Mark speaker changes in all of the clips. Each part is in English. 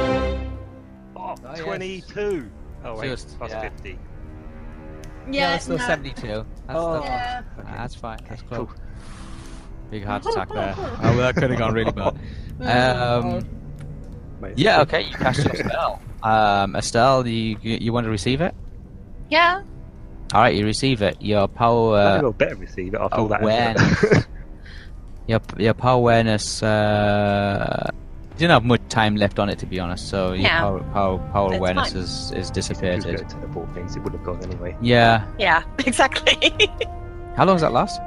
Speaker 1: Oh,
Speaker 2: Oh, yes.
Speaker 1: 22. Oh, wait,
Speaker 2: Just,
Speaker 1: plus
Speaker 2: yeah.
Speaker 1: 50.
Speaker 3: Yeah,
Speaker 2: that's still
Speaker 3: no.
Speaker 2: 72. That's,
Speaker 3: Yeah.
Speaker 2: still- Ah, that's fine. That's cool. Big heart attack there. oh, well, that could have gone really bad. Um, yeah, okay, you cast your spell. Um, Estelle, you, you you want to receive it?
Speaker 3: Yeah.
Speaker 2: All right, you receive it. Your
Speaker 1: I
Speaker 2: power,
Speaker 1: will better receive it after all that.
Speaker 2: Uh, awareness. your your power awareness. Uh, you didn't have much time left on it, to be honest. So your
Speaker 3: No.
Speaker 2: power power, power
Speaker 3: It's
Speaker 2: awareness
Speaker 3: fine.
Speaker 2: is is
Speaker 1: Just
Speaker 2: dissipated.
Speaker 1: go teleport things, it would have gone anyway.
Speaker 2: Yeah.
Speaker 3: Yeah, exactly.
Speaker 2: How long does that last?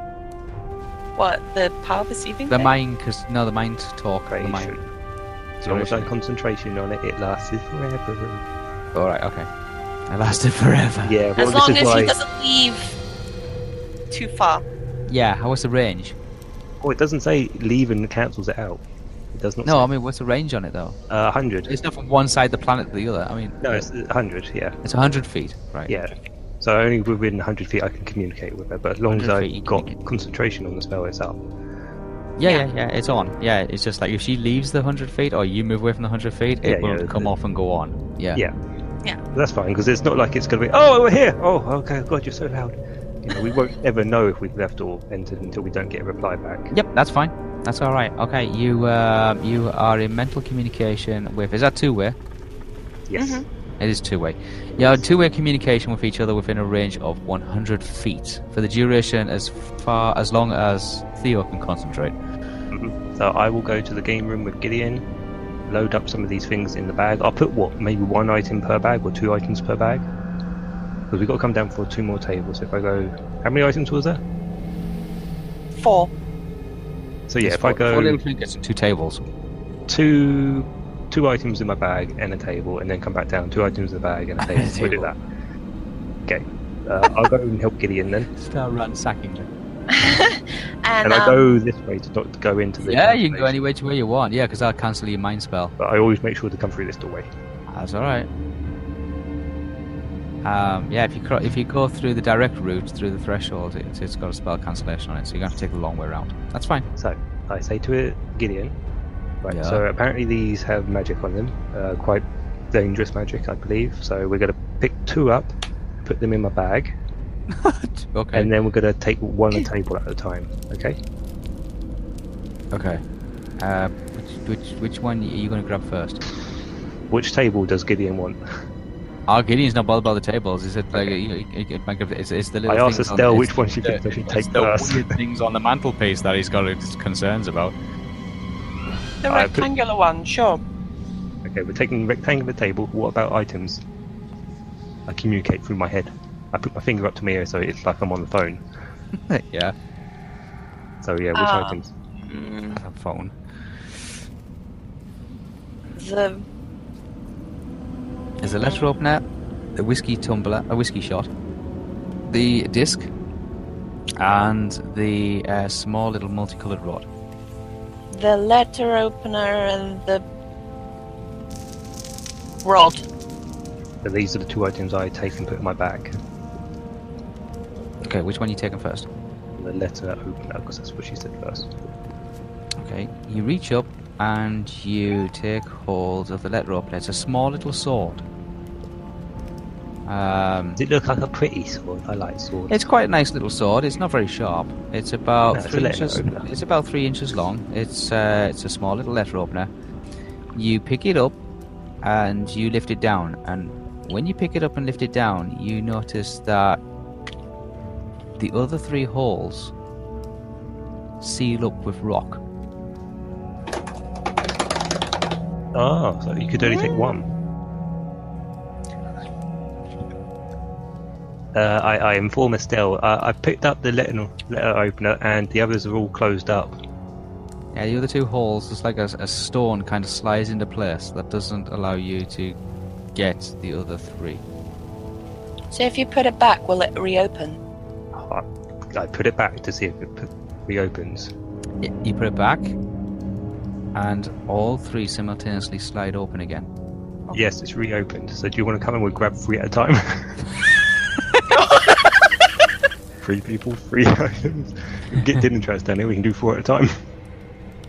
Speaker 3: what, the power perceiving?
Speaker 2: The
Speaker 3: thing?
Speaker 2: mind, because no, the mind talk. The
Speaker 1: Concentration.
Speaker 2: mind.
Speaker 1: As long as I
Speaker 2: Duration.
Speaker 1: concentration on it, it lasts forever.
Speaker 2: All right. Okay. It lasted forever.
Speaker 1: Yeah, well,
Speaker 3: As long
Speaker 1: this is
Speaker 3: as
Speaker 1: why.
Speaker 3: he doesn't leave too far.
Speaker 2: Yeah. How was the range?
Speaker 1: Oh, it doesn't say leave and cancels it out. It does not.
Speaker 2: No, I
Speaker 1: say.
Speaker 2: mean, what's the range on it though?
Speaker 1: uh, 100.
Speaker 2: It's not from one side of the planet to the other. I mean,
Speaker 1: no, it's 100. Yeah,
Speaker 2: it's 100 feet, right?
Speaker 1: yeah. So only within 100 feet I can communicate with her. But as long as
Speaker 2: 100
Speaker 1: I
Speaker 2: feet you
Speaker 1: have
Speaker 2: can
Speaker 1: got
Speaker 2: communicate.
Speaker 1: concentration on the spell, it's up.
Speaker 2: yeah, yeah, yeah, It's on. Yeah, it's just like if she leaves the 100 feet or you move away from the 100 feet,
Speaker 1: Yeah,
Speaker 2: it will
Speaker 1: yeah,
Speaker 2: come
Speaker 1: the-
Speaker 2: off and go on. Yeah.
Speaker 1: Yeah.
Speaker 3: Yeah.
Speaker 1: That's fine because it's not like it's going to be. Oh, we're here. Oh, okay. God, you're so loud. You know, we won't ever know if we've left or entered until we don't get a reply back.
Speaker 2: Yep, that's fine. That's all right. Okay, you uh, you are in mental communication with. Is that two way?
Speaker 1: Yes.
Speaker 3: Mhm.
Speaker 2: It is two way. You're in two way communication with each other within a range of 100 feet for the duration as far as long as Theo can concentrate.
Speaker 1: So I will go to the game room with Gideon, load up some of these things in the bag. I'll put what, maybe one item per bag or two items per bag? Because we've got to come down for two more tables. If I go, how many items was there?
Speaker 3: Four.
Speaker 1: So yeah,
Speaker 2: It's
Speaker 1: if I
Speaker 2: four- four little
Speaker 1: go
Speaker 2: trinkets and two tables.
Speaker 1: two two items in my bag and a table, and then come back down two items in the bag and a table, we'll do
Speaker 2: Table.
Speaker 1: that. Okay, uh, I'll go and help Gideon then,
Speaker 2: Start ransacking them.
Speaker 3: And,
Speaker 1: and
Speaker 3: um,
Speaker 1: I go this way to not go into the.
Speaker 2: uh, Yeah, you can go
Speaker 1: conversation,
Speaker 2: any way to where you want. Yeah, because I'll cancel your mind spell.
Speaker 1: But I always make sure to come through this doorway.
Speaker 2: That's all right. Um, yeah, if you cro- if you go through the direct route through the threshold, it's, it's got a spell cancellation on it, so you're gonna have to take the long way around. That's fine.
Speaker 1: So, I say to it, Gideon. Right,
Speaker 2: Yeah.
Speaker 1: so apparently these have magic on them, uh, quite dangerous magic, I believe. So, we're going to pick two up, put them in my bag,
Speaker 2: okay.
Speaker 1: and then we're going to take one a table at a time, okay?
Speaker 2: okay. Uh, which, which which one are you gonna grab first?
Speaker 1: Which table does Gideon want?
Speaker 2: Oh, Gideon's not bothered by the tables. Is it like
Speaker 1: Okay.
Speaker 2: you know, it- it- it might grab- it's, it's the
Speaker 1: I
Speaker 2: little
Speaker 1: asked
Speaker 2: things on-
Speaker 1: Estelle
Speaker 2: it's
Speaker 1: which one she
Speaker 2: the-
Speaker 1: thinks I should
Speaker 2: it's
Speaker 1: take
Speaker 2: the
Speaker 1: first.
Speaker 2: weird things on the mantelpiece that he's got his concerns about.
Speaker 3: the
Speaker 1: I put-
Speaker 3: rectangular one, sure.
Speaker 1: okay, we're taking rectangular table. What about items? I communicate through my head. I put my finger up to my ear so it's like I'm on the phone.
Speaker 2: yeah,
Speaker 1: So, yeah, which
Speaker 3: Ah.
Speaker 1: items?
Speaker 3: Mm,
Speaker 2: a phone.
Speaker 3: The
Speaker 2: There's a letter opener, a whiskey tumbler, a whiskey shot, the disc, and the uh, small little multicolored rod.
Speaker 3: the letter opener and the rod.
Speaker 1: But these are the two items I take and put in my bag.
Speaker 2: Okay, which one are you taking first?
Speaker 1: The letter opener, because that's what she said first.
Speaker 2: Okay, you reach up and you take hold of the letter opener. It's a small little sword. Um,
Speaker 1: Does it look like a pretty sword? I like swords.
Speaker 2: It's quite a nice little sword. It's not very sharp. It's about
Speaker 1: No, it's a
Speaker 2: three
Speaker 1: letter
Speaker 2: inches.
Speaker 1: opener.
Speaker 2: It's about three inches long. It's uh, it's a small little letter opener. You pick it up and you lift it down. And when you pick it up and lift it down, you notice that the other three holes seal up with rock.
Speaker 1: Ah, so you could only take one. Uh, I, I inform Estelle. Uh, I picked up the letter, letter opener, and the others are all closed up.
Speaker 2: Yeah, the other two holes, it's like a, a stone kind of slides into place that doesn't allow you to get the other three.
Speaker 3: So if you put it back, will it reopen?
Speaker 1: I, I put it back to see if it put, reopens.
Speaker 2: Y- You put it back, and all three simultaneously slide open again.
Speaker 1: Yes, it's reopened. So do you want to come and we'll grab three at a time? three people, three items. Get dinner trays down here. We can do four at a time.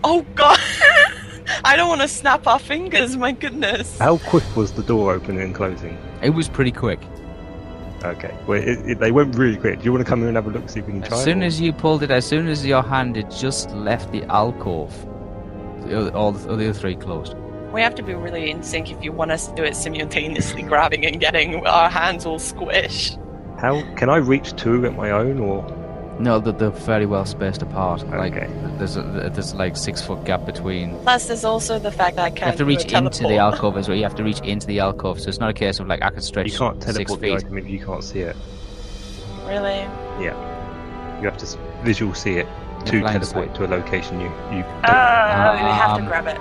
Speaker 3: Oh god! I don't want to snap our fingers. My goodness.
Speaker 1: How quick was the door opening and closing?
Speaker 2: It was pretty quick.
Speaker 1: Okay, well it, it, they went really quick. Do you want to come in and have a look, see if we can try?
Speaker 2: As
Speaker 1: it,
Speaker 2: soon
Speaker 1: or-
Speaker 2: as you pulled it, as soon as your hand had just left the alcove, the oth- all the, the other three closed.
Speaker 3: We have to be really in sync if you want us to do it simultaneously, grabbing and getting our hands all squish.
Speaker 1: How can I reach two at my own, or
Speaker 2: No, they're, they're very well spaced apart.
Speaker 1: Okay.
Speaker 2: Like there's a, there's like six foot gap between.
Speaker 3: Plus, there's also the fact that I can't.
Speaker 2: You have to reach
Speaker 3: do a
Speaker 2: into the
Speaker 3: teleport.
Speaker 2: alcove as well. You have to reach into the alcove, so it's not a case of like I can stretch
Speaker 1: you can't
Speaker 2: six
Speaker 1: teleport the
Speaker 2: feet.
Speaker 1: item if you can't see it?
Speaker 3: Really?
Speaker 1: You have to s- visual see it to
Speaker 2: blind
Speaker 1: teleport it to a location you you.
Speaker 3: Oh, we have to
Speaker 2: Um,
Speaker 3: grab it.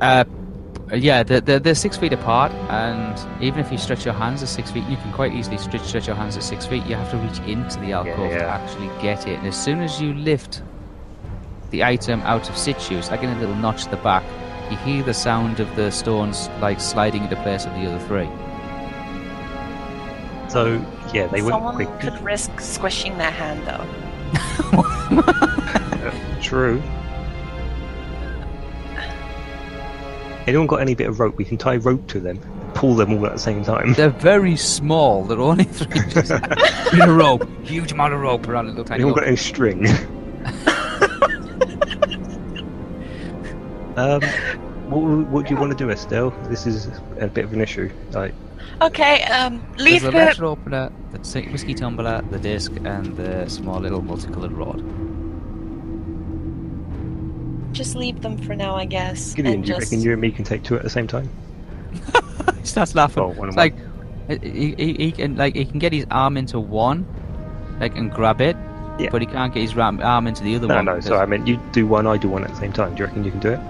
Speaker 2: Uh, yeah, they're, they're, they're six feet apart, and even if you stretch your hands at six feet, you can quite easily stretch, stretch your hands at six feet. You have to reach into the alcove to
Speaker 1: yeah.
Speaker 2: actually get it. And as soon as you lift the item out of situ, it's like in a little notch at the back, you hear the sound of the stones like sliding into place of the other three.
Speaker 1: So yeah, they
Speaker 3: Someone
Speaker 1: went quick.
Speaker 3: could risk squishing their hand though.
Speaker 1: True. Anyone got any bit of rope? We can tie rope to them, pull them all at the same time.
Speaker 2: They're very small. They're only three inches. in a rope, huge amount of rope around a little tiny.
Speaker 1: Anyone
Speaker 2: rope.
Speaker 1: got any string? um, what, what do you want to do, Estelle? This is a bit of an issue. Like,
Speaker 3: Okay, um, leave
Speaker 2: There's
Speaker 3: it.
Speaker 2: the letter opener, the si- whiskey tumbler, the disc, and the small little multicolored rod.
Speaker 3: Just leave them for now, I guess.
Speaker 1: Gideon,
Speaker 3: and
Speaker 1: do you
Speaker 3: just...
Speaker 1: reckon you and me can take two at the same time?
Speaker 2: He starts laughing.
Speaker 1: Oh, one
Speaker 2: it's
Speaker 1: of
Speaker 2: like uh, he, he, he can like he can get his arm into one, like and grab it,
Speaker 1: Yeah.
Speaker 2: but he can't get his ram- arm into the other
Speaker 1: No,
Speaker 2: one.
Speaker 1: no,
Speaker 2: because-
Speaker 1: sorry, I meant you do one, I do one at the same time. Do you reckon you can do it?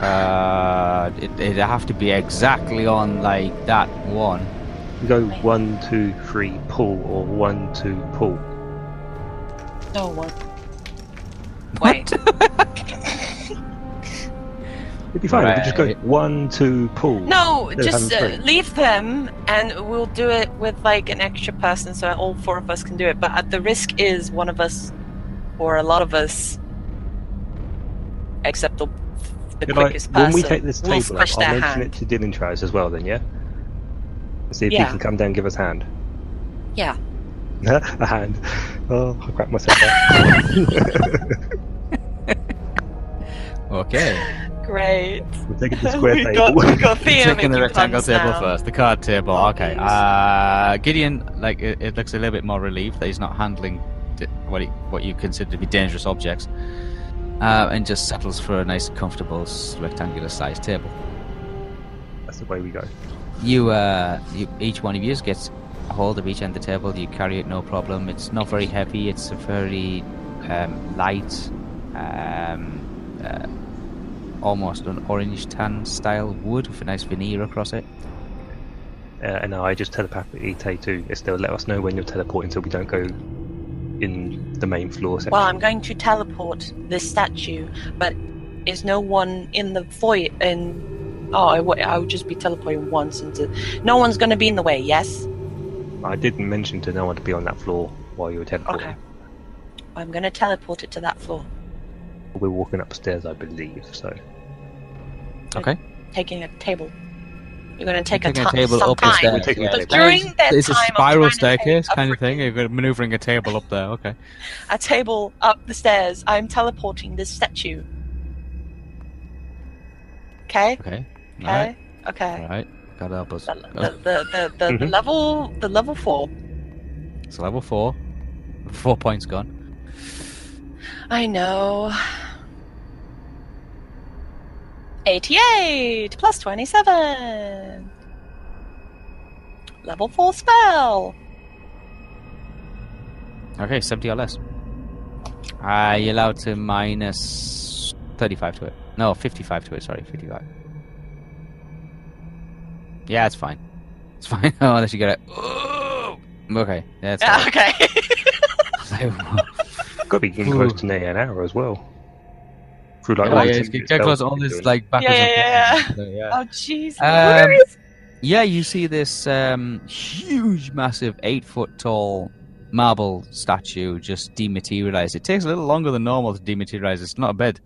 Speaker 2: Uh, it, it'd have to be exactly on like that one.
Speaker 1: You go one, two, three, pull, or one, two, pull.
Speaker 3: No one. Wait.
Speaker 1: It'd be fine. We could just go
Speaker 2: Right.
Speaker 1: one, two, pull.
Speaker 3: No,
Speaker 1: They're
Speaker 3: just uh,
Speaker 1: having fun.
Speaker 3: leave them, and we'll do it with like an extra person, so all four of us can do it. But at the risk is one of us, or a lot of us, except the, the
Speaker 1: Could I-
Speaker 3: quickest person,
Speaker 1: when we take this
Speaker 3: will
Speaker 1: table up,
Speaker 3: squish
Speaker 1: I'll
Speaker 3: their
Speaker 1: mention
Speaker 3: hand.
Speaker 1: it to Dylan Tries as well, then, yeah? See if he
Speaker 3: Yeah.
Speaker 1: can come down and give us a hand.
Speaker 3: Yeah.
Speaker 1: a hand. Oh, I cracked myself up.
Speaker 2: Okay,
Speaker 3: Great.
Speaker 1: We're taking the square
Speaker 3: we
Speaker 1: table.
Speaker 3: got, we got Theo
Speaker 2: taking the
Speaker 3: making
Speaker 2: rectangle
Speaker 3: puns
Speaker 2: table
Speaker 3: now.
Speaker 2: first, the card table.
Speaker 3: Oh,
Speaker 2: okay,
Speaker 3: please.
Speaker 2: uh, Gideon, like it, it looks a little bit more relieved that he's not handling d- what he, what you consider to be dangerous objects, uh, and just settles for a nice, comfortable, s- rectangular-sized table.
Speaker 1: That's the way we go.
Speaker 2: You, uh, you, each one of you gets a hold of each end of the table. You carry it no problem. It's not very heavy. It's a very um, light, um, uh, almost an orange tan style wood with a nice veneer across it.
Speaker 1: Uh, and I just telepathically take two. It's still let us know when you're teleporting so we don't go in the main floor section.
Speaker 3: Well, I'm going to teleport this statue, but is no one in the void in Oh, I would I would just be teleporting once into. No one's gonna be in the way. Yes.
Speaker 1: I didn't mention to no one to be on that floor while you were teleporting.
Speaker 3: Okay. I'm gonna teleport it to that floor,
Speaker 1: We're walking upstairs, I believe. So
Speaker 2: Okay.
Speaker 3: taking a table. You're gonna take a,
Speaker 2: Taking a
Speaker 3: ti-
Speaker 2: table
Speaker 3: some
Speaker 2: up the
Speaker 3: time.
Speaker 2: stairs.
Speaker 1: We're taking a
Speaker 2: yeah.
Speaker 1: table.
Speaker 3: But during that
Speaker 2: it's a
Speaker 3: time of
Speaker 2: spiral
Speaker 3: trying to take
Speaker 2: staircase
Speaker 3: a
Speaker 2: kind of
Speaker 3: freaking-
Speaker 2: thing. You're maneuvering a table up there. Okay.
Speaker 3: a table up the stairs. I'm teleporting this statue. Okay.
Speaker 2: Okay.
Speaker 3: Okay. Okay.
Speaker 2: All right. God help us.
Speaker 3: The, the,
Speaker 2: Oh,
Speaker 3: the, the, the
Speaker 1: Mhm.
Speaker 3: level the level four.
Speaker 2: It's level four. Four points gone.
Speaker 3: I know. Eighty-eight plus twenty-seven. Level four spell.
Speaker 2: Okay, seventy or less. Uh, you're allowed to minus thirty-five to it. No, fifty-five to it. Sorry, fifty-five. Yeah, it's fine. It's fine. Oh, unless you get it. Ooh. Okay. Yeah, it's
Speaker 3: Ah,
Speaker 2: fine.
Speaker 3: okay.
Speaker 1: got to be getting
Speaker 2: Ooh.
Speaker 1: close to nearly an hour as well. Through like
Speaker 2: Oh,
Speaker 1: all
Speaker 2: yeah,
Speaker 1: the
Speaker 2: it's
Speaker 1: secret
Speaker 2: get close
Speaker 1: spells
Speaker 2: all
Speaker 1: you're
Speaker 2: this
Speaker 1: doing.
Speaker 2: like backwards
Speaker 3: Yeah, yeah,
Speaker 2: and forwards. yeah.
Speaker 3: oh jeez.
Speaker 2: Um,
Speaker 3: Where is-
Speaker 2: Yeah, you see this um, huge, massive, eight foot tall marble statue just dematerialize. It takes a little longer than normal to dematerialize. It's not a bed.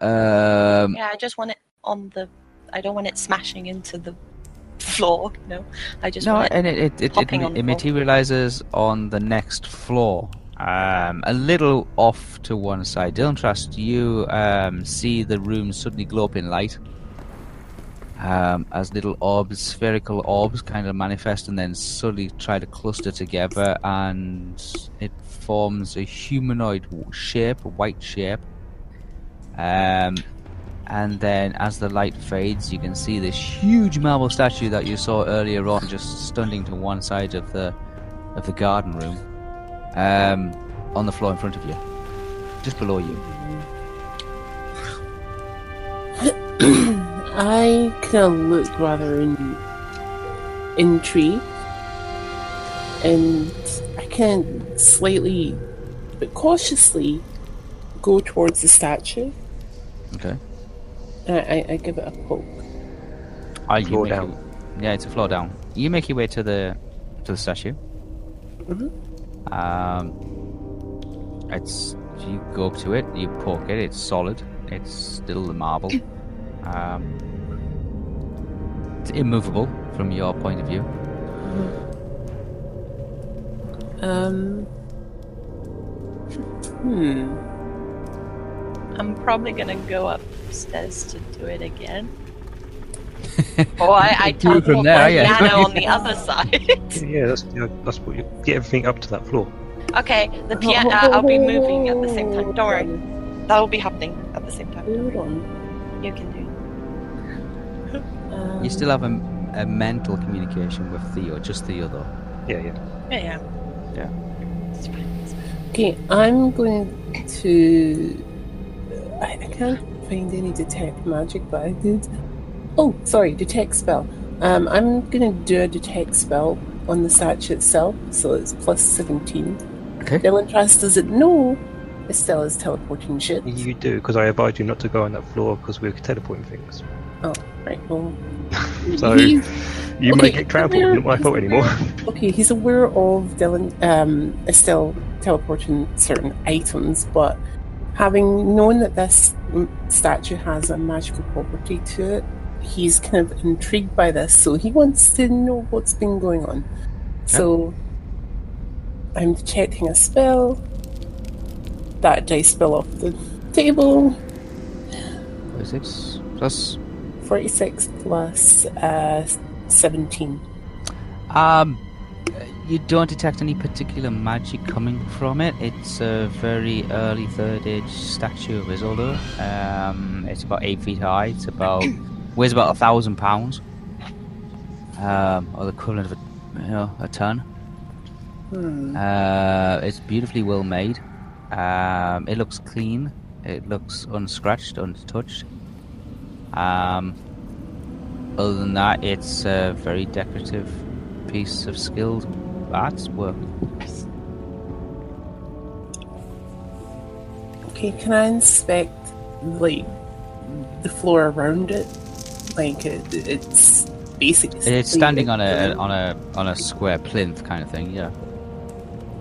Speaker 2: Um,
Speaker 3: Yeah, I just want it on the. I don't want it smashing into the floor. No, I just
Speaker 2: no,
Speaker 3: want it.
Speaker 2: and it it, it, it,
Speaker 3: hopping on the
Speaker 2: it
Speaker 3: floor.
Speaker 2: materializes on the next floor, um, a little off to one side. Dylan Trust, you um, see the room suddenly glow up in light. Um, as little orbs, spherical orbs, kind of manifest and then suddenly try to cluster together, and it forms a humanoid w- shape, a white shape. Um, and then as the light fades, you can see this huge marble statue that you saw earlier on, just standing to one side of the of the garden room, um, on the floor in front of you, just below you.
Speaker 4: I kind of look rather in, intrigued, and I can slightly, but cautiously, go towards the statue.
Speaker 2: Okay.
Speaker 4: I, I, I give it a poke.
Speaker 2: Are you
Speaker 1: Floor
Speaker 2: make
Speaker 1: down.
Speaker 2: your- yeah, it's a floor down. You make your way to the to the statue.
Speaker 1: Mm-hmm.
Speaker 2: Um, it's you go up to it, you poke it. It's solid. It's still the marble. Um, it's immovable from your point of view.
Speaker 4: Um. Hmm.
Speaker 3: I'm probably gonna go upstairs to do it again. or I, I
Speaker 2: do it
Speaker 3: teleport
Speaker 2: from there, yeah.
Speaker 3: Mariana on the other side.
Speaker 1: Yeah, yeah, that's yeah, that's what you get everything up to that floor.
Speaker 3: okay, the piano. uh, I'll be moving at the same time. Don't worry, that will be happening at the same time.
Speaker 4: Hold on.
Speaker 3: You can do. it.
Speaker 4: Um,
Speaker 2: You still have a, a mental communication with Theo, just Theo though.
Speaker 1: Yeah, yeah.
Speaker 3: Yeah, yeah.
Speaker 2: Yeah.
Speaker 3: It's fine, it's fine.
Speaker 4: Okay, I'm going to. I, I can't find any detect magic, but I did. Oh, sorry, detect spell. Um, I'm going to do a detect spell on the statue itself, so it's plus 17.
Speaker 2: Okay.
Speaker 4: Dylan Trust doesn't know Estelle is teleporting shit.
Speaker 1: You do because I advise you not to go on that floor because we're teleporting things.
Speaker 4: Oh, right, well.
Speaker 1: So
Speaker 4: he's-
Speaker 1: you might
Speaker 4: okay,
Speaker 1: get trampled.
Speaker 4: he's
Speaker 1: Not my fault
Speaker 4: aware-
Speaker 1: anymore.
Speaker 4: Okay, he's aware of Dylan um, Estelle teleporting certain items, but having known that this m- statue has a magical property to it, he's kind of intrigued by this, so he wants to know what's been going on. So I'm detecting a spell. That dice fell off the table.
Speaker 2: What is it? Plus,
Speaker 4: 46 plus uh, 17.
Speaker 2: um, you don't detect any particular magic coming from it. It's a very early third age statue of Isildur. Um, it's about eight feet high. It's about weighs about a thousand pounds. Um, or the equivalent of a, you know, a ton. Uh, it's beautifully well made. Um, it looks clean. It looks unscratched, untouched. Um, other than that, it's a very decorative piece of skilled art work.
Speaker 4: Okay, can I inspect like the floor around it? Like it, it's basically.
Speaker 2: It's standing on a on a on a square plinth kind of thing. Yeah.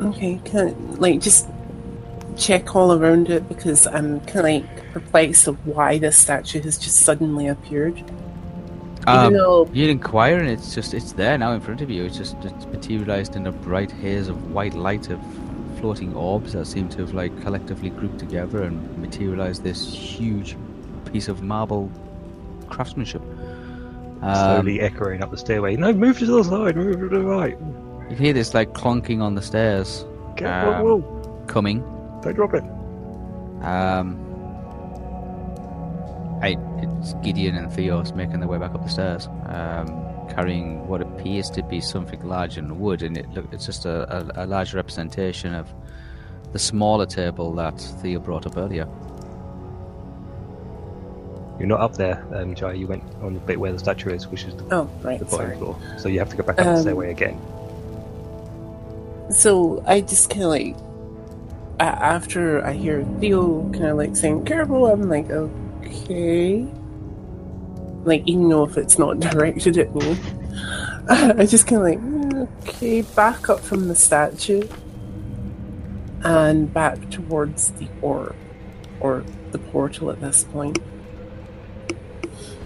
Speaker 4: Okay, can I, like just check all around it because I'm kind of like perplexed of why this statue has just suddenly appeared.
Speaker 2: Um,
Speaker 4: though-
Speaker 2: you'd inquire, and it's just it's there now in front of you. It's just it's materialized in a bright haze of white light of floating orbs that seem to have like collectively grouped together and materialized this huge piece of marble craftsmanship. Um,
Speaker 1: Slowly echoing up the stairway. No, move to the side, move to the right.
Speaker 2: you hear this like clunking on the stairs
Speaker 1: Get
Speaker 2: Um,
Speaker 1: whoa, whoa,
Speaker 2: coming.
Speaker 1: don't drop it.
Speaker 2: Um, I, it's Gideon and Theos making their way back up the stairs, um, carrying what appears to be something large in wood, and it look, it's just a, a, a large representation of the smaller table that Theo brought up earlier.
Speaker 1: You're not up there, um, Jai. You went on the bit where the statue is, which is the,
Speaker 4: Oh,
Speaker 1: the
Speaker 4: right,
Speaker 1: bottom
Speaker 4: sorry.
Speaker 1: floor. So you have to go back up the
Speaker 4: Um,
Speaker 1: stairway again.
Speaker 4: So I just kind of like, a- after I hear Theo kind of like saying "careful," I'm like, okay. Like even though if it's not directed at me, I just kind of like, "Mm, okay, back up from the statue and back towards the orb or the portal at this point,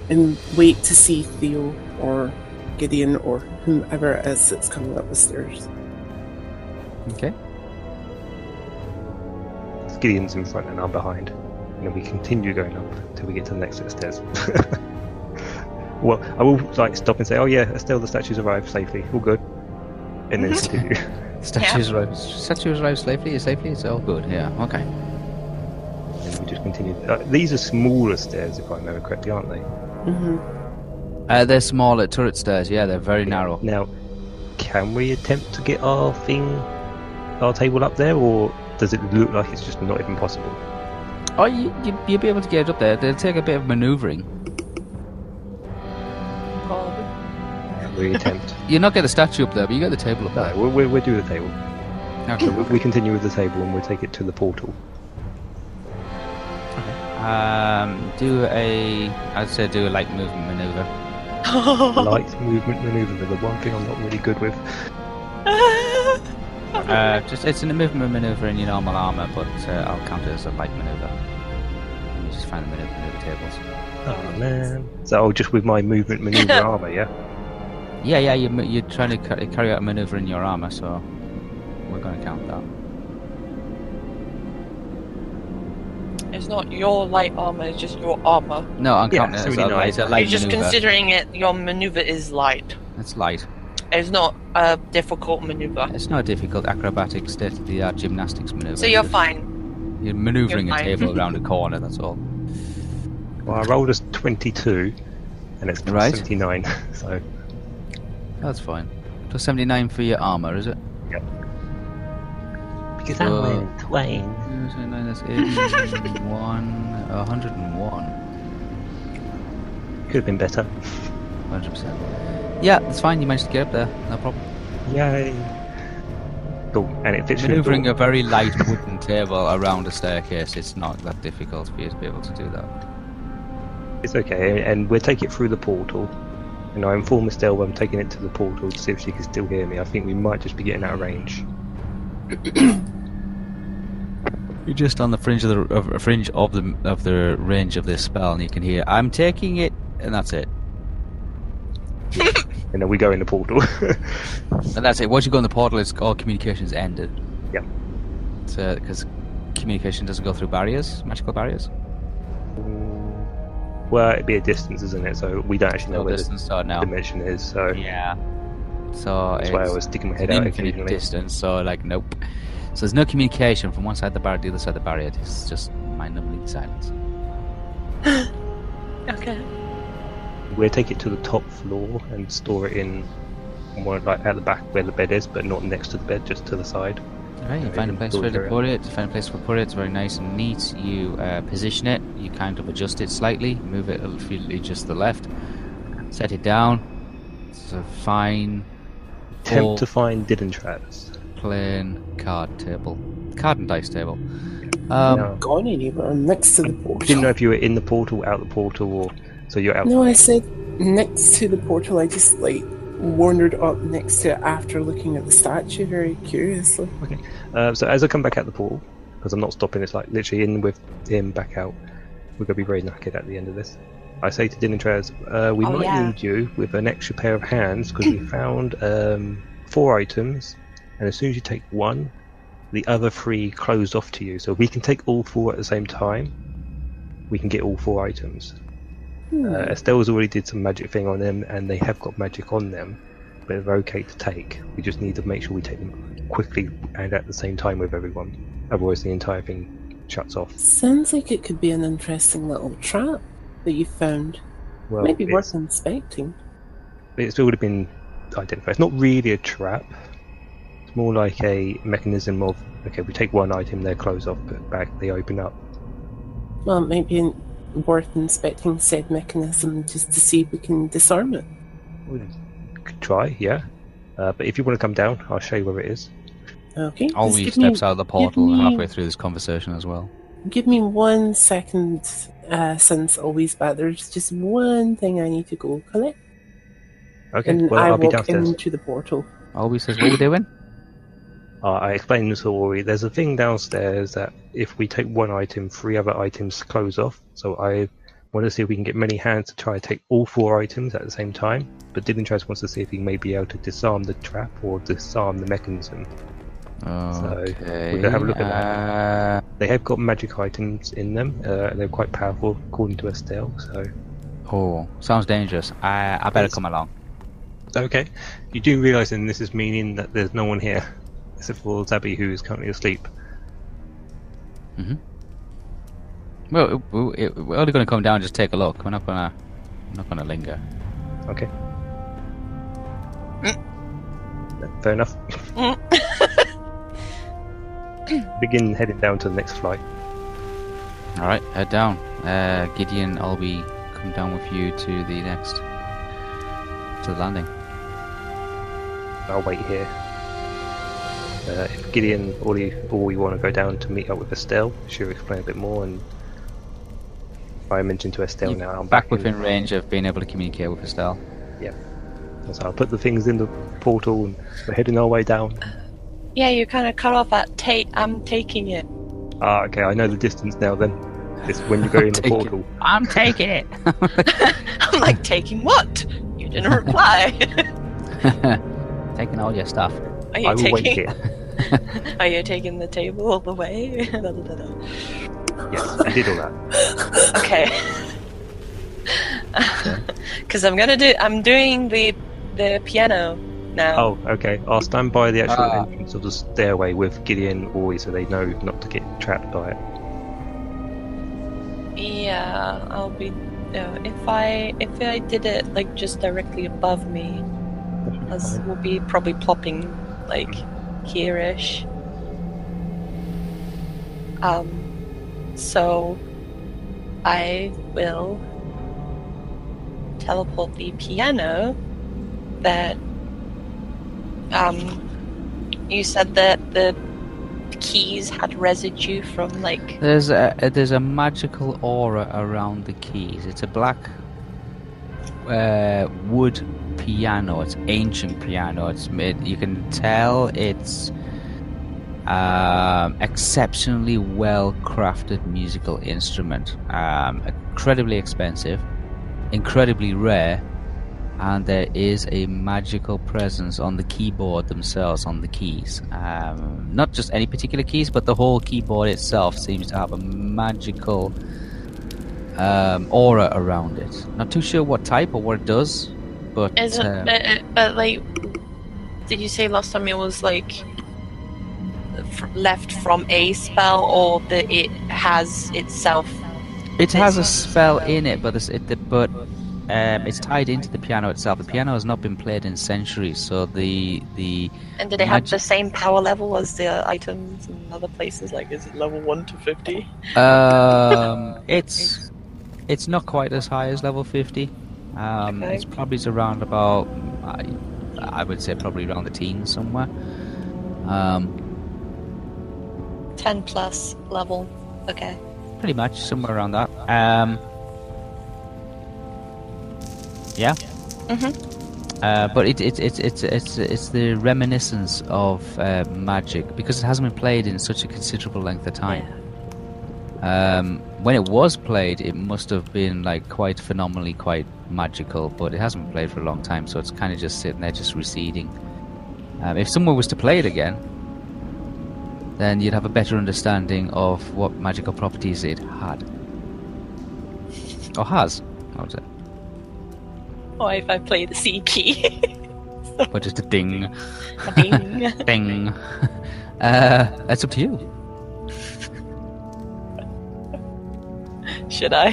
Speaker 4: and wait to see Theo or Gideon or whomever it is that's coming up the stairs.
Speaker 2: Okay.
Speaker 1: Gideon's in front and I'm behind. And then we continue going up till we get to the next set of stairs. well, I will like stop and say, oh yeah, Estelle, the statues arrived safely. All good. And then continue.
Speaker 2: Statues arrive. Statues arrive safely. Safely. It's all good. Yeah. Okay.
Speaker 1: and we just continue. Uh, these are smaller stairs, if I remember correctly, aren't they?
Speaker 4: hmm
Speaker 2: Uh, they're smaller turret stairs. Yeah, they're very narrow.
Speaker 1: Now, can we attempt to get our thing, our table up there, or does it look like it's just not even possible?
Speaker 2: Oh, you, you, you'll be able to get it up there. They'll take a bit of maneuvering.
Speaker 3: Probably.
Speaker 1: Can we attempt?
Speaker 2: You're not getting the statue up there, but you get the table up
Speaker 1: No,
Speaker 2: there.
Speaker 1: we'll, we'll, we'll do the table.
Speaker 2: Okay.
Speaker 1: We- We continue with the table and we'll take it to the portal.
Speaker 2: Um, do a, I'd say do a light movement maneuver.
Speaker 1: Light movement maneuver, the one thing I'm not really good with.
Speaker 2: Uh, just it's a movement maneuver in your normal armor, but uh, I'll count it as a light maneuver. You just find the maneuver, maneuver tables.
Speaker 1: Oh man. So oh, just with my movement maneuver armor, yeah?
Speaker 2: Yeah, yeah, you're, mo- you're trying to ca- carry out a maneuver in your armor, so we're going to count that.
Speaker 3: It's not your light armor, it's just your armor.
Speaker 2: No, I'm
Speaker 1: Yeah,
Speaker 2: counting it
Speaker 1: so
Speaker 2: as
Speaker 1: we
Speaker 2: a
Speaker 1: need
Speaker 2: light, a
Speaker 1: light.
Speaker 2: light
Speaker 3: You're just
Speaker 2: maneuver.
Speaker 3: considering it, your maneuver is light.
Speaker 2: it's light.
Speaker 3: It's not a difficult maneuver.
Speaker 2: It's not a difficult acrobatic state-of-the-art gymnastics maneuver.
Speaker 3: So you're
Speaker 2: It's
Speaker 3: fine.
Speaker 2: just- You're maneuvering
Speaker 3: You're
Speaker 2: a
Speaker 3: fine.
Speaker 2: table around a corner. That's all.
Speaker 1: Well I rolled as twenty two and it's plus
Speaker 2: Right.
Speaker 1: seventy nine. So
Speaker 2: That's fine. Plus seventy-nine for your armor, is it?
Speaker 1: because
Speaker 2: I'm wearing
Speaker 1: twain.
Speaker 2: Nine, that's 81, 101,
Speaker 1: Could have been better.
Speaker 2: 100%. Yeah, that's fine, you managed to get up there, no problem.
Speaker 1: Yay. Cool. And it fits through the
Speaker 2: Maneuvering
Speaker 1: door.
Speaker 2: a very light wooden table around a staircase, it's not that difficult for you to be able to do that.
Speaker 1: It's okay, and we'll take it through the portal. And I inform Estelle I'm taking it to the portal to see if she can still hear me. I think we might just be getting out of range.
Speaker 2: You're just on the fringe of the of, fringe of the of the range of this spell, and you can hear, "I'm taking it," and that's it.
Speaker 1: And then we go in the portal.
Speaker 2: And that's it. Once you go in the portal, it's all communications ended.
Speaker 1: Yep.
Speaker 2: So, because communication doesn't go through barriers, magical barriers.
Speaker 1: well, it'd be a distance, isn't it? So we don't actually know
Speaker 2: No
Speaker 1: where
Speaker 2: distance start
Speaker 1: the
Speaker 2: now.
Speaker 1: dimension is. So
Speaker 2: Yeah. So
Speaker 1: that's
Speaker 2: it's,
Speaker 1: why I was sticking my
Speaker 2: it's
Speaker 1: head
Speaker 2: an
Speaker 1: out
Speaker 2: infinite
Speaker 1: occasionally.
Speaker 2: distance. So like, nope. So there's no communication from one side of the barrier to the other side of the barrier. It's just mind-numbing silence.
Speaker 3: Okay.
Speaker 1: We'll take it to the top floor and store it in more like at the back where the bed is, but not next to the bed, just to the side.
Speaker 2: All right, you
Speaker 1: Yeah,
Speaker 2: find a
Speaker 1: you
Speaker 2: place
Speaker 1: build
Speaker 2: where to
Speaker 1: your
Speaker 2: put it. You find a place where to put it. It's very nice and neat. You uh, position it. You kind of adjust it slightly. Move it a little just to the left. Set it down. It's a fine,
Speaker 1: Attempt
Speaker 2: Or-
Speaker 1: to find Didden traps.
Speaker 2: plain card table, card and dice table. Um,
Speaker 1: No.
Speaker 4: Gone anywhere next to the portal.
Speaker 1: Didn't know if you were in the portal, out the portal, or So you're out.
Speaker 4: No, I said next to the portal. I just like wandered up next to it after looking at the statue very curiously.
Speaker 1: Okay. Uh, so as I come back out the portal, because I'm not stopping, it's like literally in with him, back out. We're gonna be very knackered at the end of this. I say to Dinitrez, uh, we
Speaker 3: Oh,
Speaker 1: might
Speaker 3: yeah.
Speaker 1: need you with an extra pair of hands because we found um, four items, and as soon as you take one, the other three close off to you. So if we can take all four at the same time. We can get all four items.
Speaker 3: Hmm.
Speaker 1: Uh, Estelle's already did some magic thing on them, and they have got magic on them, but they're okay to take. We just need to make sure we take them quickly and at the same time with everyone. Otherwise, the entire thing shuts off.
Speaker 4: Sounds like it could be an interesting little trap that you found.
Speaker 1: Well,
Speaker 4: Maybe
Speaker 1: it's-
Speaker 4: worth inspecting.
Speaker 1: it's it would have been identified. It's not really a trap. It's more like a mechanism of okay, we take one item, they close off, but back they open up.
Speaker 4: Well, it might be in- worth inspecting said mechanism just to see if we can disarm it.
Speaker 1: We Could try, yeah. Uh, but if you want to come down, I'll show you where it is.
Speaker 4: Okay. just
Speaker 2: Ollie
Speaker 4: give
Speaker 2: steps
Speaker 4: me,
Speaker 2: out of the portal
Speaker 4: me-
Speaker 2: halfway through this conversation as well.
Speaker 4: Give me one second, uh, since Ollie's back. There's just one thing I need to go collect,
Speaker 1: Okay,
Speaker 4: and
Speaker 1: well
Speaker 4: I
Speaker 1: I'll be
Speaker 4: walk
Speaker 1: downstairs.
Speaker 4: into the portal.
Speaker 2: Ollie says, "What are we doing?"
Speaker 1: Uh, I explained this to Ori. There's a thing downstairs that if we take one item, three other items close off. So I want to see if we can get many hands to try and take all four items at the same time. But Dilintress wants to see if he may be able to disarm the trap or disarm the mechanism.
Speaker 2: Okay.
Speaker 1: we're gonna have a look at
Speaker 2: that.
Speaker 1: They have got magic items in them. Uh, they're quite powerful, according to Estelle. So,
Speaker 2: oh, sounds dangerous. I I better
Speaker 1: Yes.
Speaker 2: come along.
Speaker 1: okay, you do realise then this is meaning that there's no one here, except for Zabi, who is currently asleep. Mm-hmm.
Speaker 2: Well, it- well, it- we're only going to come down just take a look. We're not gonna, we're not gonna linger.
Speaker 1: Okay. Fair enough. Begin heading down to the next flight.
Speaker 2: All right, head down. Uh, Gideon, I'll be come down with you to the next to the landing.
Speaker 1: I'll wait here. Uh, if Gideon or you, or you want to go down to meet up with Estelle, she'll explain a bit more. And I mentioned to Estelle
Speaker 2: You're
Speaker 1: now, I'm
Speaker 2: back
Speaker 1: back, in-
Speaker 2: within range of being able to communicate with Estelle.
Speaker 1: So I'll put the things in the portal and we're heading our way down.
Speaker 3: Yeah, you kind of cut off at take. I'm taking it.
Speaker 1: Ah, okay, I know the distance now then. It's when you go in the
Speaker 2: Take it.
Speaker 1: portal.
Speaker 2: I'm taking it.
Speaker 3: I'm like taking what? You didn't reply.
Speaker 2: taking all your stuff.
Speaker 3: Are
Speaker 1: I
Speaker 3: you
Speaker 1: will wait
Speaker 3: taking?
Speaker 1: here.
Speaker 3: Are you taking the table all the way? Da, da, da, da.
Speaker 1: Yes, I did all that.
Speaker 3: okay. Because I'm gonna do. I'm doing the the piano now.
Speaker 1: Oh, okay. I'll stand by the actual
Speaker 2: Ah.
Speaker 1: entrance of the stairway with Gideon always so they know not to get trapped by it.
Speaker 3: Yeah, I'll be. Uh, if I if I did it like just directly above me, as will be probably plopping like here-ish. Um, so I will teleport the piano that um you said that the keys had residue from like
Speaker 2: There's a a- there's a magical aura around the keys. It's a black uh, wood piano. It's ancient piano. It's made. You can tell it's um, exceptionally well crafted musical instrument. Um, incredibly expensive, incredibly rare, and there is a magical presence on the keyboard themselves, on the keys. Um, not just any particular keys, but the whole keyboard itself seems to have a magical um, aura around it. Not too sure what type or what it does, but
Speaker 3: Isn't
Speaker 2: um,
Speaker 3: but, uh, but like, did you say last time it was like f- left from a spell, or that it has itself?
Speaker 2: It has a spell in it, but it's, it, the- but um, it's tied into the piano itself. The piano has not been played in centuries, so the the
Speaker 3: And do they have
Speaker 2: Magi-
Speaker 3: the same power level as the items in other places? Like, is it level one to fifty?
Speaker 2: um, it's it's not quite as high as level fifty. Um,
Speaker 3: Okay.
Speaker 2: It's probably around about I, I would say probably around the teens somewhere. Um,
Speaker 3: Ten plus level. Okay.
Speaker 2: pretty much somewhere around that. Um, Yeah.
Speaker 3: Mm-hmm.
Speaker 2: Uh, but it, it, it, it, it's it's the reminiscence of uh, magic because it hasn't been played in such a considerable length of time. Um, when it was played, it must have been like quite phenomenally, quite magical. But it hasn't been played for a long time, so it's kind of just sitting there, just receding. Um, if someone was to play it again, then you'd have a better understanding of what magical properties it had or has. I would say.
Speaker 3: Or if I play the C key.
Speaker 2: Or just a ding,
Speaker 3: Ding.
Speaker 2: ding. Uh, that's up to you.
Speaker 3: Should I?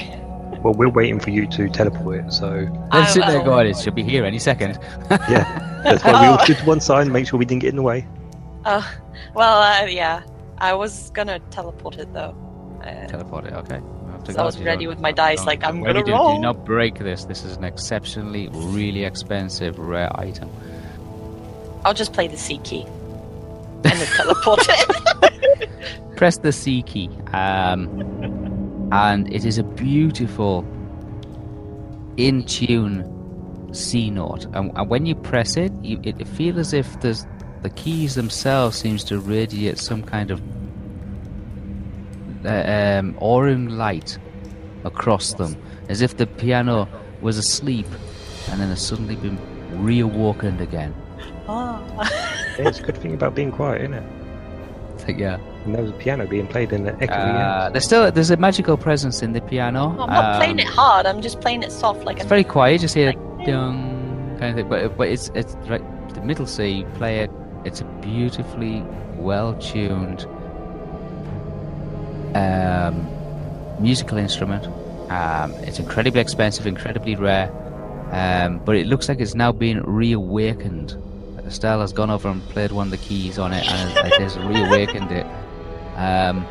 Speaker 1: Well, we're waiting for you to teleport it, so
Speaker 3: I
Speaker 2: Let's sit there
Speaker 3: will.
Speaker 2: going. It should be here any second.
Speaker 1: yeah. That's why
Speaker 2: Oh.
Speaker 1: we all did one side, make sure we didn't get in the way.
Speaker 3: Oh, well, uh, yeah. I was gonna teleport it though. Uh,
Speaker 2: Teleport it. Okay. I have to
Speaker 3: So
Speaker 2: go
Speaker 3: I was
Speaker 2: to
Speaker 3: ready
Speaker 2: your-
Speaker 3: with my dice, like, I'm
Speaker 2: When
Speaker 3: gonna
Speaker 2: you do,
Speaker 3: roll.
Speaker 2: Do not break this. This is an exceptionally, really expensive, rare item.
Speaker 3: I'll just play the C key and then teleport it.
Speaker 2: Press the C key, um, and it is a beautiful, in tune C note. And, and when you press it, you, it, it feels as if there's, the keys themselves seems to radiate some kind of uh, um, aurum light across them, as if the piano was asleep and then has suddenly been reawakened again.
Speaker 3: oh.
Speaker 1: Yeah, it's a good thing about being quiet, isn't it?
Speaker 2: It's like, yeah.
Speaker 1: And there was a piano being played in the echoey
Speaker 2: Uh,
Speaker 1: end.
Speaker 2: there's still there's a magical presence in the piano.
Speaker 3: I'm not playing
Speaker 2: Um,
Speaker 3: it hard. I'm just playing it soft, like
Speaker 2: It's
Speaker 3: I'm
Speaker 2: very quiet. You just hear dung kind of thing, but but it's it's right, the middle C. You play it. It's a beautifully well tuned um, musical instrument. Um, it's incredibly expensive, incredibly rare, um, but it looks like it's now being reawakened. Estelle has gone over and played one of the keys on it and has, has reawakened it. Um,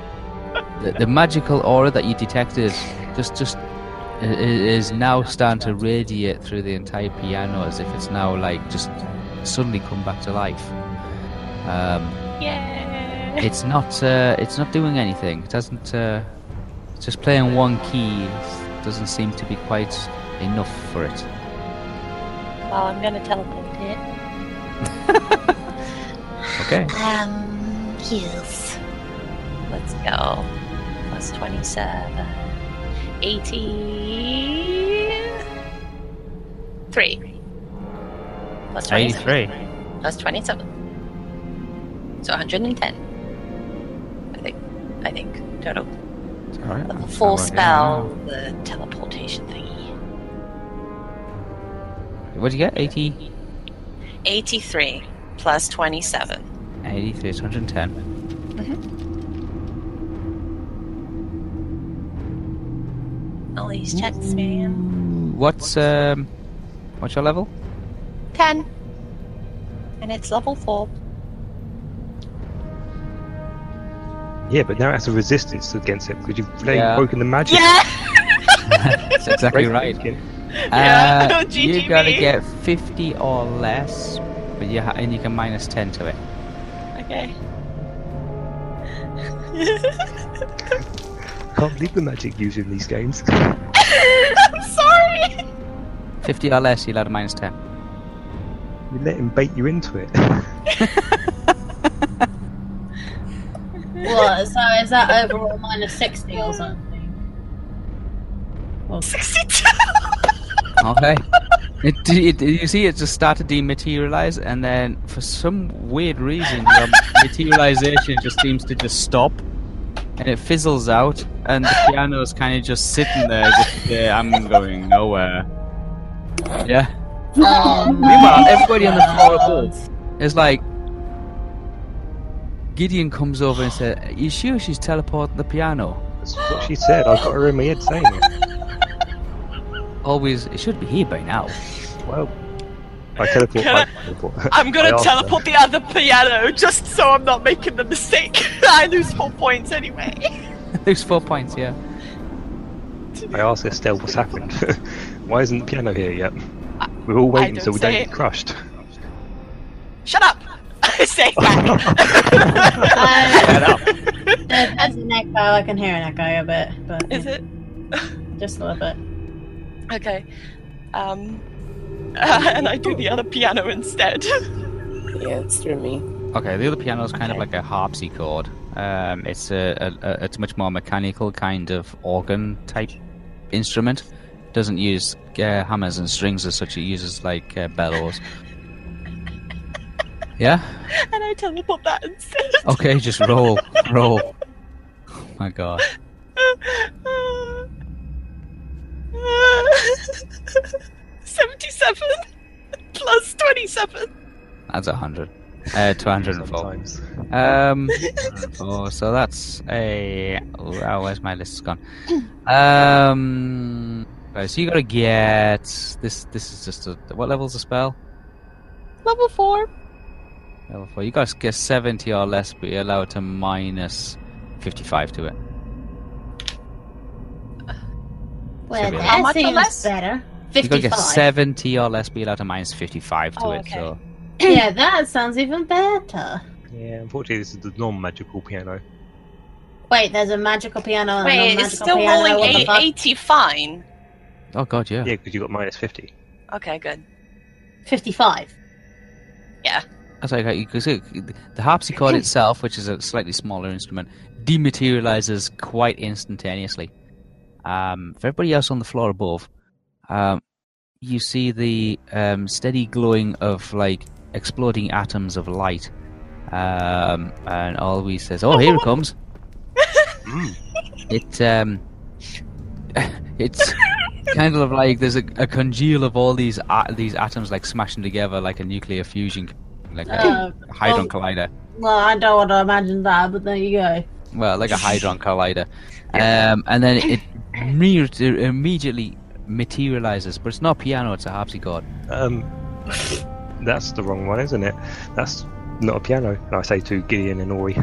Speaker 2: the, the magical aura that you detected just just i- i- is now starting to radiate through the entire piano as if it's now like just suddenly come back to life. Um,
Speaker 3: yeah.
Speaker 2: it's not uh, it's not doing anything. It doesn't uh, it's just playing one key It doesn't seem to be quite enough for it.
Speaker 3: Well, I'm gonna teleport it.
Speaker 2: Okay.
Speaker 3: Um, yes. Let's go. Plus 27. 83. Plus 27. Plus 27. So 110. I think. I think. Total.
Speaker 2: All right.
Speaker 3: Level 4 spell, the teleportation thingy.
Speaker 2: What do you get? 80
Speaker 3: 83 plus 27.
Speaker 2: 83, 110.
Speaker 3: All these checks, man.
Speaker 2: What's um what's your level?
Speaker 3: 10. And it's level 4.
Speaker 1: Yeah, but now it has a resistance against it because you've played,
Speaker 2: Yeah.
Speaker 1: broken the magic.
Speaker 3: Yeah!
Speaker 2: That's exactly
Speaker 1: Break
Speaker 2: right.
Speaker 1: thinking.
Speaker 3: Yeah,
Speaker 2: Uh,
Speaker 3: GGB.
Speaker 2: you gotta get 50 or less, but you ha- and you can minus 10 to it.
Speaker 3: Okay.
Speaker 1: Can't believe the magic used in these games.
Speaker 3: I'm sorry.
Speaker 2: 50 or less, you'll add a minus 10.
Speaker 1: You let him bait you into it.
Speaker 5: What? So is that overall minus 60 or something?
Speaker 3: 62.
Speaker 2: Okay. It, it, you see, it just started to dematerialize, and then for some weird reason, your materialization just seems to just stop, and it fizzles out, and the piano's kind of just sitting there, as if, yeah, I'm going nowhere. Yeah. Meanwhile, everybody on the floor above is like. Gideon comes over and says, "Are you sure she's teleporting the piano?"
Speaker 1: That's what she said. I've got her in my head saying it.
Speaker 2: Always, it should be here by now.
Speaker 1: Well, I teleport. I teleport.
Speaker 3: I'm
Speaker 1: I
Speaker 3: gonna
Speaker 1: asked
Speaker 3: teleport the other piano just so I'm not making the mistake. I lose four points anyway.
Speaker 2: There's four points, yeah.
Speaker 1: I asked Estelle what's happened. Why isn't the piano here yet? We're all waiting
Speaker 3: don't
Speaker 1: so we don't
Speaker 3: say
Speaker 1: get
Speaker 3: it.
Speaker 1: crushed.
Speaker 3: Shut up. I say that.
Speaker 5: Uh, there- There's an echo. I can hear an echo a bit, but
Speaker 3: Is it
Speaker 5: just a little bit.
Speaker 3: okay? Um, Uh, and I do the other piano instead.
Speaker 4: Yeah, it's through me.
Speaker 2: Okay, the other piano is kind of
Speaker 5: Okay.
Speaker 2: like a harpsichord. Um, it's a, a, a it's much more mechanical kind of organ type instrument. Doesn't use uh, hammers and strings as such. It uses like uh, bellows. yeah.
Speaker 3: and I teleport that instead.
Speaker 2: Okay, just roll, roll. Oh my god.
Speaker 3: Seventy-seven plus twenty-seven.
Speaker 2: That's a hundred. Uh, two hundred and four.
Speaker 1: Sometimes.
Speaker 2: Um. Oh, so that's a. Oh, where's my list gone? Um. right, so you gotta get this. This is just a. What level's the spell?
Speaker 3: Level four.
Speaker 2: Level four. You gotta get seventy or less, but you're allowed to minus fifty-five to it.
Speaker 5: Well,
Speaker 2: Should be
Speaker 3: How
Speaker 5: that
Speaker 3: much or
Speaker 5: seems
Speaker 3: less?
Speaker 5: better.
Speaker 2: You gotta get
Speaker 5: 55.
Speaker 2: seventy or less, but you're allowed to minus fifty-five to
Speaker 3: Oh,
Speaker 2: it.
Speaker 3: okay.
Speaker 2: So
Speaker 5: Yeah, that sounds even better.
Speaker 1: Yeah, unfortunately, this is the non-magical piano.
Speaker 5: Wait, there's a magical piano. and a
Speaker 3: Wait,
Speaker 5: non-magical
Speaker 3: it's still
Speaker 5: piano.
Speaker 3: rolling
Speaker 5: Oh, what the
Speaker 3: eight,
Speaker 5: fuck?
Speaker 3: 80 fine.
Speaker 2: oh god, yeah.
Speaker 1: Yeah, because you got minus fifty.
Speaker 3: Okay, good.
Speaker 5: 55.
Speaker 2: That's how you got- you could see the harpsichord itself, which is a slightly smaller instrument, dematerializes quite instantaneously. Um, for everybody else on the floor above, um, you see the um, steady glowing of like exploding atoms of light, um, and Always says, "Oh, here it comes!"
Speaker 5: Mm.
Speaker 2: it um, it's kind of like there's a, a congeal of all these a these atoms like smashing together like a nuclear fusion, like a
Speaker 5: Uh,
Speaker 2: hydron
Speaker 5: Oh.
Speaker 2: collider.
Speaker 5: well, I don't want to imagine that, but there you go.
Speaker 2: Well, like a hydron collider, um, and then it mere- immediately materializes. But it's not piano; it's a harpsichord.
Speaker 1: Um, that's the wrong one, isn't it? That's not a piano. And I say to Gideon and Ori,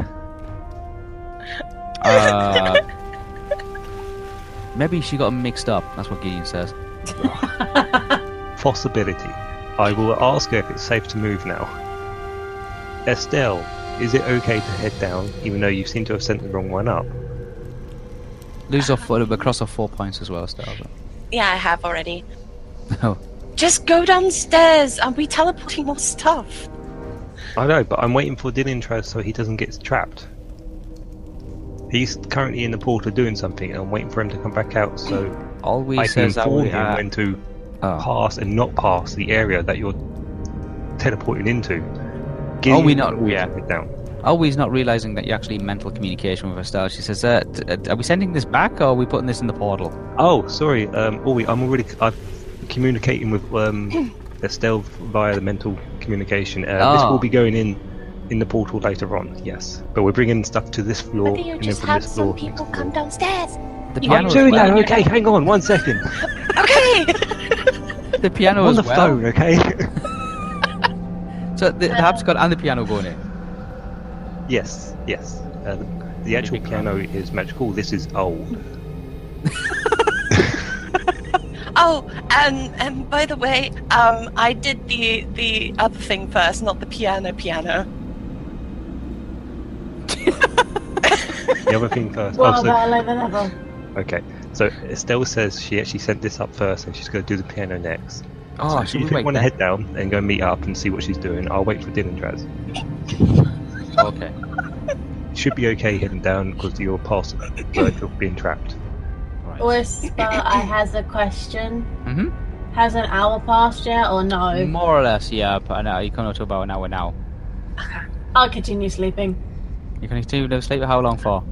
Speaker 2: Uh, maybe she got 'em mixed up. That's what Gideon says.
Speaker 1: possibility. I will ask her if it's safe to move now. Estelle, is it okay to head down, even though you seem to have sent the wrong one up?
Speaker 2: Lose off four, across off four points as well, Star.
Speaker 3: Yeah, I have already.
Speaker 2: Oh.
Speaker 3: Just go downstairs and we teleporting more stuff.
Speaker 1: I know, but I'm waiting for Dylan to so he doesn't get trapped. He's currently in the portal doing something, and I'm waiting for him to come back out so
Speaker 2: All we
Speaker 1: I can
Speaker 2: says that
Speaker 1: inform
Speaker 2: we
Speaker 1: him
Speaker 2: are-
Speaker 1: when to
Speaker 2: oh.
Speaker 1: pass and not pass the area that you're teleporting into.
Speaker 2: Are we
Speaker 1: Gideon-
Speaker 2: not- yeah.
Speaker 1: Head down.
Speaker 2: Always not realizing that you're actually in mental communication with Estelle. She says, uh, t- uh, "Are we sending this back, or are we putting this in the portal?"
Speaker 1: Oh, sorry. Um, Ori, I'm already I'm communicating with um, Estelle via the mental communication. Uh, This
Speaker 2: Ah.
Speaker 1: will be going in in the portal later on. Yes, but we're bringing stuff to this floor
Speaker 3: Whether you
Speaker 1: and then
Speaker 3: just
Speaker 1: from
Speaker 3: have
Speaker 1: this floor.
Speaker 3: some
Speaker 1: to
Speaker 3: people
Speaker 1: next
Speaker 3: come
Speaker 1: floor.
Speaker 3: downstairs.
Speaker 2: The
Speaker 3: You
Speaker 2: piano,
Speaker 1: I'm
Speaker 2: as
Speaker 1: doing
Speaker 2: well.
Speaker 1: that. Okay, hang on one second.
Speaker 3: Okay.
Speaker 2: the piano
Speaker 1: I'm on
Speaker 2: as
Speaker 1: the
Speaker 2: well.
Speaker 1: phone. Okay.
Speaker 2: So the, the harpsichord and the piano going in.
Speaker 1: yes. Yes. Uh, the, the actual piano is magical. This is old.
Speaker 3: Oh, and and by the way, um, I did the the other thing first, not the piano piano.
Speaker 1: The other thing first.
Speaker 5: Well,
Speaker 1: oh, so-
Speaker 5: better than ever.
Speaker 1: Okay, so Estelle says she actually sent this up first and she's going to do the piano next.
Speaker 2: Oh,
Speaker 1: so if
Speaker 2: should we
Speaker 1: you
Speaker 2: wait
Speaker 1: want to
Speaker 2: then?
Speaker 1: head down and go meet up and see what she's doing, I'll wait for Dylan Draz.
Speaker 2: Okay.
Speaker 1: Should be okay heading down because you're past Virgil being trapped.
Speaker 2: Right.
Speaker 5: Whisper, I has a question.
Speaker 2: Mhm.
Speaker 5: Has an hour passed yet or no?
Speaker 2: More or less, yeah. But an hour, you come up to about an hour now.
Speaker 5: I'll continue sleeping.
Speaker 2: You can continue to sleep. How long for?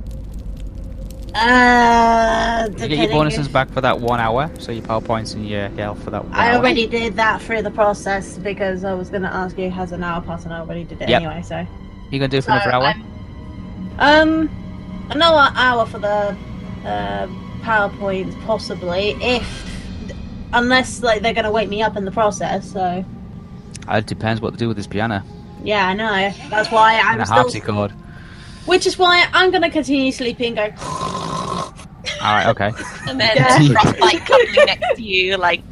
Speaker 5: Uh,
Speaker 2: You get your
Speaker 5: depending-
Speaker 2: bonuses back for that one hour, so your power points and your health for that one
Speaker 5: I
Speaker 2: hour.
Speaker 5: already did that through the process because I was going to ask you has an hour passed and I already did it
Speaker 2: Yep.
Speaker 5: anyway. So,
Speaker 2: You gonna do it for
Speaker 5: so
Speaker 2: another hour?
Speaker 5: I'm- um, another hour for the uh, PowerPoint possibly if unless like they're going to wake me up in the process. So
Speaker 2: Uh, It depends what to do with this piano
Speaker 5: yeah, I know that's why
Speaker 2: and
Speaker 5: I'm
Speaker 2: a
Speaker 5: still,
Speaker 2: harpsichord.
Speaker 5: which is why I'm going to continue sleeping. Go.
Speaker 2: All right, okay.
Speaker 3: And then
Speaker 5: Yeah.
Speaker 3: Frostbite cuddling next to you, like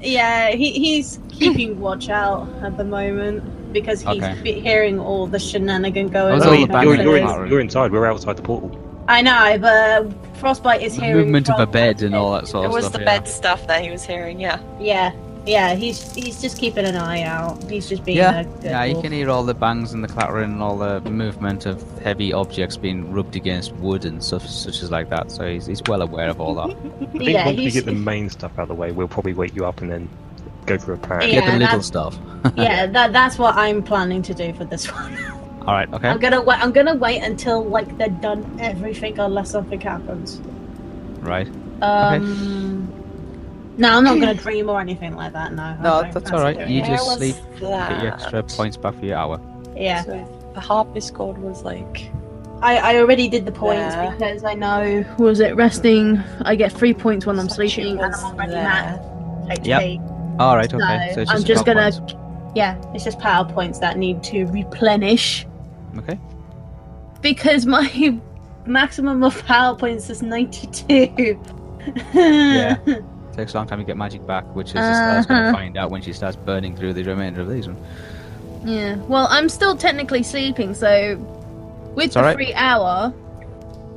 Speaker 5: Yeah, he, he's keeping watch out at the moment because he's
Speaker 2: Okay.
Speaker 5: be- hearing all the shenanigan
Speaker 2: I
Speaker 5: going
Speaker 2: was
Speaker 1: No,
Speaker 2: all
Speaker 1: you-
Speaker 5: on.
Speaker 2: about
Speaker 1: you're,
Speaker 2: to
Speaker 1: you're
Speaker 2: say
Speaker 1: in,
Speaker 2: that.
Speaker 1: you're inside, we're outside the portal.
Speaker 5: I know, but uh, Frostbite is
Speaker 2: The
Speaker 5: hearing
Speaker 2: movement of a
Speaker 5: from-
Speaker 2: bed and all that sort
Speaker 3: it
Speaker 2: of
Speaker 3: was
Speaker 2: stuff.
Speaker 3: the
Speaker 2: yeah.
Speaker 3: bed stuff that he was hearing. Yeah.
Speaker 5: Yeah, Yeah, he's he's just keeping an eye out. He's just being
Speaker 2: Yeah,
Speaker 5: a good
Speaker 2: yeah. You
Speaker 5: wolf.
Speaker 2: can hear all the bangs and the clattering and all the movement of heavy objects being rubbed against wood and stuff such as like that. So he's, he's well aware of all that.
Speaker 1: I think
Speaker 5: yeah,
Speaker 1: once we
Speaker 5: he's-
Speaker 1: get the main stuff out of the way, we'll probably wake you up and then go through a plan.
Speaker 5: Yeah,
Speaker 2: Get the little
Speaker 5: that's-
Speaker 2: stuff.
Speaker 5: yeah, that that's what I'm planning to do for this one.
Speaker 2: All right. Okay.
Speaker 5: I'm gonna wait. I'm gonna wait until like they're done everything, unless something happens.
Speaker 2: Right.
Speaker 5: Um, no, I'm not gonna dream or anything like that. No, I
Speaker 2: No,
Speaker 5: don't
Speaker 2: that's
Speaker 5: fancy
Speaker 2: all right.
Speaker 5: doing
Speaker 2: You
Speaker 5: it.
Speaker 3: Where
Speaker 2: just
Speaker 3: was
Speaker 2: sleep.
Speaker 3: That?
Speaker 5: uh,
Speaker 2: Get your extra points back for your hour.
Speaker 5: yeah.
Speaker 3: So if the harpist god was like
Speaker 5: I, I already did the points
Speaker 3: There.
Speaker 5: because I know was it resting. I get three points when I'm
Speaker 3: such it
Speaker 5: sleeping and
Speaker 3: was
Speaker 5: I'm already
Speaker 3: there.
Speaker 5: at HP.
Speaker 2: All right. Okay.
Speaker 5: So,
Speaker 2: So, it's
Speaker 5: I'm
Speaker 2: just,
Speaker 5: just
Speaker 2: twelve
Speaker 5: gonna,
Speaker 2: points.
Speaker 5: yeah, it's just power points that need to replenish
Speaker 2: Okay.
Speaker 5: because my maximum of power points is 92.
Speaker 2: Takes a long time to get magic back, which is Estelle's
Speaker 5: Uh-huh.
Speaker 2: gonna find out when she starts burning through the remainder of these ones.
Speaker 5: Yeah. Well, I'm still technically sleeping, so with
Speaker 2: It's
Speaker 5: the
Speaker 2: alright.
Speaker 5: free hour,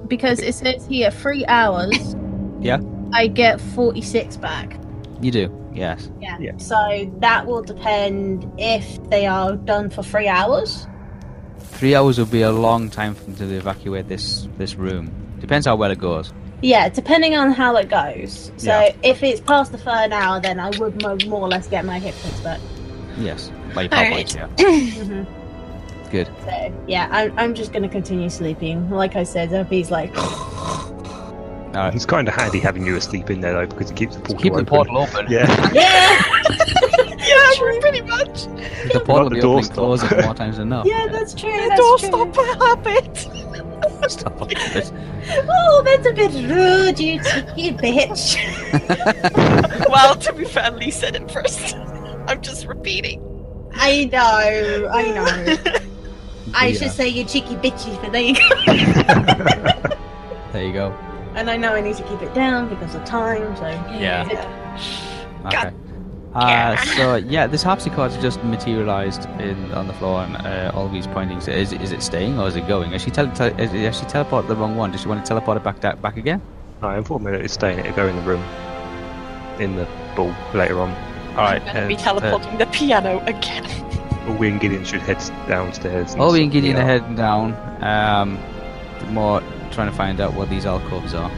Speaker 5: because it says here three hours.
Speaker 2: Yeah.
Speaker 5: I get 46 back.
Speaker 2: You do. Yes.
Speaker 5: Yeah.
Speaker 1: Yeah.
Speaker 5: So that will depend if they are done for three hours.
Speaker 2: Three hours would be a long time for them to evacuate this this room. Depends how well it goes.
Speaker 5: Yeah, depending on how it goes. So
Speaker 2: Yeah.
Speaker 5: if it's past the third hour, then I would mo- more or less get my hit points back.
Speaker 2: Yes. By your
Speaker 3: All
Speaker 2: power
Speaker 3: right.
Speaker 2: points, yeah.
Speaker 5: hmm
Speaker 2: Mm-hmm. Good.
Speaker 5: So yeah, I'm, I'm just gonna continue sleeping. Like I said, Zerby's like,
Speaker 2: All right.
Speaker 1: It's kind of Uh, handy having you asleep in there though because it keeps the portal
Speaker 2: Keep the
Speaker 1: open.
Speaker 2: portal open.
Speaker 1: Yeah,
Speaker 5: yeah,
Speaker 3: Yeah, pretty much.
Speaker 2: The portal will
Speaker 1: the
Speaker 2: be
Speaker 1: door
Speaker 2: opening and
Speaker 1: stop.
Speaker 2: closing more times than enough.
Speaker 5: yeah, that's true.
Speaker 3: The
Speaker 5: that's true.
Speaker 3: doorstop habit.
Speaker 2: Stop it.
Speaker 5: Oh, that's a bit rude, you cheeky bitch.
Speaker 3: well, to be fair, Lee said it first. I'm just repeating.
Speaker 5: I know, I know. I
Speaker 2: Yeah,
Speaker 5: should say you cheeky bitchy, but there you go.
Speaker 2: There you go.
Speaker 5: And I know I need to keep it down because of time, so.
Speaker 2: Yeah. Okay.
Speaker 3: God.
Speaker 2: Uh, so yeah, this harpsichord has just materialised in on the floor, and uh, Olgi's pointing. So is, is it staying or is it going? Has she tele- tele- has- has she teleported the wrong one? Does she want to teleport it back da- back again?
Speaker 1: I informed her it's staying. It'll go in the room, in the ball later on.
Speaker 2: All right.
Speaker 3: I'm gonna be
Speaker 2: uh,
Speaker 3: teleporting the piano again.
Speaker 1: All we and Gideon should head downstairs.
Speaker 2: Uh, Olgi and Gideon
Speaker 1: Yeah.
Speaker 2: are heading down. Um, more trying to find out what these alcoves are.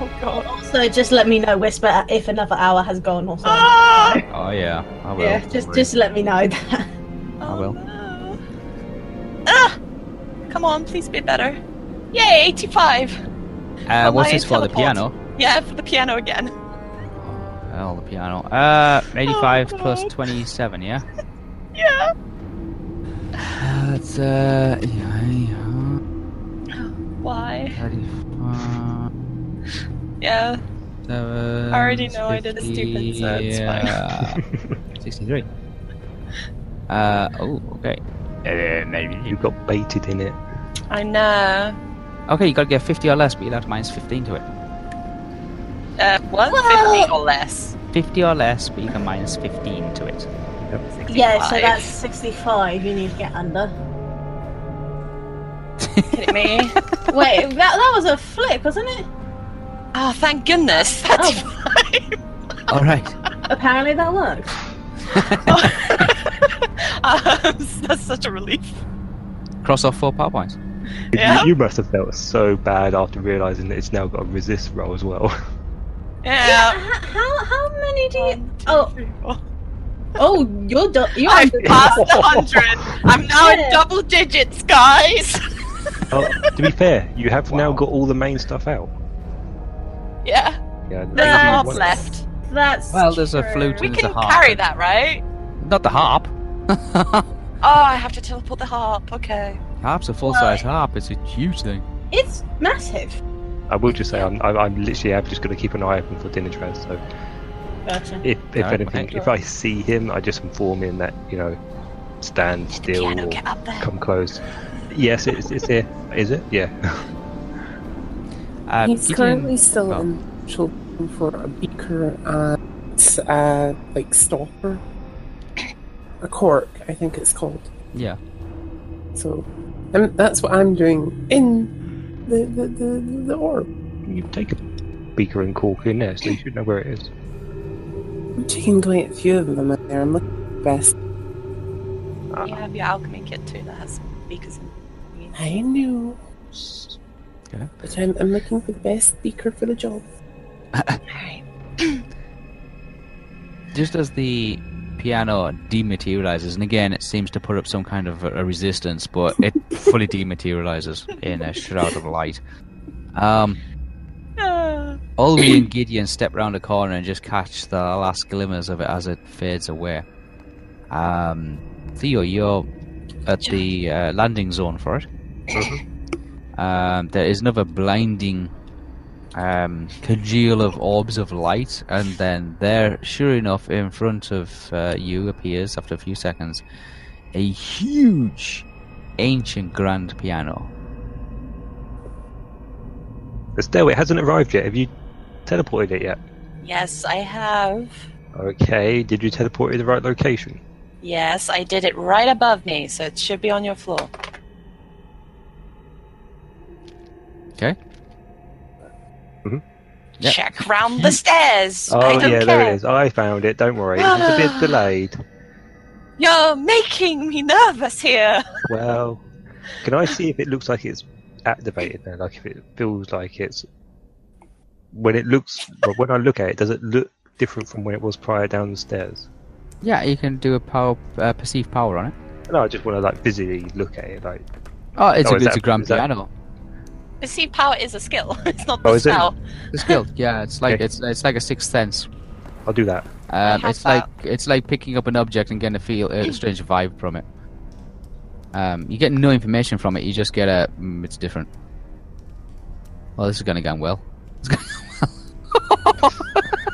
Speaker 3: Oh god.
Speaker 5: Also, just let me know, Whisper, if another hour has gone or something.
Speaker 3: Ah!
Speaker 2: Oh yeah, I will.
Speaker 5: yeah,
Speaker 2: don't
Speaker 5: just
Speaker 2: worry.
Speaker 5: just let me know that.
Speaker 2: I will.
Speaker 3: Oh, no. Ah! Come on, please be better. Yay, 85.
Speaker 2: Uh, what's
Speaker 3: my
Speaker 2: this for? The
Speaker 3: teleport.
Speaker 2: piano.
Speaker 3: Yeah, for the piano again.
Speaker 2: Oh, the piano. Uh, 85
Speaker 3: Oh,
Speaker 2: plus
Speaker 3: God.
Speaker 2: 27, yeah?
Speaker 3: Yeah.
Speaker 2: That's, uh, yeah, yeah,
Speaker 3: Why?
Speaker 2: 35.
Speaker 3: Yeah.
Speaker 2: Seven,
Speaker 3: I already know I did a stupid, so it's fine.
Speaker 2: yeah, 63. Uh, oh, okay.
Speaker 1: You got baited in it.
Speaker 3: I know.
Speaker 2: Okay, you gotta get 50 or less, but you'll have to minus 15 to it.
Speaker 3: Uh, what?
Speaker 5: Well-
Speaker 3: 50 or less.
Speaker 2: 50 or less, but you can minus 15 to it.
Speaker 5: yeah, so
Speaker 3: 65.
Speaker 5: that's 65 you need to get under.
Speaker 3: Kidding me?
Speaker 5: Wait, that, that was a flip, wasn't it?
Speaker 3: Oh, thank goodness. Oh. That's
Speaker 2: Alright.
Speaker 5: Apparently that worked.
Speaker 3: Um, that's such a relief.
Speaker 2: Cross off four power points.
Speaker 3: Yeah.
Speaker 1: You, you must have felt so bad after realizing that it's now got a resist roll as well.
Speaker 3: Yeah.
Speaker 5: h- how, how many do you.
Speaker 3: One, two,
Speaker 5: Oh.
Speaker 3: three, four.
Speaker 5: Oh, you're done. You're
Speaker 3: I'm
Speaker 5: under-
Speaker 3: past the 100. I'm now
Speaker 5: Yeah.
Speaker 3: in double digits, guys.
Speaker 1: oh, to be fair, you have now
Speaker 2: Wow.
Speaker 1: got all the main stuff out.
Speaker 3: Yeah,
Speaker 1: Yeah,
Speaker 3: there's a
Speaker 5: Nah.
Speaker 3: harp
Speaker 1: one-
Speaker 3: left.
Speaker 5: That's
Speaker 2: Well, there's a
Speaker 5: true.
Speaker 2: flute
Speaker 3: We
Speaker 2: There's
Speaker 3: can
Speaker 2: a harp.
Speaker 3: carry that, right?
Speaker 2: Not the harp.
Speaker 3: Oh, I have to teleport the harp. Okay.
Speaker 2: Harp's a full size harp, it's a huge thing.
Speaker 5: It's massive.
Speaker 1: I will just say I'm, I'm, I'm literally I'm just going to keep an eye open for dinner trays. So
Speaker 5: Gotcha.
Speaker 1: if, if
Speaker 2: Alright,
Speaker 1: anything,
Speaker 2: okay.
Speaker 1: if I see him, I just inform him that you know stand
Speaker 3: Let the
Speaker 1: still
Speaker 3: piano
Speaker 1: or
Speaker 3: get up there.
Speaker 1: come close. Yes, it's, it's here. Is it? Yeah.
Speaker 2: Uh,
Speaker 4: He's
Speaker 2: Gideon-
Speaker 4: currently still
Speaker 2: Oh.
Speaker 4: in trouble for a beaker and uh, like stopper, a cork, I think it's called.
Speaker 2: Yeah.
Speaker 4: So um, that's what I'm doing in the the, the, the orb.
Speaker 1: You've taken Beaker and Cork in there, so you should know where it is.
Speaker 4: I'm taking going at a few of them in there. I'm looking for the best.
Speaker 3: You have your alchemy kit too that has beakers in it.
Speaker 4: I know.
Speaker 2: Okay.
Speaker 4: But I'm, I'm looking for the best beaker for the job.
Speaker 3: Alright.
Speaker 2: Just as the piano dematerializes, and again it seems to put up some kind of a a resistance, but it fully dematerializes in a shroud of light. Um,
Speaker 3: Ah.
Speaker 2: Olwe and Gideon step round a corner and just catch the last glimmers of it as it fades away. Um, Theo, you're at the uh, landing zone for it.
Speaker 1: Mm-hmm.
Speaker 2: um, there is another blinding um, congeal of orbs of light, and then there, sure enough, in front of uh, you appears after a few seconds a huge, ancient grand piano.
Speaker 1: But still, it hasn't arrived yet. Have you teleported it yet?
Speaker 3: Yes, I have.
Speaker 1: Okay, did you teleport it to the right location?
Speaker 3: Yes, I did it right above me, so it should be on your floor.
Speaker 2: Okay. Yep.
Speaker 3: Check round the stairs.
Speaker 1: Mm-hmm. Oh,
Speaker 3: I don't
Speaker 1: yeah,
Speaker 3: care.
Speaker 1: there it is. I found it, don't worry. It's a bit delayed.
Speaker 3: You're making me nervous here.
Speaker 1: Well, can I see if it looks like it's activated now? Like if it feels like it's when it looks well, when I look at it, does it look different from when it was prior down the stairs?
Speaker 2: Yeah, you can do a power, uh, perceive power on it.
Speaker 1: No, I just want to like visually look at it. Like,
Speaker 2: Oh, it's
Speaker 1: Oh,
Speaker 2: a,
Speaker 1: is
Speaker 2: it's
Speaker 1: that-
Speaker 2: a grand
Speaker 1: is that-
Speaker 2: piano.
Speaker 3: See, power is a skill. It's not the
Speaker 1: Oh, is it?
Speaker 3: spell.
Speaker 2: It's skilled. Yeah, it's like
Speaker 1: Okay.
Speaker 2: it's it's like a sixth sense.
Speaker 1: I'll do that.
Speaker 2: Um,
Speaker 3: have
Speaker 2: it's like it's like picking up an object and getting a feel a strange vibe from it. Um, you get no information from it. You just get a mm, it's different. Well, this is going to go well.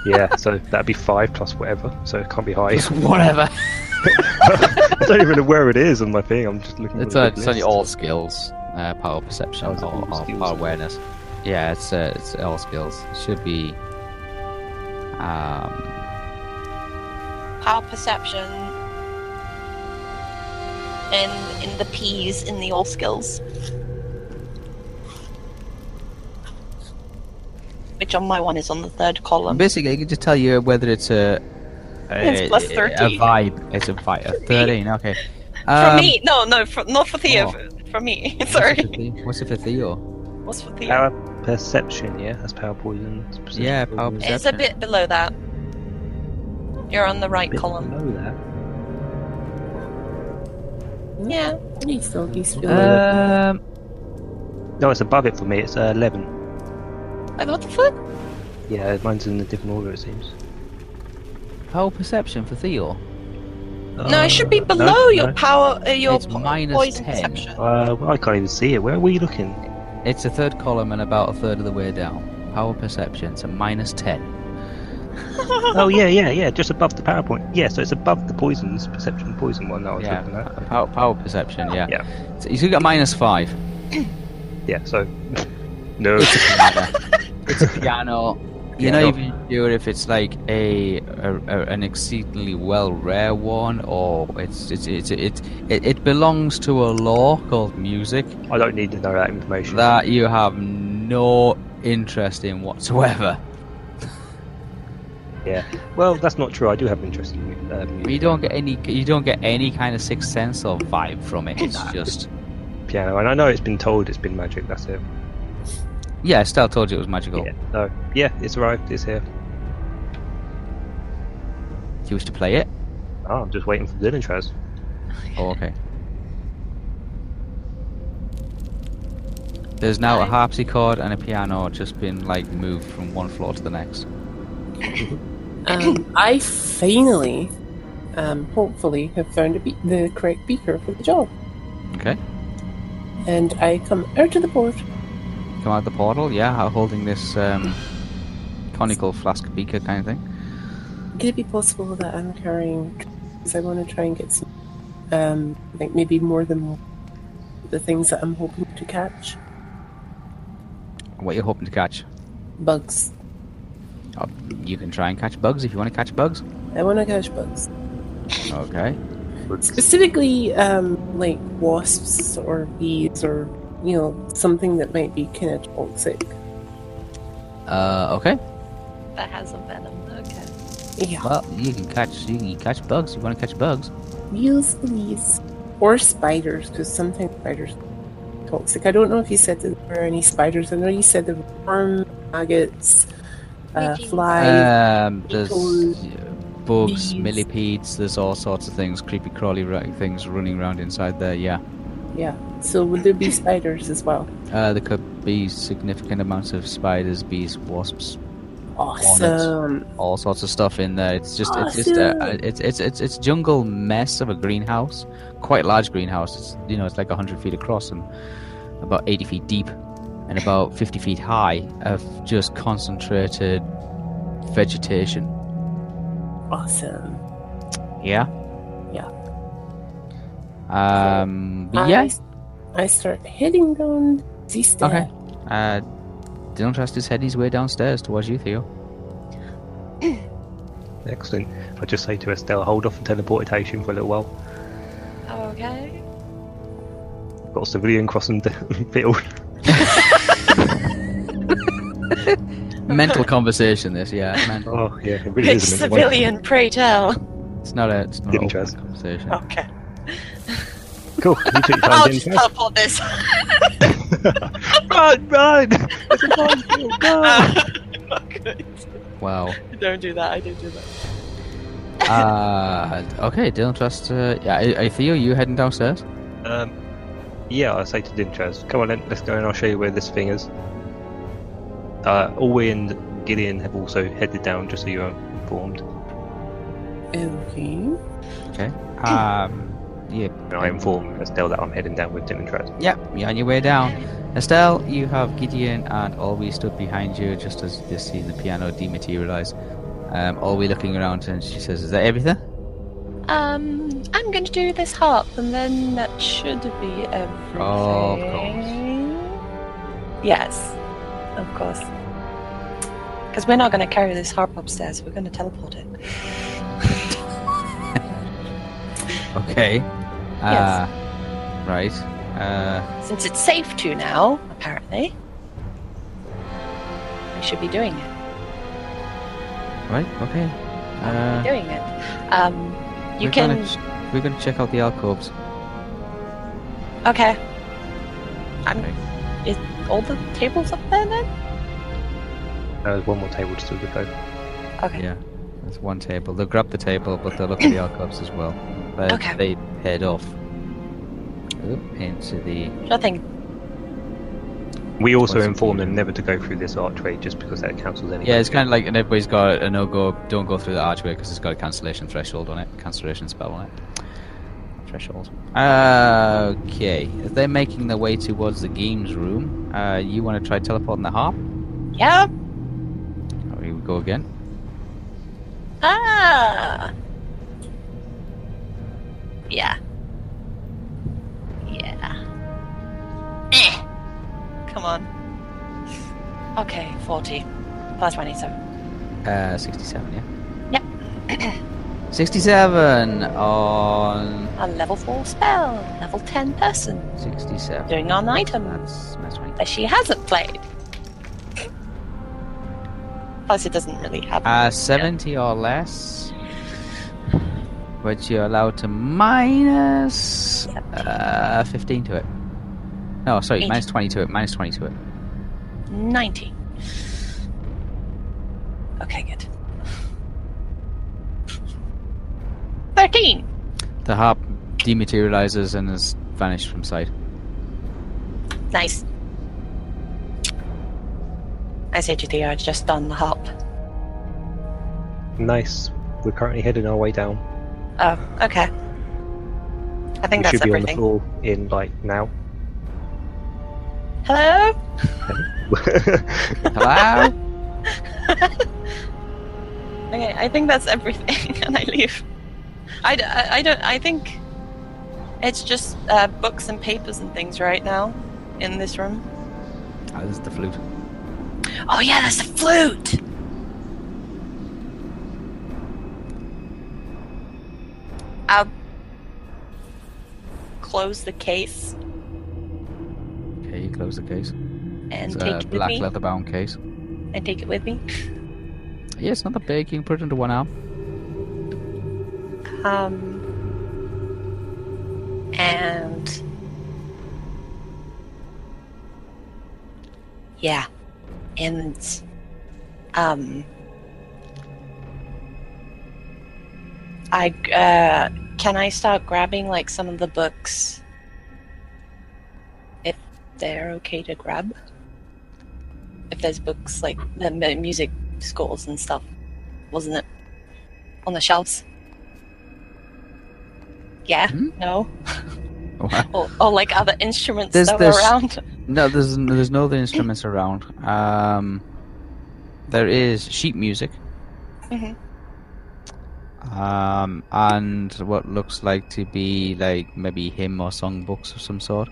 Speaker 1: Yeah, so that'd be five plus whatever, so it can't be high.
Speaker 2: It's whatever.
Speaker 1: I don't even know where it is on my thing. I'm just looking.
Speaker 2: It's,
Speaker 1: for the
Speaker 2: on,
Speaker 1: big
Speaker 2: it's only
Speaker 1: list.
Speaker 2: all skills, uh, power perception,
Speaker 1: Oh, is it
Speaker 2: or,
Speaker 1: all
Speaker 2: or
Speaker 1: skills?
Speaker 2: power awareness. Yeah, it's uh, it's all skills. It should be. Um,
Speaker 3: Power perception. And in the P's in the all skills. Which on my one is on the third column.
Speaker 2: Basically, I can just tell you whether it's a.
Speaker 3: It's
Speaker 2: a-
Speaker 3: plus
Speaker 2: a- A
Speaker 3: 13.
Speaker 2: vibe. It's a vibe. A 13, okay.
Speaker 3: For
Speaker 2: Um,
Speaker 3: me, no, no, for, not for Theo.
Speaker 2: Oh.
Speaker 3: For, for me,
Speaker 2: what's it
Speaker 3: sorry.
Speaker 2: for Theo- What's it for Theo?
Speaker 3: What's for Theo?
Speaker 1: Power perception, yeah, that's power poison. it's perception
Speaker 2: Yeah, power
Speaker 1: poison.
Speaker 3: It's a
Speaker 2: perception.
Speaker 3: bit below that. You're on the right
Speaker 1: Bit
Speaker 3: column.
Speaker 1: below that.
Speaker 3: Yeah.
Speaker 4: He's still, he's feeling
Speaker 1: Uh,
Speaker 4: it.
Speaker 2: Um,
Speaker 1: No, it's above it for me. It's uh, eleven.
Speaker 3: Like, what the fuck?
Speaker 1: Yeah, mine's in a different order. It seems.
Speaker 2: power perception for Theo.
Speaker 3: no,
Speaker 1: Uh,
Speaker 3: it should be
Speaker 1: no,
Speaker 3: below your
Speaker 1: no.
Speaker 3: power. Uh, your
Speaker 2: It's
Speaker 3: po-
Speaker 2: minus
Speaker 3: poison
Speaker 2: 10.
Speaker 3: perception.
Speaker 1: Uh, well, I can't even see it. Where were you looking?
Speaker 2: It's the third column and about a third of the way down. Power perception, so minus 10.
Speaker 1: Oh yeah, yeah, yeah. Just above the PowerPoint. Yeah, so it's above the poisons perception poison one that I was
Speaker 2: Yeah.
Speaker 1: looking at.
Speaker 2: a Power, power perception, yeah.
Speaker 1: Yeah.
Speaker 2: So he's got minus 5.
Speaker 1: Yeah. So no.
Speaker 2: it's a piano. You're not
Speaker 1: Piano.
Speaker 2: even sure if it's like a, a, a- an exceedingly well rare one or it's it's it's it it, it belongs to a law called music
Speaker 1: I don't need to know that information.
Speaker 2: that you have no interest in whatsoever.
Speaker 1: Yeah. Well, that's not true. I do have interest in mu- uh, music.
Speaker 2: You don't get any you don't get any kind of sixth sense or vibe from it. It's just
Speaker 1: piano, and I know it's been told it's been magic. That's it.
Speaker 2: yeah. Estelle told you it was magical.
Speaker 1: Yeah. No. Yeah, it's arrived. It's here.
Speaker 2: Do you wish to play it?
Speaker 1: Oh, I'm just waiting for the Traz.
Speaker 2: Oh, okay. There's now a harpsichord and a piano just been like moved from one floor to the next.
Speaker 4: Um, I finally, um, hopefully, have found a be- the correct beaker for the job.
Speaker 2: Okay.
Speaker 4: And I come out of the board.
Speaker 2: Come out the portal, yeah, I'm holding this um, conical flask beaker kind of thing.
Speaker 4: Could it be possible that I'm carrying? Because I want to try and get some, um, I think maybe more than the things that I'm hoping to catch.
Speaker 2: What you're hoping to catch?
Speaker 4: Bugs.
Speaker 2: Oh, you can try and catch bugs if you want to catch bugs.
Speaker 4: I want to catch bugs.
Speaker 2: Okay.
Speaker 4: Specifically, um, like wasps or bees or you know something that might be kind of toxic.
Speaker 2: Uh, okay.
Speaker 3: That has a venom. Okay.
Speaker 4: Yeah.
Speaker 2: Well, you can catch you can catch bugs. You want to catch bugs?
Speaker 4: Yes, please. Or spiders, because sometimes spiders are toxic. I don't know if you said there were any spiders. I know you said there were worm, maggots, uh,
Speaker 3: Pigeons.
Speaker 4: flies.
Speaker 2: Um, there's
Speaker 4: beetles,
Speaker 2: yeah, bugs,
Speaker 4: bees.
Speaker 2: millipedes. There's all sorts of things, creepy crawly ru- things running around inside there. Yeah.
Speaker 4: yeah. So would there be spiders as well?
Speaker 2: Uh, there could be significant amounts of spiders, bees, wasps,
Speaker 4: Awesome.
Speaker 2: all sorts of stuff in there. It's just it's just a, a- it's it's it's it's jungle mess of a greenhouse, quite large greenhouse. It's you know it's like hundred feet across and about eighty feet deep and about fifty feet high of just concentrated vegetation.
Speaker 4: Awesome.
Speaker 2: Yeah.
Speaker 4: Yeah.
Speaker 2: Um. But
Speaker 4: I-
Speaker 2: yeah.
Speaker 4: I start heading down the stair.
Speaker 2: Okay. Uh, Dylan tries to head his way downstairs towards you, Theo.
Speaker 1: Excellent. I just say to Estelle, hold off on teleportation for a little while.
Speaker 3: Okay.
Speaker 1: Got a civilian crossing the field.
Speaker 2: Mental conversation. This. Yeah. Mental.
Speaker 1: Oh yeah, it really
Speaker 3: Which
Speaker 1: is a mental one.
Speaker 3: civilian, pray tell.
Speaker 2: It's not a. It's not
Speaker 1: Didn't
Speaker 2: a
Speaker 1: trust.
Speaker 2: conversation.
Speaker 3: Okay.
Speaker 1: Cool. You took your
Speaker 3: I'll
Speaker 1: time, didn't
Speaker 3: just
Speaker 1: you?
Speaker 3: teleport this.
Speaker 1: Run, run! It's a minefield, go!
Speaker 3: Good.
Speaker 2: Wow.
Speaker 3: Don't do that. I don't do that.
Speaker 2: uh, okay, Dylan Trust. Uh, yeah, I, I Theo, you heading downstairs?
Speaker 1: Um, yeah, I say to Dintraz, come on, then, let's go and I'll show you where this thing is. Uh, Orwe and Gideon have also headed down, just so you're informed.
Speaker 4: Okay.
Speaker 2: Um, yeah,
Speaker 1: And I inform Estelle that I'm heading down with Dintraz.
Speaker 2: yeah, you're on your way down. Estelle, you have Gideon and Olwe stood behind you just as you see the piano dematerialize. Um, Olwe looking around and she says, "Is that everything?"
Speaker 3: Um, I'm going to do this harp, and then that should be everything.
Speaker 2: Oh, of
Speaker 3: Yes, of course. Because we're not going to carry this harp upstairs. We're going to teleport it.
Speaker 2: Okay. Uh, Right. Uh,
Speaker 3: Since it's safe to now, apparently. We should be doing it.
Speaker 2: right. Okay. Uh,
Speaker 3: doing it. Um, you
Speaker 2: we're
Speaker 3: can.
Speaker 2: Gonna ch- we're gonna check out the alcoves.
Speaker 3: Okay. I'm.
Speaker 2: Okay.
Speaker 3: Is all the tables up there then?
Speaker 1: There's one more table to do go.
Speaker 3: Okay.
Speaker 2: Yeah, that's one table. They'll grab the table, but they'll look at the alcoves as well. But
Speaker 3: Okay.
Speaker 2: they head off Oop, into the.
Speaker 3: Nothing.
Speaker 1: We also
Speaker 2: Twice a
Speaker 1: inform
Speaker 2: year.
Speaker 1: them never to go through this archway, just because that cancels anything.
Speaker 2: Yeah, it's kind of like, and everybody's got a no go, don't go through the archway because it's got a cancellation threshold on it, cancellation spell on it. Threshold. Okay, as they're making their way towards the games room, uh, you want to try teleporting the harp?
Speaker 3: Yeah.
Speaker 2: Oh, here we go again.
Speaker 3: Ah. Yeah. Yeah. Eh. Come on. Okay, 40. Plus 27.
Speaker 2: Uh, 67, yeah?
Speaker 3: Yep.
Speaker 2: 67 on
Speaker 3: A level 4 spell. Level 10 person.
Speaker 2: 67.
Speaker 3: Doing an item
Speaker 2: That's that's right.
Speaker 3: that she hasn't played. Plus, it doesn't really happen.
Speaker 2: Uh, 70 or less. But you're allowed to minus uh, 15 to it. No, sorry,
Speaker 3: Eight.
Speaker 2: minus 20 to it. Minus 20 to it.
Speaker 3: 90. Okay, good. 13!
Speaker 2: The harp dematerializes and has vanished from sight.
Speaker 3: Nice. I say to Theo, it's just done the hop.
Speaker 1: nice. We're currently heading our way down.
Speaker 3: Oh, okay. I think
Speaker 1: we
Speaker 3: that's
Speaker 1: should be
Speaker 3: everything.
Speaker 1: on the floor in like now.
Speaker 3: Hello?
Speaker 2: Hello? Ah,
Speaker 3: Okay, I think that's everything, and I leave. I, d- I- I don't. I think it's just uh, books and papers and things right now in this room.
Speaker 2: Ah, this is the flute.
Speaker 3: Oh yeah, that's the flute. I'll close the case
Speaker 2: Okay, you close the case.
Speaker 3: and
Speaker 2: it's
Speaker 3: take
Speaker 2: a
Speaker 3: it with
Speaker 2: black
Speaker 3: me.
Speaker 2: leather bound case.
Speaker 3: I take it with me.
Speaker 2: Yeah, it's not that big. You can put it under one arm.
Speaker 3: Um, and yeah, and um, I uh, can I start grabbing like some of the books if they're okay to grab. If there's books like the m- music scores and stuff, wasn't it on the shelves? Yeah.
Speaker 2: Hmm?
Speaker 3: No. or, or like other instruments
Speaker 2: There's-
Speaker 3: that
Speaker 2: there's-
Speaker 3: were around.
Speaker 2: No, there's there's no other instruments around. Um, there is sheet music.
Speaker 3: Mhm.
Speaker 2: Um, and what looks like to be like maybe hymn or songbooks of some sort.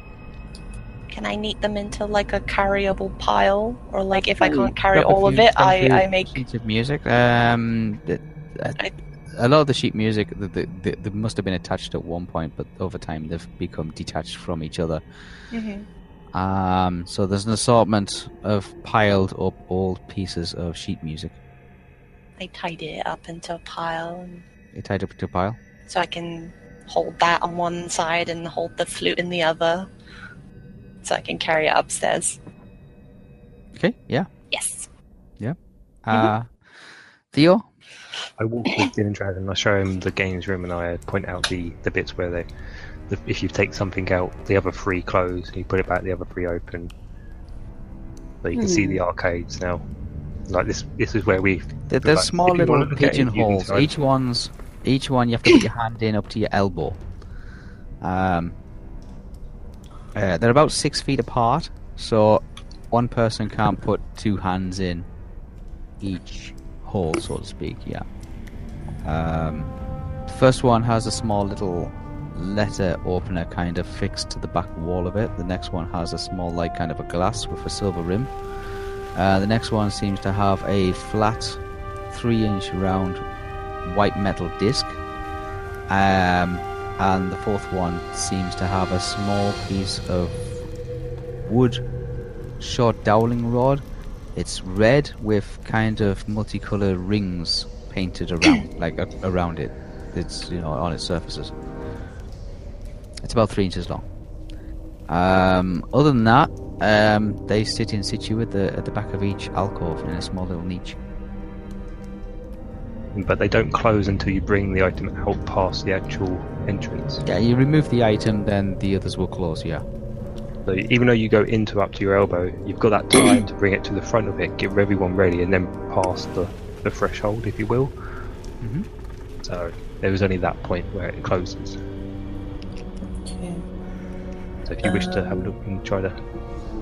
Speaker 3: Can I knit them into like a carryable pile, or like if I can't carry
Speaker 2: Drop a
Speaker 3: all of
Speaker 2: few-
Speaker 3: it,
Speaker 2: drop a
Speaker 3: I
Speaker 2: few
Speaker 3: I make
Speaker 2: sheets of music. Um, the, I,
Speaker 3: I-
Speaker 2: a lot of the sheet music that the, the, they must have been attached at one point, but over time they've become detached from each other.
Speaker 3: Mhm.
Speaker 2: Um, so there's an assortment of piled up old pieces of sheet music.
Speaker 3: I tidy it up into a pile, and
Speaker 2: It tied up to a pile.
Speaker 3: so I can hold that on one side and hold the flute in the other, so I can carry it upstairs.
Speaker 2: Okay, yeah.
Speaker 3: Yes.
Speaker 2: Uh, Theo,
Speaker 1: I walk with Dindrad and I show him the games room and I point out the, the bits where they, the, if you take something out, the other three close and you put it back, the other three open. So you can see
Speaker 4: Hmm.
Speaker 1: the arcades now. Like this, this is where we.
Speaker 2: There- there's
Speaker 1: Like,
Speaker 2: small
Speaker 1: if you
Speaker 2: little
Speaker 1: wanna look at it, you can
Speaker 2: pigeonholes.
Speaker 1: try.
Speaker 2: Each one's, each one you have to put your hand in up to your elbow. Um, uh, they're about six feet apart, so one person can't put two hands in each hole, so to speak. Yeah. Um, the first one has a small little letter opener kind of fixed to the back wall of it. The next one has a small, like, kind of a glass with a silver rim. Uh, the next one seems to have a flat, three-inch round white metal disc, um, and the fourth one seems to have a small piece of wood, short dowling rod. It's red with kind of multicolour rings painted around, like a- around it. It's you know on its surfaces. It's about three inches long. Um, other than that, um, they sit in situ at the at the back of each alcove in a small little niche.
Speaker 1: But they don't close until you bring the item out past the actual entrance.
Speaker 2: Yeah, you remove the item, then the others will close. Yeah.
Speaker 1: So even though you go into up to your elbow, you've got that time to bring it to the front of it, get everyone ready, and then pass the, the threshold, if you will.
Speaker 2: Mhm.
Speaker 1: So there is only that point where it closes.
Speaker 4: Okay.
Speaker 1: So if you wish to have a look and try to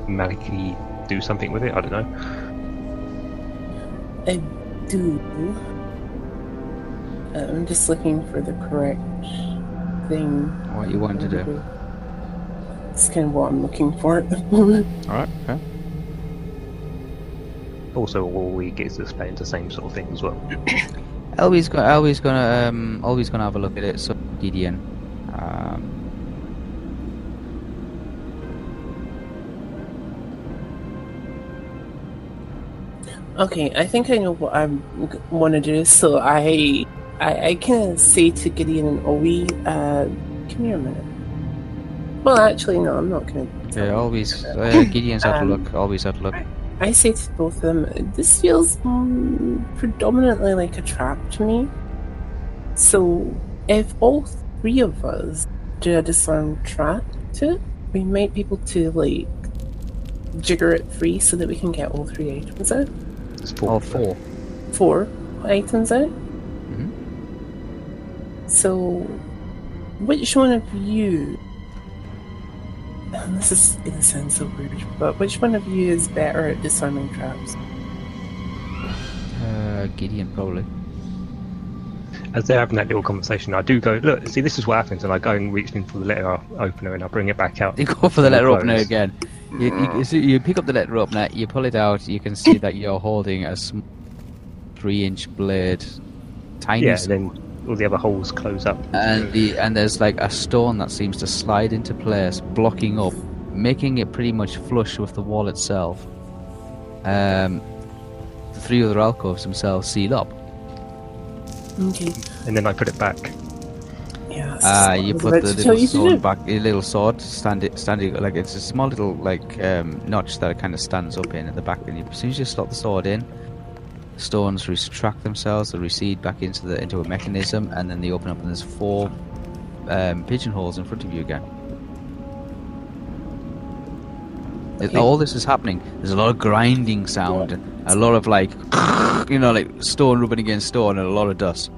Speaker 1: magically do something with it, I don't know.
Speaker 4: I do. uh, I'm just looking for the correct thing.
Speaker 2: What you want to do?
Speaker 4: It's kind of what I'm looking for at the moment.
Speaker 2: All right. Okay.
Speaker 1: Also, all we get is explained the same sort of thing as well.
Speaker 2: Elby's gonna Elby's gonna um Elby's gonna have a look at it. So DDN. Um,
Speaker 4: Okay, I think I know what I want to do. So I, I, I kind of say to Gideon and Owie, uh, "Come here a minute." Well, actually, no, I'm not going to.
Speaker 2: yeah, Elby's uh, Gideon's had
Speaker 4: Um,
Speaker 2: a look. Elby's had a look.
Speaker 4: I say to both of them, this feels um, predominantly like a trap to me. So, if all three of us do a disarm trap to it, we might be able to, like, jigger it free so that we can get all three items out.
Speaker 1: It's
Speaker 2: All
Speaker 1: four.
Speaker 2: four.
Speaker 4: Four items out.
Speaker 2: Mhm.
Speaker 4: So, which one of you. And this is going to sound so weird, but which one of you is better at disarming traps?
Speaker 2: Uh, Gideon probably.
Speaker 1: As they're having that little conversation, I do go, look, see, this is what happens. And I go and reach in for the letter opener and I bring it back out.
Speaker 2: You go for the letter
Speaker 1: Close.
Speaker 2: opener again. You, you, so you pick up the letter opener, you pull it out, you can see that you're holding a small three inch blade, tiny,
Speaker 1: Yeah,
Speaker 2: s-
Speaker 1: and then all the other holes close up.
Speaker 2: and, the, and there's like a stone that seems to slide into place, blocking up, making it pretty much flush with the wall itself. Um, three other alcoves themselves sealed up.
Speaker 4: Okay.
Speaker 1: and then I put it back.
Speaker 4: Yeah. that's
Speaker 2: Uh,
Speaker 4: what I
Speaker 2: you
Speaker 4: was
Speaker 2: put
Speaker 4: about
Speaker 2: the
Speaker 4: to tell
Speaker 2: little
Speaker 4: you to do.
Speaker 2: sword back, a little sword stand it, standing like it's a small little like um, notch that it kind of stands up in at the back. And you, as soon as you slot the sword in, stones retract themselves, they recede back into the into a mechanism, and then they open up, and there's four um, pigeonholes in front of you again. It- all this is happening. There's a lot of grinding sound, and a lot of like, you know, like stone rubbing against stone, and a lot of dust.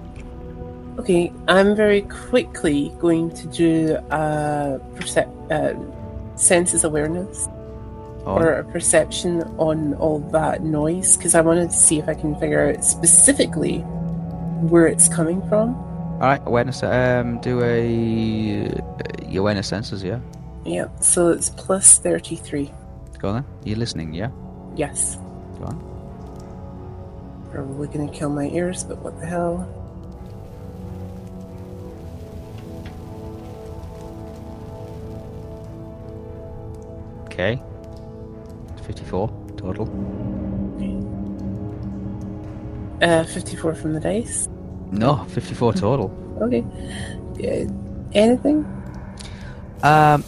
Speaker 4: Okay, I'm very quickly going to do a percep- uh, senses awareness or
Speaker 2: Oh,
Speaker 4: a perception on all that noise because I wanted to see if I can figure out specifically where it's coming from.
Speaker 2: all right, awareness. Um, do a uh, your awareness senses. Yeah,
Speaker 4: Yeah, so it's plus 33.
Speaker 2: go on. Then. You're listening. Yeah,
Speaker 4: Yes.
Speaker 2: go on.
Speaker 4: Probably gonna kill my ears, but what the hell?
Speaker 2: Okay. Fifty-four total.
Speaker 4: Uh, 54 from the dice.
Speaker 2: No, fifty-four total.
Speaker 4: Okay. Good. Anything?
Speaker 2: Um,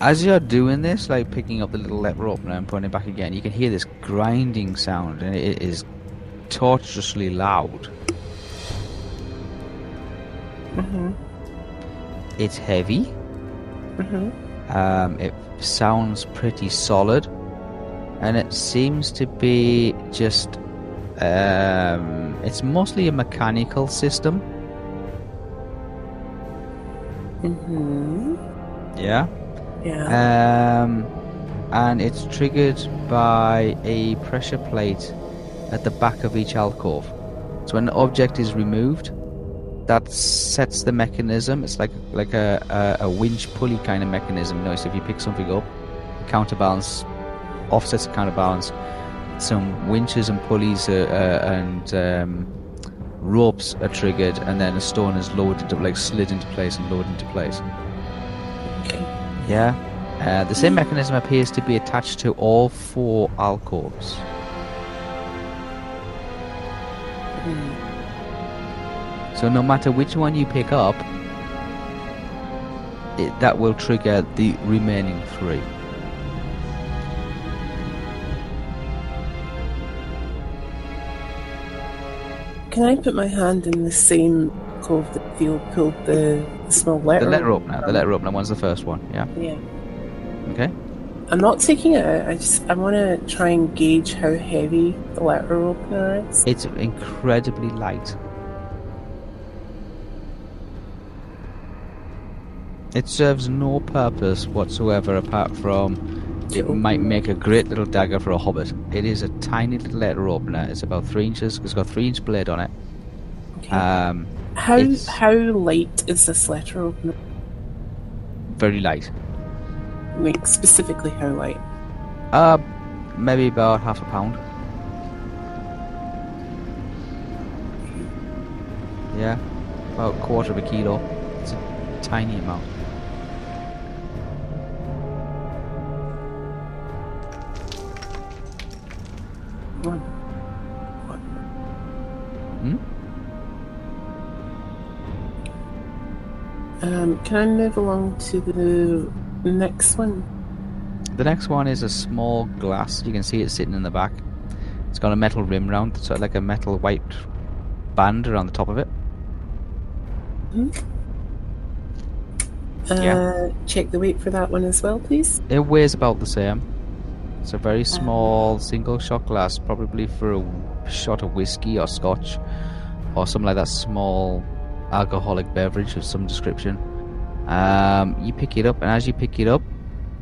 Speaker 2: as you're doing this, like picking up the little lever opener and putting it back again, you can hear this grinding sound, and it is torturously loud.
Speaker 4: Mm-hmm.
Speaker 2: It's heavy.
Speaker 4: Mm-hmm.
Speaker 2: Um, it sounds pretty solid, and it seems to be just. Um, it's mostly a mechanical system.
Speaker 4: Mm-hmm.
Speaker 2: Yeah.
Speaker 4: Yeah.
Speaker 2: Um, and it's triggered by a pressure plate at the back of each alcove. So when an object is removed, that sets the mechanism. It's like like a, a, a winch pulley kind of mechanism. You know, so if you pick something up, counterbalance offsets the counterbalance. Some winches and pulleys uh, uh, and um, ropes are triggered, and then a stone is lowered into like slid into place and lowered into place.
Speaker 4: okay.
Speaker 2: Yeah. Uh, the same mechanism appears to be attached to all four alcoves.
Speaker 4: Mm.
Speaker 2: So no matter which one you pick up, it, that will trigger the remaining three.
Speaker 4: Can I put my hand in the same cove that Theo pulled the small letter?
Speaker 2: The letter opener, the letter opener one's the first one. Yeah.
Speaker 4: Yeah.
Speaker 2: Okay.
Speaker 4: I'm not taking it out. I just I want to try and gauge how heavy the letter opener is.
Speaker 2: It's incredibly light. It serves no purpose whatsoever apart from it
Speaker 4: To
Speaker 2: might
Speaker 4: open.
Speaker 2: make a great little dagger for a hobbit. It is a tiny little letter opener. It's about three inches. It's got three inch blade on it.
Speaker 4: Okay.
Speaker 2: Um,
Speaker 4: how
Speaker 2: it's-
Speaker 4: how light is this letter opener?
Speaker 2: very light.
Speaker 4: Like specifically how light?
Speaker 2: Uh, maybe about half a pound. Yeah, about a quarter of a kilo. It's a tiny amount.
Speaker 4: One.
Speaker 2: Hmm?
Speaker 4: Um, can I move along to the next one?
Speaker 2: The next one is a small glass. You can see it sitting in the back. It's got a metal rim round, sort of like a metal white band around the top of it.
Speaker 4: Uh,
Speaker 2: Yeah.
Speaker 4: Check the weight for that one as well, please.
Speaker 2: It weighs about the same. It's a very
Speaker 4: Uh-huh.
Speaker 2: small single shot glass, probably for a w- shot of whiskey or scotch or something like that small alcoholic beverage of some description. Um, you pick it up, and as you pick it up,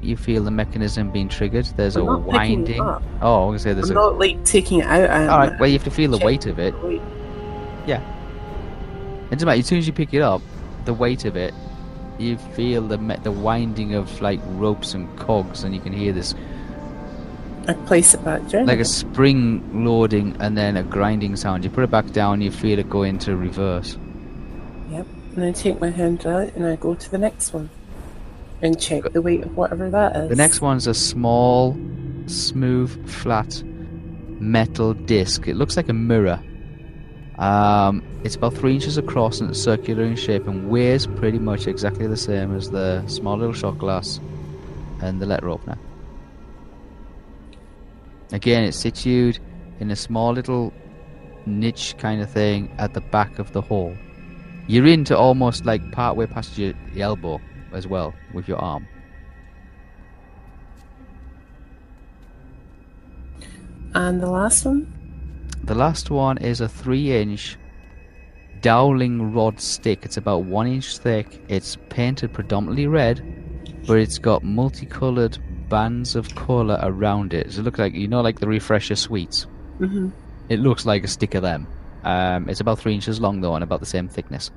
Speaker 2: you feel the mechanism being triggered. There's
Speaker 4: I'm
Speaker 2: a
Speaker 4: not picking it
Speaker 2: winding.
Speaker 4: up.
Speaker 2: Oh, I was gonna say there's
Speaker 4: I'm
Speaker 2: a.
Speaker 4: not like taking it out. I'm
Speaker 2: All right, well you have to feel the weight of it.
Speaker 4: Wait.
Speaker 2: It doesn't matter. As soon as you pick it up, the weight of it, you feel the me- the winding of like ropes and cogs, and you can hear this
Speaker 4: I place it back down.
Speaker 2: like a spring loading and then a grinding sound. You put it back down, you feel it go into reverse.
Speaker 4: Yep. And I take my hand out and I go to the next one and check the Uh, weight of whatever that is.
Speaker 2: The next one's a small, smooth, flat metal disc. It looks like a mirror. Um, it's about three inches across and it's circular in shape and weighs pretty much exactly the same as the small little shot glass and the letter opener. Again, it's situated in a small little niche kind of thing at the back of the hall. You're into almost like partway past your your elbow as well with your arm.
Speaker 4: And the last one?
Speaker 2: The last one is a three inch dowling rod stick. It's about one inch thick. It's painted predominantly red, but it's got multicolored bands of colour around it. So it looks like, you know, like the refresher sweets.
Speaker 4: Mm-hmm.
Speaker 2: It looks like a stick of them. Um, it's about three inches long though, and about the same thickness.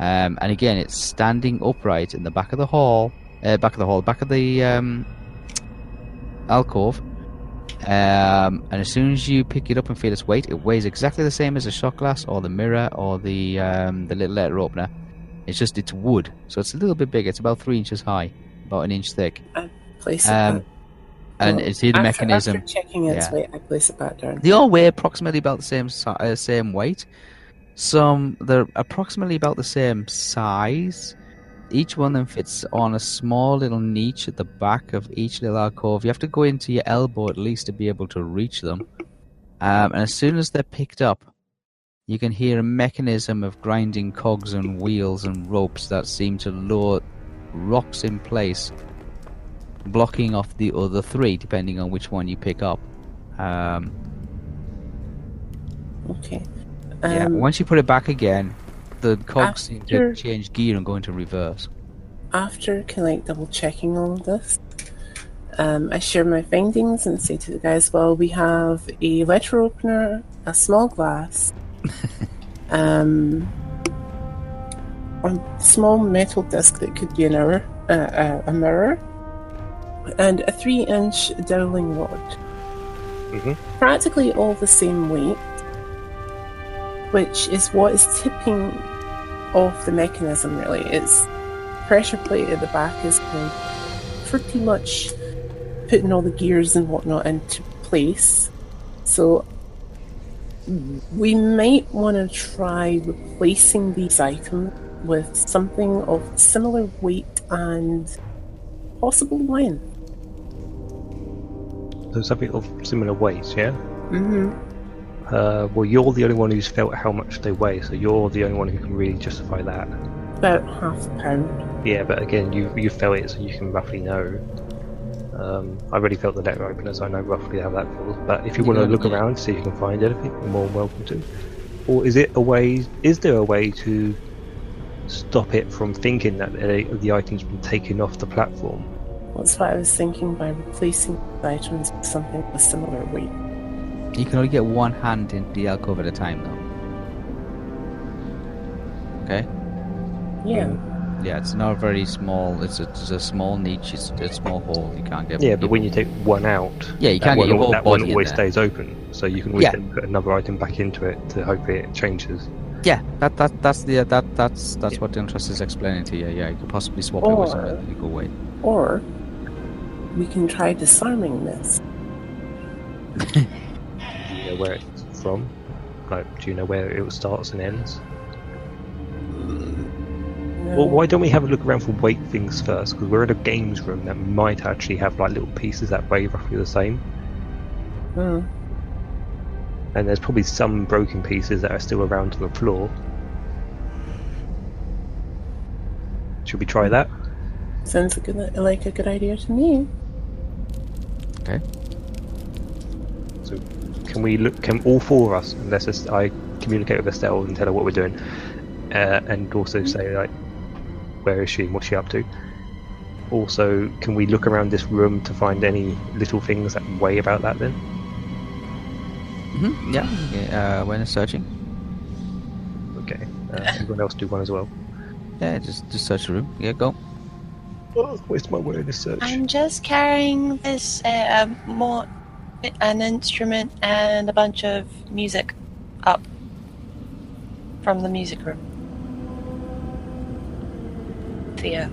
Speaker 2: Um, and again, it's standing upright in the back of the hall, uh, back of the hall, back of the um, alcove. Um, and as soon as you pick it up and feel its weight, it weighs exactly the same as a shot glass or the mirror or the um, the little letter opener. It's just it's wood, so it's a little bit bigger. It's about three inches high, about an inch thick,
Speaker 4: Place it
Speaker 2: um,
Speaker 4: back.
Speaker 2: and
Speaker 4: uh, Well,
Speaker 2: it's hidden
Speaker 4: after,
Speaker 2: mechanism.
Speaker 4: After checking its
Speaker 2: yeah.
Speaker 4: weight, I place it back down.
Speaker 2: They all weigh approximately about the same si- uh, same weight. Some they're approximately about the same size. Each one of them fits on a small little niche at the back of each little alcove. You have to go into your elbow at least to be able to reach them. Um, and as soon as they're picked up, you can hear a mechanism of grinding cogs and wheels and ropes that seem to lower rocks in place, blocking off the other three, depending on which one you pick up. Um,
Speaker 4: Okay.
Speaker 2: Yeah,
Speaker 4: Um,
Speaker 2: once you put it back again, the cogs seem to
Speaker 4: after-
Speaker 2: change gear and go into reverse.
Speaker 4: After kind of like double checking all of this, um, I share my findings and say to the guys, "Well, we have a letter opener, a small glass, um, a small metal disc that could be an hour, uh, uh, a mirror, and a three-inch dowling rod.
Speaker 1: Mhm.
Speaker 4: Practically all the same weight, which is what is tipping off the mechanism. Really, it's pressure plate at the back is kind of pretty much putting all the gears and whatnot into place. So we might want to try replacing these items with something of similar weight and possible win.
Speaker 1: So something of similar weight, yeah?
Speaker 4: hmm
Speaker 1: Uh, well, you're the only one who's felt how much they weigh, so you're the only one who can really justify that.
Speaker 4: About half a pound.
Speaker 1: Yeah, but again, you you felt it, so you can roughly know. Um, I already felt the letter opener, so I know roughly how that feels. But if you want to
Speaker 2: Yeah.
Speaker 1: look around, see if you can find anything, you're more than welcome to. Or is it a way? Is there a way to stop it from thinking that they- the item's been taken off the platform?
Speaker 4: That's what I was thinking by replacing the items with something of a similar weight.
Speaker 2: You can only get one hand in the alcove at a time, though. Okay.
Speaker 4: Yeah.
Speaker 2: Yeah, it's not very small. It's a, it's a small niche. It's a small hole. You can't get.
Speaker 1: Yeah, but when you take one out,
Speaker 2: yeah, you
Speaker 1: that
Speaker 2: can't
Speaker 1: one,
Speaker 2: get your whole
Speaker 1: that one
Speaker 2: body in
Speaker 1: always
Speaker 2: there.
Speaker 1: stays open, so you can always
Speaker 2: Yeah.
Speaker 1: then put another item back into it to hope it changes.
Speaker 2: Yeah, that, that that's the that that's that's
Speaker 1: Yeah.
Speaker 2: what Interest is explaining to you. Yeah, you could possibly swap it with some
Speaker 4: Or-
Speaker 2: other legal way.
Speaker 4: Or we can try disarming this.
Speaker 1: Do you know where it's from? Like, do you know where it starts and ends? Well, why don't we have a look around for weight things first? Because we're in a games room that might actually have like little pieces that weigh roughly the same,
Speaker 4: Hmm.
Speaker 1: and there's probably some broken pieces that are still around on the floor. Should we try that?
Speaker 4: Sounds a good, like a good idea to me.
Speaker 2: Okay.
Speaker 1: So, can we look? Can all four of us, unless it's, I communicate with Estelle and tell her what we're doing, uh, and also say like, where is she and what's she up to? Also, can we look around this room to find any little things that weigh about that? Then
Speaker 2: hmm Yeah. okay, Uh, when it's searching.
Speaker 1: okay. Uh, everyone else do one as well.
Speaker 2: Yeah, just just search the room. Yeah, go.
Speaker 1: Oh, where's my word of search?
Speaker 3: I'm just carrying this uh, um, more an instrument and a bunch of music up from the music room. Thea.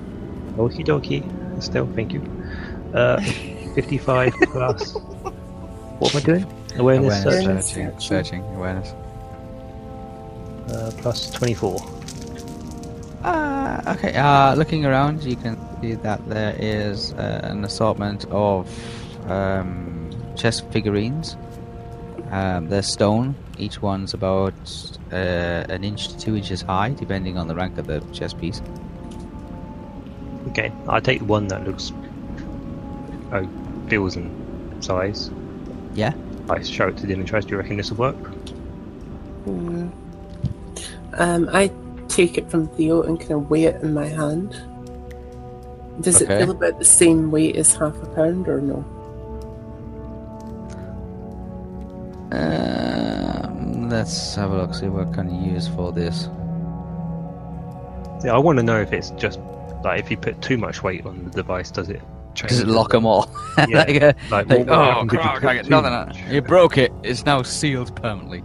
Speaker 1: Okie dokie. Estelle, thank you. Uh, 55 plus. What am I doing? Awareness,
Speaker 2: Awareness,
Speaker 1: search,
Speaker 4: Awareness
Speaker 2: searching,
Speaker 4: searching.
Speaker 2: searching, awareness.
Speaker 1: uh, plus 24.
Speaker 2: Uh, okay, uh, looking around, you can see that there is uh, an assortment of um, chess figurines. Um, they're stone. Each one's about uh, an inch to two inches high, depending on the rank of the chess piece.
Speaker 1: Okay, I take one that looks. Oh, deals in size.
Speaker 2: Yeah?
Speaker 1: I show it to the interest. Do you reckon this will work?
Speaker 4: Hmm. Um, I take it from Theo and kind of weigh it in my hand. Does
Speaker 2: Okay.
Speaker 4: it feel about the same weight as half a pound or no?
Speaker 2: Um, let's have a look, see what can you use for this.
Speaker 1: Yeah, I want to know if it's just like if you put too much weight on the device, does it?
Speaker 2: Does it
Speaker 1: change?
Speaker 2: lock them all?
Speaker 1: Yeah,
Speaker 2: like, uh,
Speaker 1: like,
Speaker 2: like,
Speaker 1: what would
Speaker 2: oh,
Speaker 1: happen if you
Speaker 2: crap,
Speaker 1: put
Speaker 2: I get
Speaker 1: too
Speaker 2: nothing. on
Speaker 1: much?
Speaker 2: it." You broke it. It's now sealed permanently.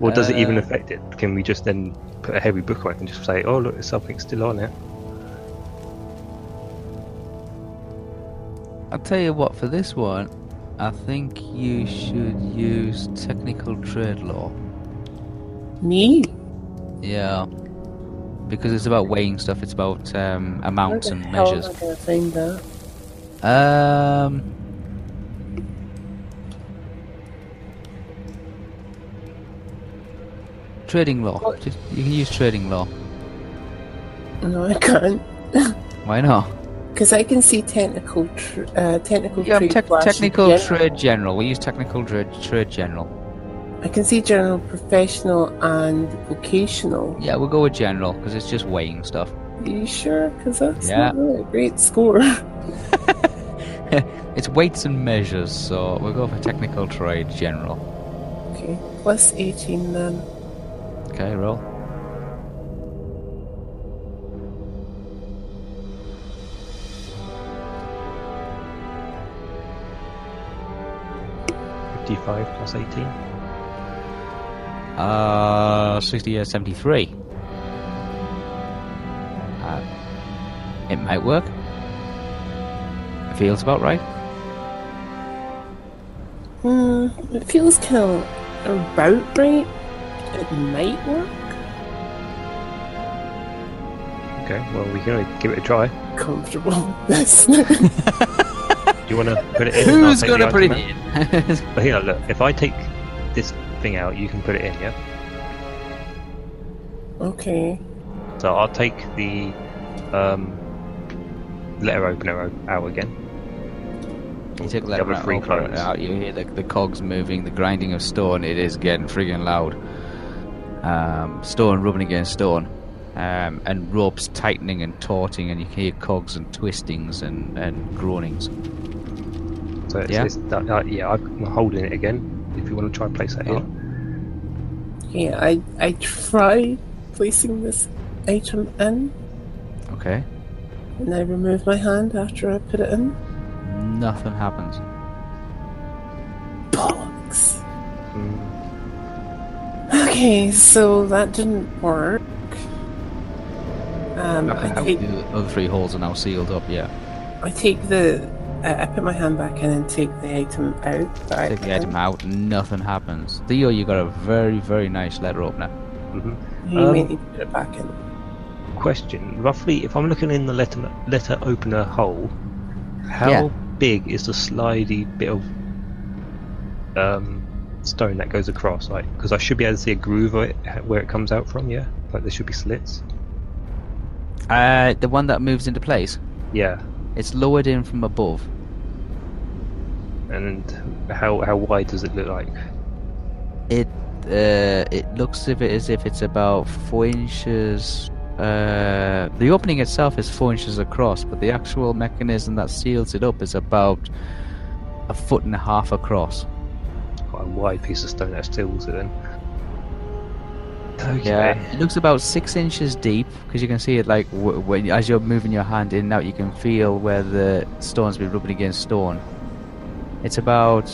Speaker 1: Well, does it even
Speaker 2: Uh,
Speaker 1: affect it? Can we just then put a heavy book on it and just say, "Oh, look, there's something still on it"?
Speaker 2: I'll tell you what, for this one, I think you should use technical trade law.
Speaker 4: Me?
Speaker 2: Yeah. Because it's about weighing stuff, it's about um,
Speaker 4: Where
Speaker 2: amounts
Speaker 4: the
Speaker 2: and
Speaker 4: hell
Speaker 2: measures.
Speaker 4: am I going to find that?
Speaker 2: Um. Trading law.
Speaker 4: What?
Speaker 2: Just, you can use trading law.
Speaker 4: No, I can't.
Speaker 2: Why not?
Speaker 4: Because I can see technical, tr- uh, technical
Speaker 2: Yeah,
Speaker 4: trade
Speaker 2: tec-
Speaker 4: flashing
Speaker 2: technical
Speaker 4: general.
Speaker 2: trade general. We use technical trade trade general.
Speaker 4: I can see general, professional, and vocational.
Speaker 2: Yeah, we'll go with general because it's just weighing stuff.
Speaker 4: Are you sure? Because that's
Speaker 2: Yeah.
Speaker 4: not really a great score.
Speaker 2: It's weights and measures, so we'll go for technical trade general.
Speaker 4: okay, plus 18 then.
Speaker 2: Okay, roll.
Speaker 1: Fifty-five plus eighteen.
Speaker 2: Uh, 60 uh, 73. Uh, it might work. Feels about right.
Speaker 4: Hmm, it feels kind of about right. It might work.
Speaker 1: Okay, well, we can only give it a try. Do
Speaker 4: Comfortable. That's
Speaker 1: you want to put it in? and I'll
Speaker 2: Who's
Speaker 1: take
Speaker 2: gonna
Speaker 1: the
Speaker 2: put it
Speaker 1: item out?
Speaker 2: in?
Speaker 1: But here, look, if I take this thing out, you can put it in, yeah?
Speaker 4: okay.
Speaker 1: So I'll take the um, letter opener o- out again.
Speaker 2: you take
Speaker 1: The
Speaker 2: that
Speaker 1: other
Speaker 2: round,
Speaker 1: three
Speaker 2: I'll put it
Speaker 1: clones.
Speaker 2: out. You hear the, the cogs moving, the grinding of stone. It is getting friggin' loud. Um, stone rubbing against stone. Um, and ropes tightening and torting, and you hear cogs and twistings and, and groanings.
Speaker 1: So it's,
Speaker 2: Yeah.
Speaker 1: it's that, uh, yeah, I'm holding it again. If you want to try and place that in,
Speaker 4: Yeah, I, I try placing this item in,
Speaker 2: Okay?
Speaker 4: and I remove my hand after I put it in.
Speaker 2: Nothing happens.
Speaker 4: Bollocks.
Speaker 2: Hmm.
Speaker 1: Mm,
Speaker 4: Okay, so that didn't work. Um,
Speaker 2: Okay,
Speaker 4: I
Speaker 2: how-
Speaker 4: take,
Speaker 2: the other three holes are now sealed up. Yeah,
Speaker 4: I take the. Uh, I put my hand back in and take the item out. that I
Speaker 2: take the
Speaker 4: put
Speaker 2: item out. Nothing happens. Theo, you got a very, very nice letter opener.
Speaker 1: mhm.
Speaker 4: in. You may
Speaker 1: Um,
Speaker 4: need to put it back in.
Speaker 1: Question: Roughly, if I'm looking in the letter letter opener hole, how
Speaker 2: Yeah.
Speaker 1: big is the slidey bit of
Speaker 2: Oh.
Speaker 1: um, stone that goes across? Like, because I should be able to see a groove of it, where it comes out from. Yeah, like there should be slits.
Speaker 2: Uh, the one that moves into place.
Speaker 1: Yeah,
Speaker 2: It's lowered in from above.
Speaker 1: and how how wide does it look like?
Speaker 2: It uh, it looks if it as if it's about four inches. Uh, the opening itself is four inches across, but the actual mechanism that seals it up is about a foot and a half across.
Speaker 1: Quite a wide piece of stone that steals it then. Okay.
Speaker 2: Yeah, it looks about six inches deep because you can see it like w- when as you're moving your hand in and out, you can feel where the stone's been rubbing against stone. It's about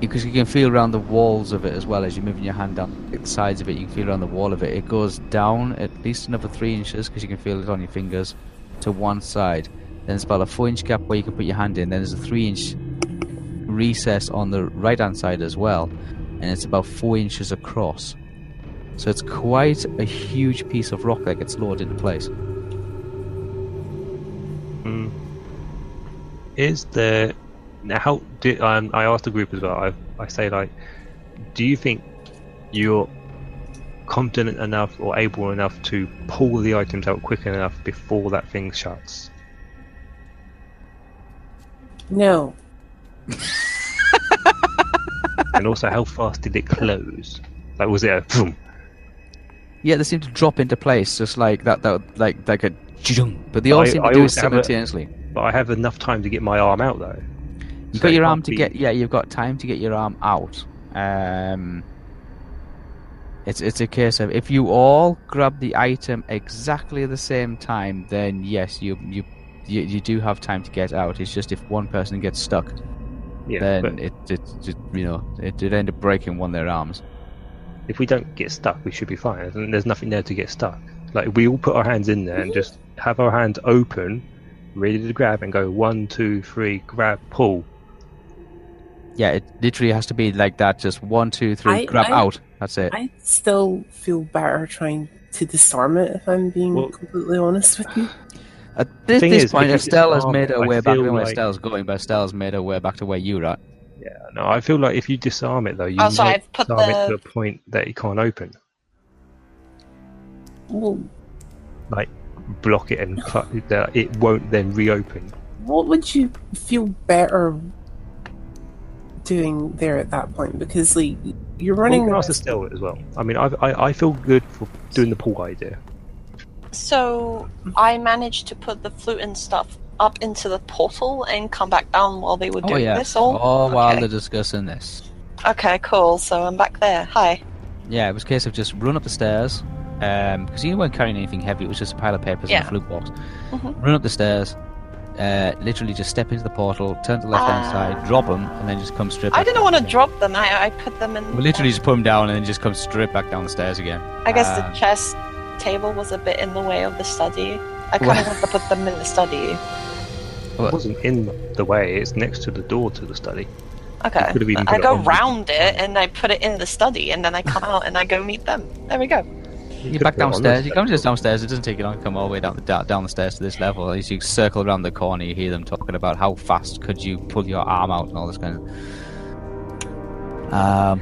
Speaker 2: because you can feel around the walls of it as well as you're moving your hand down the sides of it. You can feel around the wall of it. It goes down at least another three inches because you can feel it on your fingers to one side. Then it's about a four-inch gap where you can put your hand in. Then there's a three-inch recess on the right hand side as well, and it's about four inches across. So it's quite a huge piece of rock that gets lowered into place.
Speaker 1: Mm. Is there now? How did um, I asked the group as well? I I say like, do you think you're confident enough or able enough to pull the items out quick enough before that thing shuts?
Speaker 4: No.
Speaker 1: and also, how fast did it close? Like, was it a boom?
Speaker 2: Yeah, they seem to drop into place just like that. That like like a jung, but they all
Speaker 1: I-
Speaker 2: seem to
Speaker 1: I
Speaker 2: do it
Speaker 1: always have a-
Speaker 2: simultaneously.
Speaker 1: But I have enough time to get my arm out though.
Speaker 2: You've
Speaker 1: So
Speaker 2: got
Speaker 1: it
Speaker 2: your
Speaker 1: can't
Speaker 2: arm to
Speaker 1: be-
Speaker 2: get. Yeah, you've got time to get your arm out. Um, it's it's a case of if you all grab the item exactly the same time, then yes, you you you, you do have time to get out. It's just if one person gets stuck,
Speaker 1: Yeah,
Speaker 2: then
Speaker 1: but
Speaker 2: it, it it you know it did end up breaking one of their arms.
Speaker 1: if we don't get stuck, we should be fine. And there's nothing there to get stuck. Like we all put our hands in there and just have our hands open, ready to grab, and go one, two, three, grab, pull.
Speaker 2: Yeah, it literally has to be like that. Just one, two, three,
Speaker 4: I-
Speaker 2: grab
Speaker 4: I-
Speaker 2: out. That's it.
Speaker 4: I still feel better trying to disarm it, if I'm being
Speaker 1: Well-
Speaker 4: completely honest with you.
Speaker 2: At this,
Speaker 1: thing
Speaker 2: this
Speaker 1: is,
Speaker 2: point,
Speaker 1: if you
Speaker 2: Estelle has
Speaker 1: disarm
Speaker 2: made
Speaker 1: it,
Speaker 2: her
Speaker 1: I
Speaker 2: way back.
Speaker 1: feel
Speaker 2: I don't know where
Speaker 1: like-
Speaker 2: Estelle's going, but Estelle's made her way back to where you're at.
Speaker 1: No, I feel like if you disarm it though, you
Speaker 3: Also,
Speaker 1: might
Speaker 3: I've put
Speaker 1: disarm it to
Speaker 3: Oh, the-
Speaker 1: the point that it can't open.
Speaker 4: Well,
Speaker 1: Like block it and cut it, that it won't then reopen.
Speaker 4: what would you feel better doing there at that point? Because like you're
Speaker 1: Running
Speaker 4: running
Speaker 1: well, we
Speaker 4: the
Speaker 1: can ask
Speaker 4: risk
Speaker 1: Estelle as well. I mean, I've, I I feel good for doing the pull idea.
Speaker 3: So I managed to put the flute and stuff up into the portal and come back down while they were
Speaker 2: Oh
Speaker 3: doing
Speaker 2: yeah. Oh.
Speaker 3: this all.
Speaker 2: All while
Speaker 3: Okay.
Speaker 2: they're discussing this.
Speaker 3: Okay, cool. So I'm back there. Hi.
Speaker 2: Yeah, it was a case of just run up the stairs because you weren't carrying anything heavy. It was just a pile of papers and a
Speaker 3: Yeah.
Speaker 2: flute box.
Speaker 3: Mhm.
Speaker 2: Run up the stairs, uh, literally just step into the portal, turn to the left hand
Speaker 3: Ah.
Speaker 2: side, drop them, and then just come straight.
Speaker 3: I
Speaker 2: back
Speaker 3: didn't
Speaker 2: down
Speaker 3: want to
Speaker 2: again.
Speaker 3: drop them. I, I put them in.
Speaker 2: We literally just put them down and then just come straight back down the stairs again.
Speaker 3: I guess
Speaker 2: uh,
Speaker 3: the chess table was a bit in the way of the study. I kind
Speaker 2: Well-
Speaker 3: of want to put them in the study.
Speaker 1: It wasn't in the way. It's next to the door to the study.
Speaker 3: Okay.
Speaker 1: could have even put
Speaker 3: I
Speaker 1: it
Speaker 3: go
Speaker 1: on-
Speaker 3: round it and I put it in the study and then I come out and I go meet them. There we go.
Speaker 2: You're back downstairs. You come just downstairs. It doesn't take you long to come all the way down the da- down the stairs to this level. As you circle around the corner, you hear them talking about how fast could you pull your arm out and all this kind of. Um,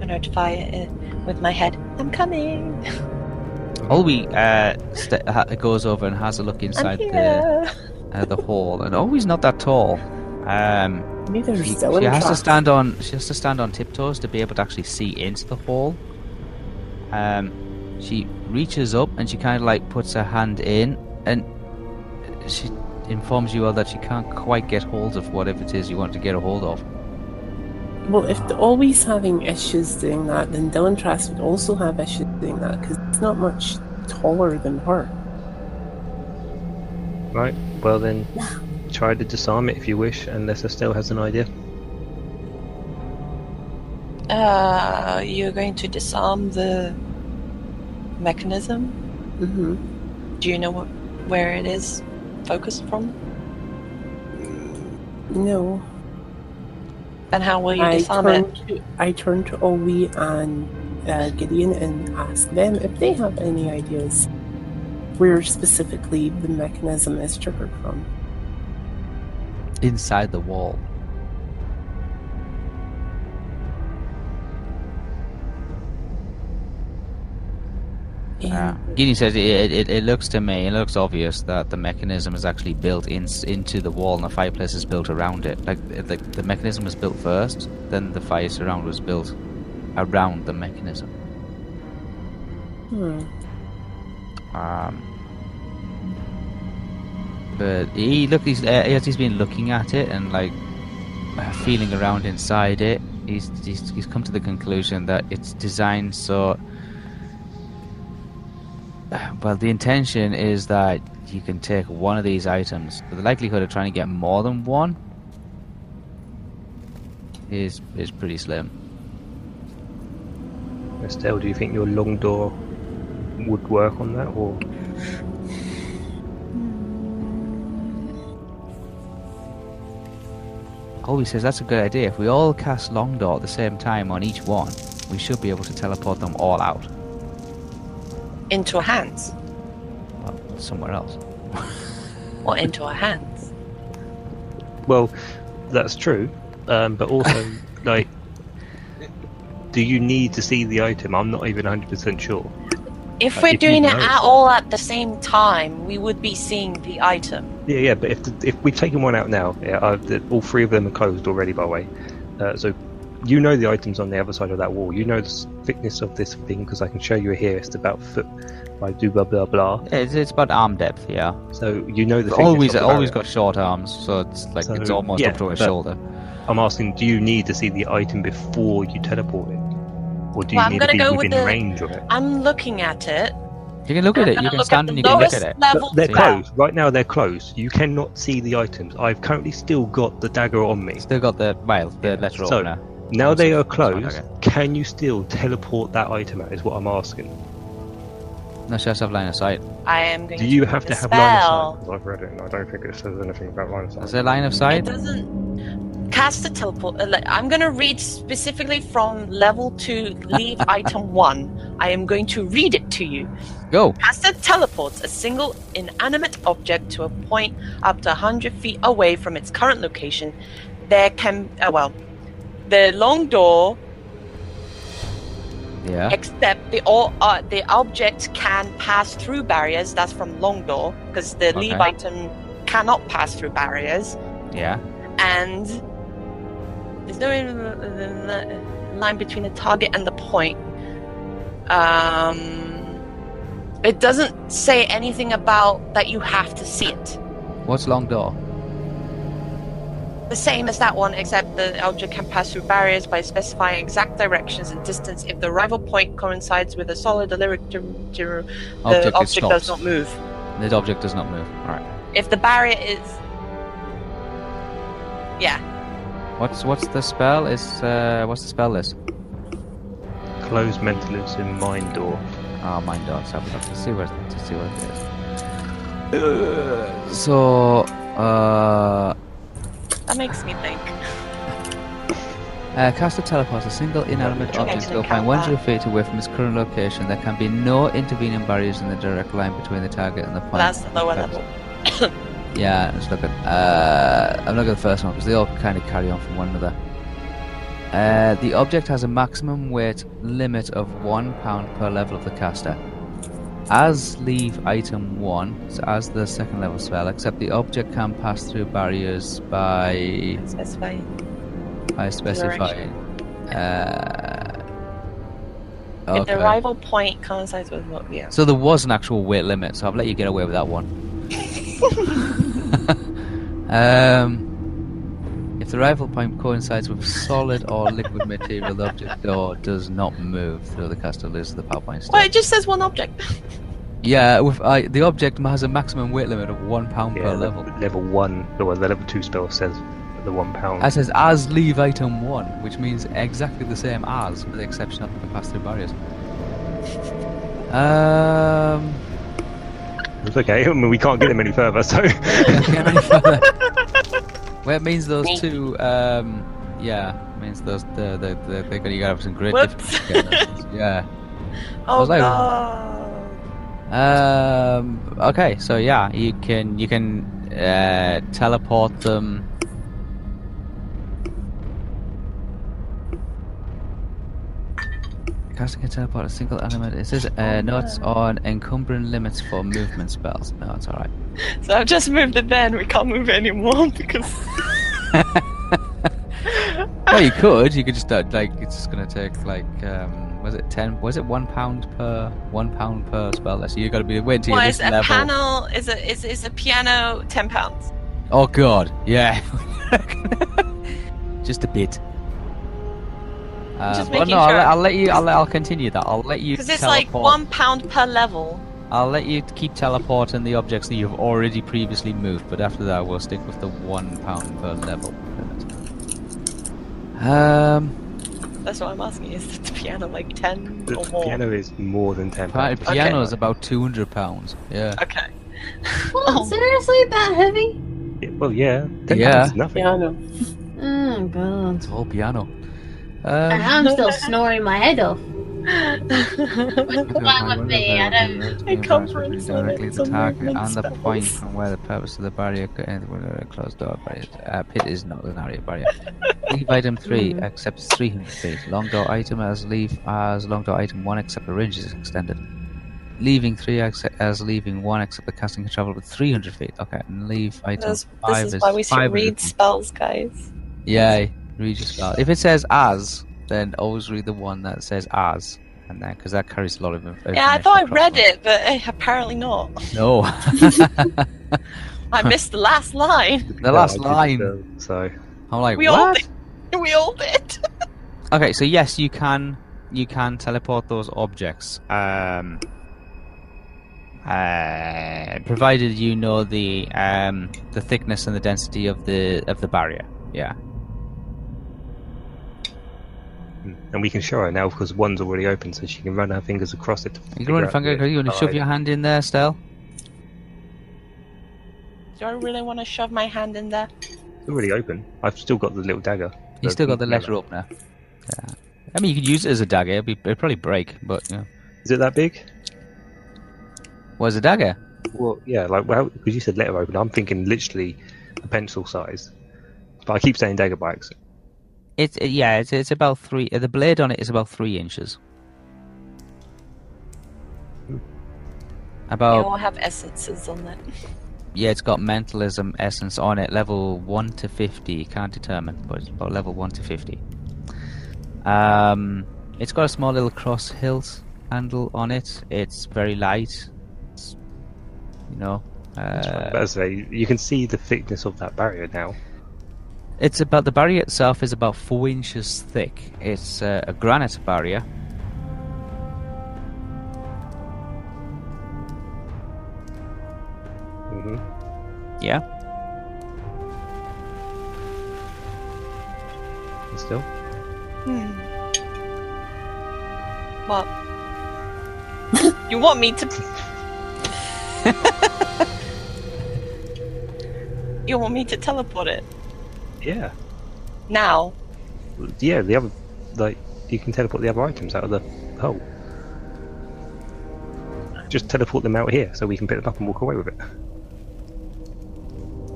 Speaker 3: I notify it with my head. I'm coming.
Speaker 2: Olwe uh, st- ha- goes over and has a look
Speaker 3: I'm
Speaker 2: inside the
Speaker 3: here.
Speaker 2: uh, the hall, and Olwe's not that tall. Um,
Speaker 4: Neither
Speaker 2: she,
Speaker 4: still in
Speaker 2: she has to
Speaker 4: track.
Speaker 2: stand on she has to stand on tiptoes to be able to actually see into the hall. Um, she reaches up and she kind of like puts her hand in, and she informs you all that she can't quite get hold of whatever it is you want to get a hold of.
Speaker 4: Well, if they're always having issues doing that, then Dylan Trask would also have issues doing that because he's not much taller than her.
Speaker 1: Right. Well then, try to disarm it if you wish, unless Estelle has an idea.
Speaker 3: Uh, you're going to disarm the mechanism?
Speaker 4: hmm
Speaker 3: Do you know what, where it is focused from?
Speaker 4: No,
Speaker 3: And how will you
Speaker 4: I
Speaker 3: disarm
Speaker 4: turn
Speaker 3: it?
Speaker 4: to I turn to Olwe and uh, Gideon and ask them if they have any ideas where specifically the mechanism is triggered from.
Speaker 2: inside the wall. Uh, Guinea says it, it, it looks to me, it looks obvious that the mechanism is actually built in, into the wall and the fireplace is built around it. Like the, the mechanism was built first, then the fire surround was built around the mechanism.
Speaker 4: Hmm.
Speaker 2: Um, but he look, he's, uh, as he's been looking at it and like uh, feeling around inside it, he's, he's he's come to the conclusion that it's designed so. Well, the intention is that you can take one of these items, but the likelihood of trying to get more than one is is pretty slim.
Speaker 1: Estelle, do you think your long door would work on that, or
Speaker 2: Colby says that's a good idea. If we all cast Longdoor at the same time on each one, we should be able to teleport them all out.
Speaker 3: Into our hands.
Speaker 2: Well, somewhere else.
Speaker 3: Or into our hands.
Speaker 1: Well, that's true, um, but also like, do you need to see the item? I'm not even 100 percent sure.
Speaker 3: If
Speaker 1: Uh,
Speaker 3: we're
Speaker 1: if you
Speaker 3: doing it
Speaker 1: know.
Speaker 3: at all at the same time, we would be seeing the item.
Speaker 1: Yeah, yeah, but if the, if we've taken one out now, yeah, uh, the, all three of them are closed already. By the way, uh, so you know the items on the other side of that wall. You know the s- thickness of this thing because I can show you here. It's about foot by do blah blah blah.
Speaker 2: Yeah, It's, it's about arm depth, yeah.
Speaker 1: So you know the
Speaker 2: It's
Speaker 1: thickness
Speaker 2: always
Speaker 1: of the
Speaker 2: always
Speaker 1: barrier.
Speaker 2: got short arms, so it's like
Speaker 1: So,
Speaker 2: it's almost
Speaker 1: yeah,
Speaker 2: up to his
Speaker 1: but-
Speaker 2: shoulder.
Speaker 1: I'm asking, do you need to see the item before you teleport it, or do you
Speaker 3: Well, I'm
Speaker 1: need to
Speaker 3: gonna
Speaker 1: be
Speaker 3: go with
Speaker 1: within
Speaker 3: the-
Speaker 1: range of it?
Speaker 3: I'm looking at it.
Speaker 2: You can look at
Speaker 3: I'm
Speaker 2: it.
Speaker 3: gonna
Speaker 2: You can
Speaker 3: look
Speaker 2: stand
Speaker 3: at
Speaker 2: and
Speaker 3: the
Speaker 2: you can look
Speaker 3: lowest
Speaker 2: at it.
Speaker 3: level
Speaker 1: They're
Speaker 3: bar.
Speaker 1: closed right now. They're closed. You cannot see the items. I've currently still got the dagger on me.
Speaker 2: Still got the well, the letter
Speaker 1: So,
Speaker 2: opener.
Speaker 1: Now they are
Speaker 2: That's fine,
Speaker 1: closed.
Speaker 2: okay.
Speaker 1: Can you still teleport that item out? Is what I'm asking.
Speaker 2: No, she has to have line of sight.
Speaker 3: I am going
Speaker 1: Do
Speaker 3: to
Speaker 1: you
Speaker 3: read
Speaker 1: have
Speaker 3: the
Speaker 1: to have line of sight?
Speaker 3: spell.
Speaker 1: 'Cause I've read it and I don't think it says anything about line of sight.
Speaker 2: Is there line of sight?
Speaker 3: It doesn't cast a teleport. uh, like, I'm going to read specifically from level two, leave item one. I am going to read it to you.
Speaker 2: Go.
Speaker 3: Caster teleports a single inanimate object to a point up to 100 feet away from its current location. There can, uh, well, the long door,
Speaker 2: Yeah.
Speaker 3: except the all, uh, the object can pass through barriers. That's from long door because the leave
Speaker 2: Okay.
Speaker 3: item cannot pass through barriers.
Speaker 2: Yeah.
Speaker 3: And there's no uh, line between the target and the point. Um, it doesn't say anything about that you have to see it.
Speaker 2: What's long door?
Speaker 3: The same as that one, except the object can pass through barriers by specifying exact directions and distance if the rival point coincides with a solid lyric the
Speaker 2: Object, is
Speaker 3: object
Speaker 2: stopped.
Speaker 3: does not move.
Speaker 2: The object does not move. All right.
Speaker 3: If the barrier is
Speaker 2: What's what's the spell? Is uh, what's the spell list?
Speaker 1: Closed mental is in mind door.
Speaker 2: Oh, mine does. Have a look to see where to see what it is. Uh, So, uh,
Speaker 3: that makes me think.
Speaker 2: Uh, cast a teleport, a single inanimate
Speaker 3: Okay,
Speaker 2: object
Speaker 3: so
Speaker 2: to a point
Speaker 3: count
Speaker 2: 100
Speaker 3: that.
Speaker 2: feet away from its current location. There can be no intervening barriers in the direct line between the target and the point.
Speaker 3: That's the lower
Speaker 2: That's-
Speaker 3: level.
Speaker 2: Yeah, let's look at. Uh, I'm looking at the first one because they all kind of carry on from one another. Uh, the object has a maximum weight limit of one pound per level of the caster. As leave item one, so as the second level spell, except the object can pass through barriers by
Speaker 3: Specify.
Speaker 2: I specify. Uh,
Speaker 3: If the
Speaker 2: okay.
Speaker 3: rival point coincides with what yeah.
Speaker 2: So there was an actual weight limit, so I've let you get away with that one. um, if the rival point coincides with solid or liquid material, the object door does not move, so the caster loses the power point.
Speaker 3: Well,
Speaker 2: Step.
Speaker 3: Oh, it just says one object.
Speaker 2: Yeah, with, I the object has a maximum weight limit of one pound
Speaker 1: Yeah,
Speaker 2: per
Speaker 1: the-
Speaker 2: level.
Speaker 1: Level one, the, well, the level two spell says the one pound.
Speaker 2: That says as leave item one, which means exactly the same as, with the exception of the pass through barriers. Um.
Speaker 1: It's okay. I mean, we can't get them any further, so
Speaker 2: can't any further. well, it means those two. Um. Yeah, it means those the the, the they got you got some great
Speaker 3: Whoops.
Speaker 2: difficulty getting those. Yeah.
Speaker 3: Oh
Speaker 2: was like-
Speaker 3: god.
Speaker 2: Um. Okay. So yeah, you can you can uh, teleport them. Caster can teleport a single element. It says uh, notes on encumbering limits for movement spells. No, it's all right.
Speaker 3: So I've just moved it there and we can't move it anymore because
Speaker 2: well, you could. You could just uh, like it's just gonna take like um, was it ten? Was it one pound per one pound per spell? list? So you got to be waiting till
Speaker 3: well,
Speaker 2: you're
Speaker 3: it's
Speaker 2: this
Speaker 3: a
Speaker 2: level.
Speaker 3: panel is a is, is a piano ten pounds.
Speaker 2: Oh god, yeah. just a bit. Uh,
Speaker 3: Just
Speaker 2: well,
Speaker 3: making
Speaker 2: no, I'll,
Speaker 3: sure.
Speaker 2: let- I'll let you. I'll, let- I'll continue that. I'll let you.
Speaker 3: Because it's
Speaker 2: teleport.
Speaker 3: like one pound per level.
Speaker 2: I'll let you keep teleporting the objects that you've already previously moved, but after that, we'll stick with the one pound per level limit. Um.
Speaker 3: That's what I'm asking. Is the piano like ten
Speaker 1: the
Speaker 3: or more?
Speaker 1: piano is more than ten
Speaker 2: Pi-
Speaker 1: pounds.
Speaker 2: piano is about two hundred pounds. Yeah.
Speaker 3: Okay.
Speaker 2: Oh.
Speaker 5: What? Seriously, that heavy?
Speaker 1: Yeah, Well, yeah, ten
Speaker 2: Yeah.
Speaker 1: pounds is nothing.
Speaker 4: Yeah, I know.
Speaker 5: Uh, Oh god.
Speaker 2: It's all piano.
Speaker 5: And
Speaker 2: Um,
Speaker 5: I'm still snoring my head off.
Speaker 2: Why
Speaker 5: would they? I don't-
Speaker 3: I come from somewhere-
Speaker 2: directly to
Speaker 3: somewhere
Speaker 2: target
Speaker 3: like
Speaker 2: and the
Speaker 3: spells.
Speaker 2: point from where the purpose of the barrier could end with a closed door barrier. Uh, pit is not an area barrier. leave item three
Speaker 3: Hmm.
Speaker 2: accepts 300 feet. Long door item as leave as long door item one except the range is extended. Leaving three acce- as leaving one except the casting can travel with 300 feet. Okay, and leave item
Speaker 3: This,
Speaker 2: five
Speaker 3: this is why we should
Speaker 2: 500
Speaker 3: read
Speaker 2: feet.
Speaker 3: spells, guys.
Speaker 2: Yeah, read your spell. If it says as, then always read the one that says as, and then because that carries a lot of information.
Speaker 3: Yeah, I thought I
Speaker 2: across
Speaker 3: read
Speaker 2: them.
Speaker 3: it, but eh, apparently not.
Speaker 2: No,
Speaker 3: I missed the last line.
Speaker 2: the last
Speaker 1: Yeah, I
Speaker 2: line.
Speaker 1: did, um, So
Speaker 2: I'm like,
Speaker 3: We all
Speaker 2: what?
Speaker 3: did. We all did.
Speaker 2: Okay, so yes, you can you can teleport those objects, um, uh, provided you know the um, the thickness and the density of the of the barrier. Yeah.
Speaker 1: mm, and we can show her now because one's already open, so she can run her fingers across it. to
Speaker 2: You
Speaker 1: figure
Speaker 2: can run a
Speaker 1: out
Speaker 2: finger.
Speaker 1: the
Speaker 2: You want to shove
Speaker 1: size.
Speaker 2: your hand in there, Stell?
Speaker 3: Do I really want to shove my hand in there?
Speaker 1: It's already open. I've still got the little dagger.
Speaker 2: You
Speaker 1: So
Speaker 2: still got
Speaker 1: keep
Speaker 2: the
Speaker 1: that.
Speaker 2: letter opener. Yeah. I mean, you could use it as a dagger. It'd, be, it'd probably break, but you know.
Speaker 1: Is it that big?
Speaker 2: Where's the dagger?
Speaker 1: Well, yeah, like well, because you said letter open, I'm thinking literally a pencil size. But I keep saying dagger by accident.
Speaker 2: It's it, yeah. It's, it's about three. uh, The blade on it is about three inches.
Speaker 3: They
Speaker 2: About
Speaker 3: all have essences on it.
Speaker 2: yeah, it's got mentalism essence on it, level one to fifty. You can't determine, but it's about level one to fifty. Um, it's got a small little cross hilt handle on it. It's very light. It's, you know, uh,
Speaker 1: but as I say, you can see the thickness of that barrier now.
Speaker 2: It's about the barrier itself is about four inches thick. It's uh, a granite barrier.
Speaker 1: hmm
Speaker 2: Yeah.
Speaker 1: Still,
Speaker 3: Hmm. Well, you want me to? you want me to teleport it
Speaker 1: yeah,
Speaker 3: now?
Speaker 1: Well, yeah. The other, like, you can teleport the other items out of the hole. Just teleport them out here, so we can pick them up and walk away with it.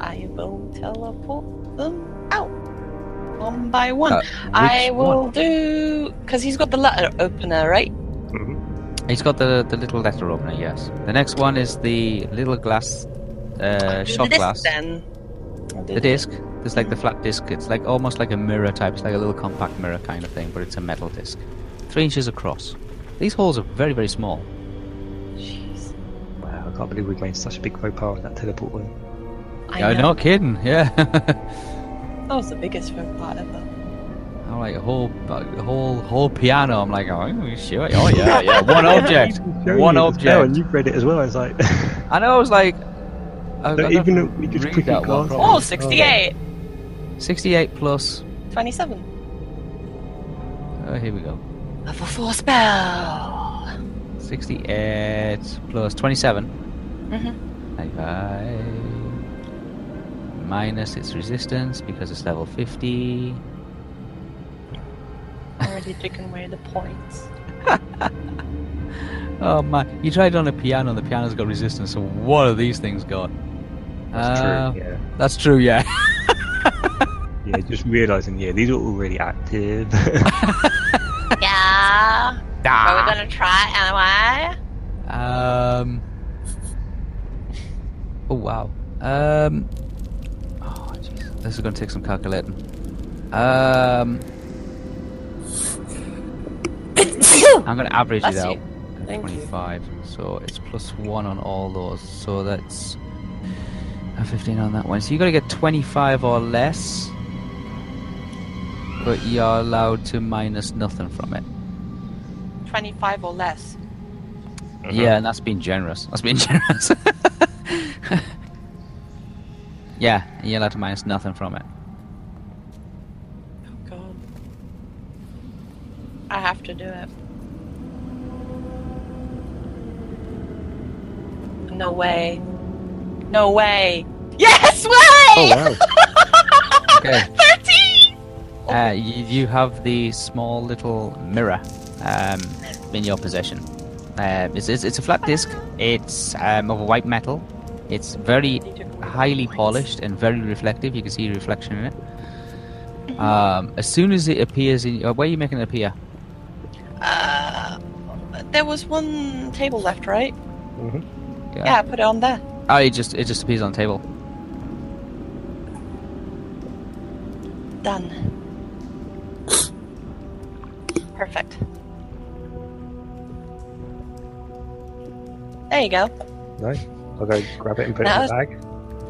Speaker 3: I will teleport them out one by one.
Speaker 2: Uh,
Speaker 3: I
Speaker 2: which
Speaker 3: will
Speaker 2: one?
Speaker 3: do because he's got the letter opener, right?
Speaker 1: hmm
Speaker 2: He's got the the little letter opener. Yes. The next one is the little glass uh,
Speaker 3: Do
Speaker 2: shot
Speaker 3: this
Speaker 2: glass.
Speaker 3: Then I'll do
Speaker 2: The disc. It's like the flat disc. It's like almost like a mirror type. It's like a little compact mirror kind of thing, but it's a metal disc, three inches across. These holes are very very small.
Speaker 3: Jeez.
Speaker 1: Wow, I can't believe we've made such a big faux pas on that teleport one.
Speaker 3: I
Speaker 2: Yeah,
Speaker 3: know.
Speaker 2: not kidding. Yeah.
Speaker 3: That was the biggest faux pas ever.
Speaker 2: I'm like a whole, a whole, whole piano. I'm like, oh, sure, oh yeah, yeah, one object,
Speaker 1: and
Speaker 2: one object.
Speaker 1: you've read it as well. It's like,
Speaker 2: And I was like, I got
Speaker 1: even though we just
Speaker 2: read
Speaker 1: quickly
Speaker 2: that one
Speaker 1: glance-
Speaker 3: Oh,
Speaker 2: properly.
Speaker 1: Oh,
Speaker 3: 68!
Speaker 2: 68 plus.
Speaker 3: 27.
Speaker 2: Oh, here we go.
Speaker 3: Level 4 spell!
Speaker 2: 68 plus 27.
Speaker 3: Mm-hmm.
Speaker 2: 95 minus its resistance because it's level 50.
Speaker 3: Already taken away the points.
Speaker 2: Oh man, you tried on a piano. The piano's got resistance. So what are these things got?
Speaker 1: That's
Speaker 2: Uh,
Speaker 1: true. Yeah,
Speaker 2: That's true. Yeah.
Speaker 1: yeah. Just realizing, yeah, these are already active.
Speaker 3: Yeah! Are we gonna try anyway?
Speaker 2: Um. Oh wow. Um. Oh jeez, this is gonna take some calculating. Um, I'm gonna average
Speaker 3: Bless
Speaker 2: it out.
Speaker 3: you.
Speaker 4: Thank you.
Speaker 2: Twenty-five. So it's plus one on all those. So that's a fifteen on that one. So you gotta get twenty-five or less, but you're allowed to minus nothing from it.
Speaker 3: 25 or less.
Speaker 2: Yeah, and that's being generous. That's being generous. yeah, and you're allowed to minus nothing from it.
Speaker 3: Oh god. I have to do it. No way. No way! Yes way!
Speaker 1: Oh wow!
Speaker 2: Okay.
Speaker 3: 13!
Speaker 2: Uh, you, you have the small little mirror um, in your possession. Um, it's, it's, it's a flat disc. It's um, of white metal. It's very highly polished and very reflective. You can see reflection in it. Um, as soon as it appears in, uh, where are you making it appear?
Speaker 3: Uh, there was one table left, right?
Speaker 1: hmm
Speaker 3: Yeah, I put it on there.
Speaker 2: Oh, it just it just appears on the table.
Speaker 3: Done. Perfect. There you go.
Speaker 1: Nice. I'll go grab it and put it in
Speaker 3: Now
Speaker 1: the bag.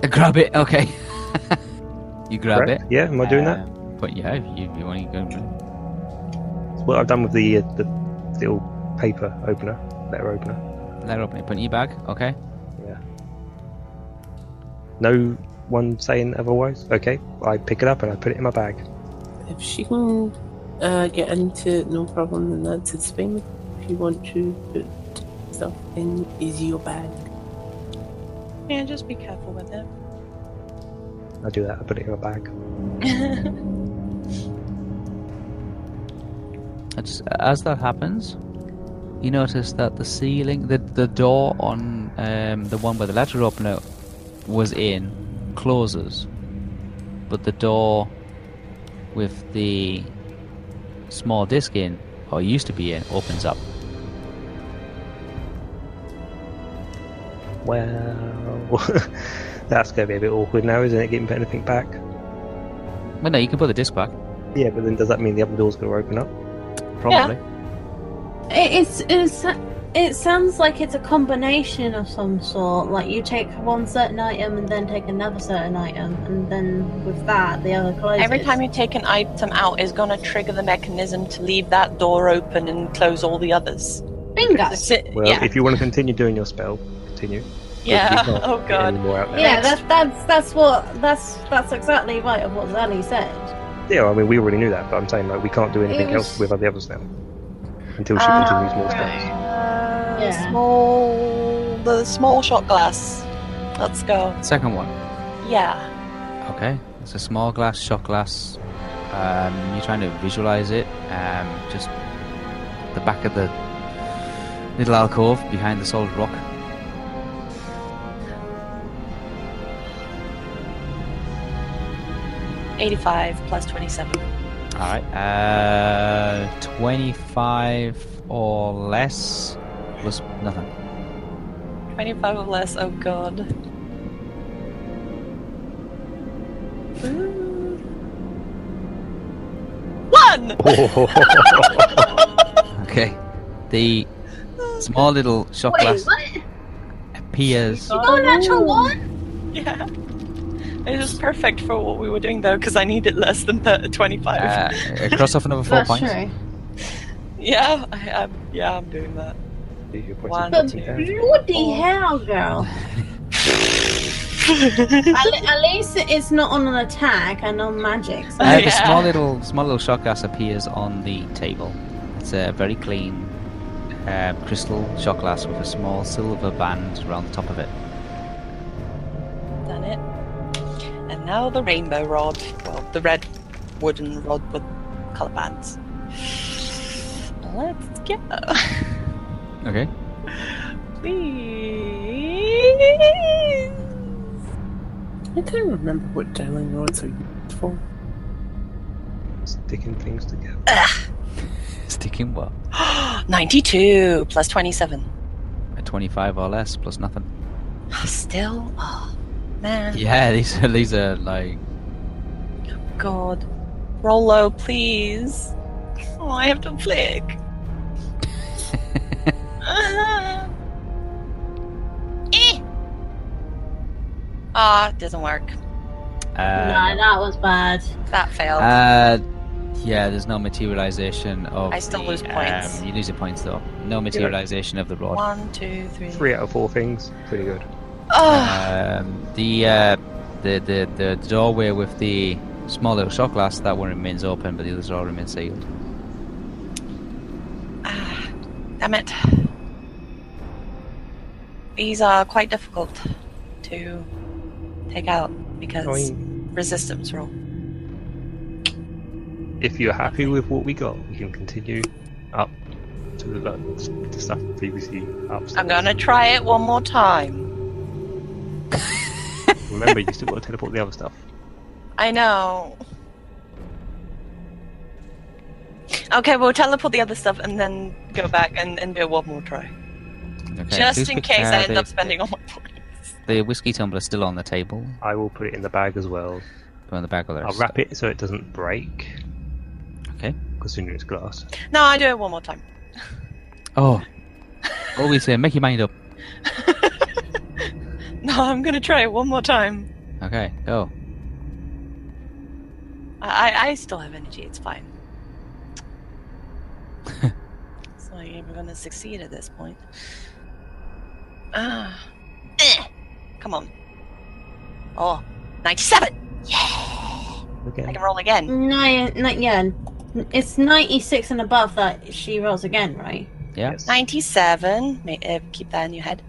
Speaker 2: Uh, grab it. Okay. you grab
Speaker 1: Correct?
Speaker 2: it.
Speaker 1: Yeah, am I doing that?
Speaker 2: Um, But yeah, if you, you want to go.
Speaker 1: It's what I've done with the, uh, the little paper opener, letter opener.
Speaker 2: Let her open it. Put it in your bag. Okay.
Speaker 1: Yeah. No one saying otherwise? Okay. I pick it up and I put it in my bag.
Speaker 4: If she can uh, get into it, no problem, then that's it's fine. If you want to put stuff in, is your bag.
Speaker 3: Yeah, just be careful with it.
Speaker 1: I do that. I put it in my bag.
Speaker 2: As, as that happens, you notice that the ceiling, the the door on um, the one where the letter opener was in, closes, but the door with the small disc in, or used to be in, opens up.
Speaker 1: Well, that's going to be a bit awkward now, isn't it? Getting anything back.
Speaker 2: Well, no, you can put the disc back,
Speaker 1: Yeah, but then does that mean the other door's going to open up?
Speaker 2: probably.
Speaker 5: It, it's, it's it sounds like it's a combination of some sort. Like you take one certain item and then take another certain item, and then with that the other closes.
Speaker 3: Every time you take an item out, it's gonna trigger the mechanism to leave that door open and close all the others.
Speaker 5: bingo.
Speaker 3: Si-
Speaker 1: Well,
Speaker 3: yeah.
Speaker 1: if you want to continue doing your spell, continue.
Speaker 3: yeah.
Speaker 1: you can't
Speaker 3: Oh
Speaker 1: get
Speaker 3: god.
Speaker 1: Any more out there.
Speaker 5: Yeah, that's that's that's what that's that's exactly right of what Zali said.
Speaker 1: Yeah, I mean, we already knew that, but I'm saying like we can't do anything
Speaker 5: It was-
Speaker 1: else with the others now until she
Speaker 3: Ah,
Speaker 1: continues more spells.
Speaker 3: Uh,
Speaker 5: Yeah.
Speaker 3: Small, the small shot glass. Let's go.
Speaker 2: Second one.
Speaker 3: Yeah.
Speaker 2: Okay, it's a small glass, shot glass. Um, you're trying to visualize it. Um, just the back of the little alcove behind the solid rock.
Speaker 3: Eighty-five plus twenty-seven.
Speaker 2: All right. Uh, 25 or less plus nothing.
Speaker 3: Twenty-five or less. Oh god. Ooh. One.
Speaker 2: Okay. The small little shot glass
Speaker 5: what? You
Speaker 2: appears.
Speaker 5: got a Oh, natural one?
Speaker 3: Yeah. It was perfect for what we were doing though, because I needed less than thir- twenty-five.
Speaker 2: Uh, cross off another four
Speaker 5: That's
Speaker 2: points.
Speaker 5: true.
Speaker 3: yeah. I, I'm, yeah. I'm doing that.
Speaker 1: Leave your points
Speaker 3: One,
Speaker 1: and
Speaker 5: But
Speaker 1: points down.
Speaker 5: bloody hell, girl! at, at least it's not on an attack and on magic. So.
Speaker 2: Uh, The
Speaker 3: Yeah.
Speaker 2: small little small little shot glass appears on the table. It's a very clean um, crystal shot glass with a small silver band around the top of it.
Speaker 3: Done it. And now the rainbow rod. Well, the red wooden rod with colour bands. Let's go.
Speaker 2: Okay.
Speaker 3: Please.
Speaker 4: I can't remember what dialing rods are used for.
Speaker 1: Sticking things together.
Speaker 2: Sticking what?
Speaker 3: 92 plus 27.
Speaker 2: A twenty-five or less plus nothing.
Speaker 3: Still? Oh, man.
Speaker 2: Yeah, these are, these are like
Speaker 3: God. Roll low, please. Oh, I have to flick. Ah, Eh. Ah, doesn't work.
Speaker 2: uh,
Speaker 5: no, that was bad.
Speaker 3: That failed.
Speaker 2: uh, yeah. There's no materialization of.
Speaker 3: I still
Speaker 2: the,
Speaker 3: lose points.
Speaker 2: Um, you lose your points though. No materialization of the rod.
Speaker 3: One, two, three.
Speaker 1: Three out of four things. Pretty good.
Speaker 3: Oh,
Speaker 2: um, the, uh, the the the doorway with the small little shot glass that one remains open, but the others all remain sealed.
Speaker 3: Ah. damn it. These are quite difficult to
Speaker 1: Oh,
Speaker 3: take out because
Speaker 1: I mean,
Speaker 3: resistance roll.
Speaker 1: if you're happy with what we got, we can continue up to the, lo- the stuff previously upstairs.
Speaker 3: I'm gonna try it one more time.
Speaker 1: Remember, you still got to teleport the other stuff.
Speaker 3: I know. Okay, we'll teleport the other stuff and then go back and, and do one more try.
Speaker 2: Okay,
Speaker 3: Just
Speaker 2: who's
Speaker 3: in
Speaker 2: pick-
Speaker 3: case
Speaker 2: uh,
Speaker 3: I end
Speaker 2: the-
Speaker 3: up spending all my points.
Speaker 2: The whiskey tumbler's still on the table.
Speaker 1: I will put it in the bag as well.
Speaker 2: Put it in the bag with the
Speaker 1: I'll
Speaker 2: rest.
Speaker 1: wrap it so it doesn't break,
Speaker 2: Okay.
Speaker 1: considering it's glass.
Speaker 3: No, I do it one more time.
Speaker 2: Oh. Always here. Make your mind up.
Speaker 3: No, I'm gonna try it one more time.
Speaker 2: Okay. Go.
Speaker 3: I, I, I still have energy, it's fine. it's not even gonna succeed at this point. Ah. Eh. Come on. Oh, 97! I
Speaker 1: Again,
Speaker 3: can roll again.
Speaker 5: Nine, nine, yeah, it's 96 and above that she rolls again, right?
Speaker 2: Yeah.
Speaker 3: 97. May, uh, keep that in your head.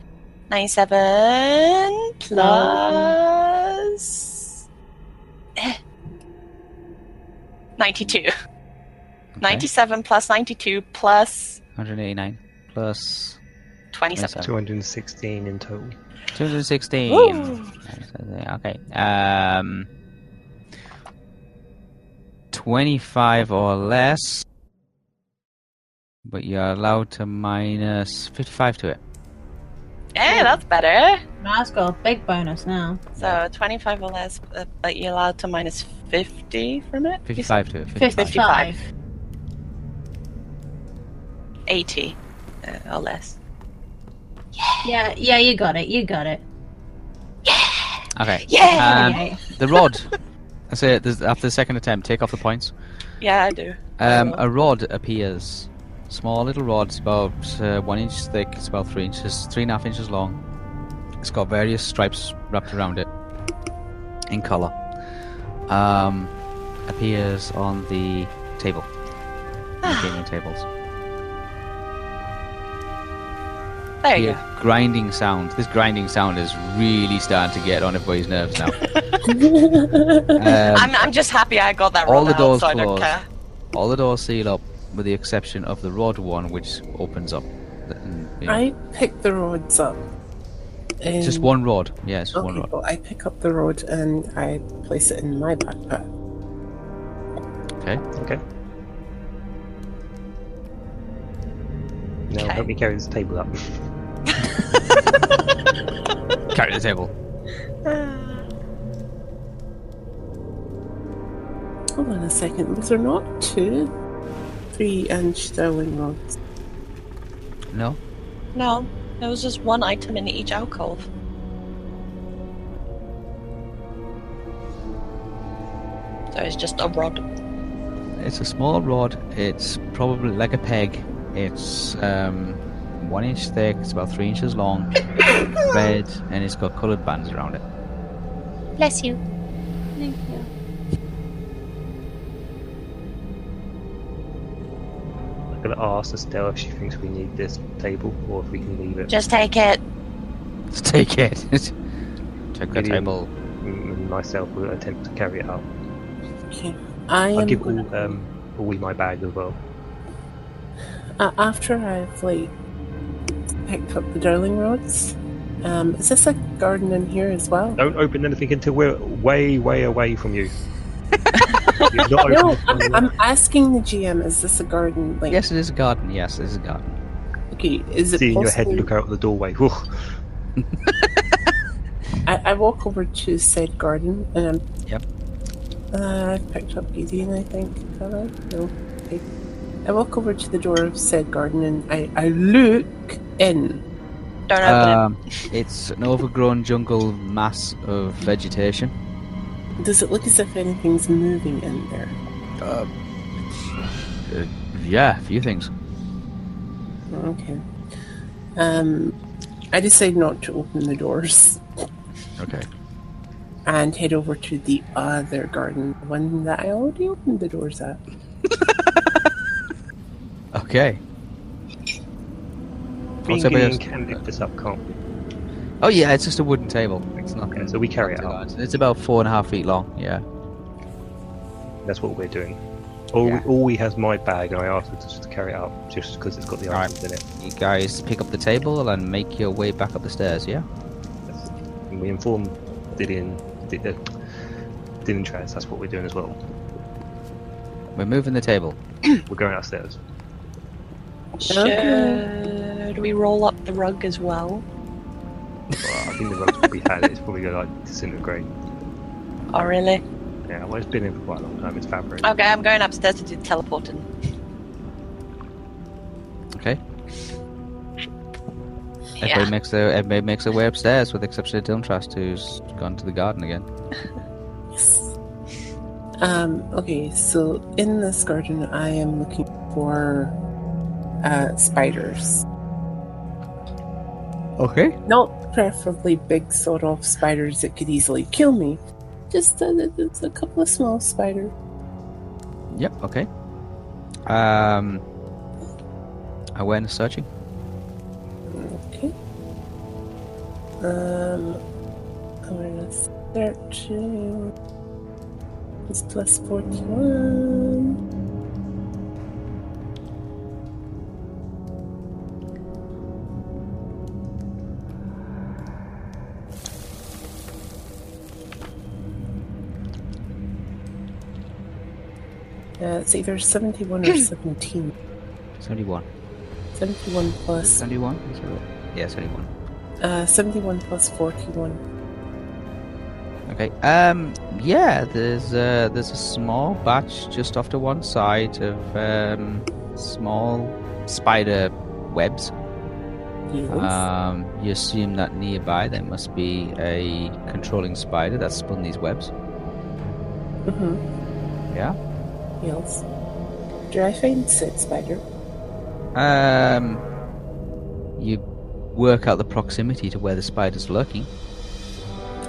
Speaker 3: 97 plus. Eh. 92.
Speaker 2: Okay.
Speaker 3: 97 plus 92 plus
Speaker 2: 189 plus
Speaker 3: 27.
Speaker 2: 27.
Speaker 1: 216 in total.
Speaker 2: 216.
Speaker 3: Woo!
Speaker 2: Okay. Um, 25 or less. But you're allowed to minus 55 to it.
Speaker 3: Eh, that's better.
Speaker 5: That's got a big bonus now.
Speaker 3: So 25 or less, uh, but you're allowed to minus 50 from it? You said
Speaker 2: 55 to it. 55.
Speaker 5: 55.
Speaker 3: 80 uh, or less.
Speaker 5: Yeah, yeah, you got it, you got it.
Speaker 2: Okay.
Speaker 3: Yeah!
Speaker 2: Um,
Speaker 5: 78.
Speaker 2: the rod. That's it. There's, after the second attempt, take off the points.
Speaker 3: yeah, I do.
Speaker 2: Um,
Speaker 3: Oh.
Speaker 2: a rod appears. Small little rod. It's about uh, one inch thick. It's about three inches, three and a half inches long. It's got various stripes wrapped around it in color. Um, appears on the table. On the gaming tables.
Speaker 3: There you
Speaker 2: Hear grinding sound. This grinding sound is really starting to get on everybody's nerves now.
Speaker 3: go.
Speaker 2: Um,
Speaker 3: I'm, I'm just happy I got that
Speaker 2: all
Speaker 3: roll
Speaker 2: the
Speaker 3: out,
Speaker 2: doors
Speaker 3: so I don't
Speaker 2: closed.
Speaker 3: care.
Speaker 2: all the doors seal up, with the exception of the rod one, which opens up. And, you know,
Speaker 4: I pick the rods up. And,
Speaker 2: Just one rod. Yeah, it's just one
Speaker 4: Okay,
Speaker 2: rod.
Speaker 4: well, I pick up the rod and I place it in my backpack.
Speaker 2: Okay.
Speaker 1: Okay. Now
Speaker 3: Okay.
Speaker 1: help me carry this table up.
Speaker 2: Carry the table.
Speaker 4: Hold on a second. Was there not two, three inch Sterling rods?
Speaker 2: No.
Speaker 3: No, there was just one item in each alcove. So it's just a rod.
Speaker 2: It's a small rod. It's probably like a peg. It's um, one inch thick. It's about three inches long. red, and it's got coloured bands around it.
Speaker 6: Bless you.
Speaker 5: Thank you.
Speaker 1: I'm gonna ask Estelle if she thinks we need this table or if we can leave it.
Speaker 3: Just take it.
Speaker 2: Let's take it. Take the
Speaker 1: Gideon.
Speaker 2: table.
Speaker 1: Mm, Myself will attempt to carry it out.
Speaker 4: Okay. I
Speaker 1: I'll
Speaker 4: am
Speaker 1: give
Speaker 4: gonna-
Speaker 1: all um all in my bag as well.
Speaker 4: Uh, after I've like picked up the Darling rods, um, is this a garden in here as well?
Speaker 1: Don't open anything until we're way, way away from you. You've not opened
Speaker 4: No,
Speaker 1: it.
Speaker 4: I'm, I'm asking the GM. Is this a garden? Like,
Speaker 2: Yes, it is a garden. Yes, it is a garden.
Speaker 4: Okay, is it
Speaker 1: See in your head
Speaker 4: possible?
Speaker 1: look out the doorway. Whew.
Speaker 4: I, I walk over to said garden and I'm.
Speaker 2: Yep.
Speaker 4: Uh, I've picked up Gideon, I think. Have I? No. Okay. I walk over to the door of said garden and I, I look in.
Speaker 3: Don't open
Speaker 2: Um, it's an overgrown jungle mass of vegetation.
Speaker 4: Does it look as if anything's moving in there?
Speaker 2: Uh, uh, yeah, a few things.
Speaker 4: Oh, Okay. Um, I decide not to open the doors
Speaker 2: Okay.
Speaker 4: and head over to the other garden, the one that I already opened the doors at.
Speaker 2: Okay.
Speaker 1: Me
Speaker 2: What's
Speaker 1: and Gideon
Speaker 2: everybody else-
Speaker 1: can lift this up, can't we?
Speaker 2: Oh yeah, it's just a wooden table. It's nothing.
Speaker 1: Okay, so we carry it out.
Speaker 2: It's about four and a half feet long. Yeah.
Speaker 1: That's what we're doing. All,
Speaker 2: Yeah.
Speaker 1: all we has my bag, and I asked her to just carry it out just because it's got the
Speaker 2: Alright.
Speaker 1: items in it.
Speaker 2: You guys pick up the table and make your way back up the stairs, yeah?
Speaker 1: And we inform Dillian, Did- uh, Dillian Traz, that's what we're doing as well.
Speaker 2: We're moving the table.
Speaker 1: We're going upstairs.
Speaker 4: Uh,
Speaker 3: Should we roll up the rug as well?
Speaker 1: Well, I think the rug's probably had it. It's probably going to like disintegrate.
Speaker 3: Oh, really?
Speaker 1: Yeah, well, it's been in for quite a long time. It's fabric.
Speaker 3: Okay, I'm going upstairs to do teleporting.
Speaker 2: Okay.
Speaker 3: Yeah.
Speaker 2: Everybody makes their everybody makes their way upstairs with the exception of Dilmtrast who's gone to the garden again.
Speaker 4: Yes. Um, okay, so in this garden, I am looking for uh, spiders.
Speaker 2: Okay.
Speaker 4: Not preferably big, sawed off spiders that could easily kill me. Just a, it's a couple of small spiders.
Speaker 2: Yep, okay. Um awareness searching.
Speaker 4: Okay. Um, I'm gonna search. uh, It's plus 41. Uh, it's either 71 or 17.
Speaker 2: Seventy one.
Speaker 4: 71 plus
Speaker 2: Seventy one? Yeah, seventy one.
Speaker 4: uh, 71 plus 41.
Speaker 2: Okay. Um. Yeah. There's uh. There's a small batch just off to one side of um. Small spider webs.
Speaker 4: Yes.
Speaker 2: Um. You assume that nearby there must be a controlling spider that spun these webs.
Speaker 4: mm-hmm.
Speaker 2: Yeah.
Speaker 4: Yes. Did I find said spider?
Speaker 2: Um. You work out the proximity to where the spider's lurking.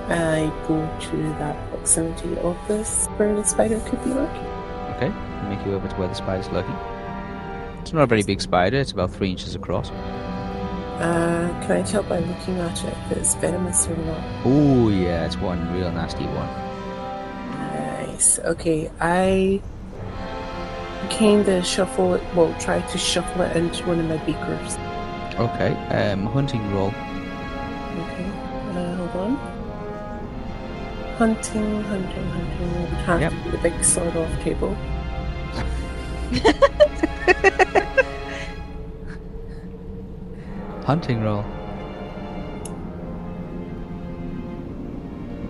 Speaker 4: I go to that proximity of this where the spider could be lurking.
Speaker 2: Okay. You make your way over to where the spider's lurking. It's not a very big spider. It's about three inches across.
Speaker 4: Uh, can I tell by looking at it if it's venomous or not?
Speaker 2: Oh yeah, it's one real nasty one.
Speaker 4: Nice. Okay, I kind of shuffle it. Well, try to shuffle it into one of my beakers.
Speaker 2: Okay. Um. Hunting roll.
Speaker 4: Okay. Uh, hold on. Hunting, hunting, hunting. It would have
Speaker 2: Yep.
Speaker 4: to be the big sword off table.
Speaker 2: Hunting roll.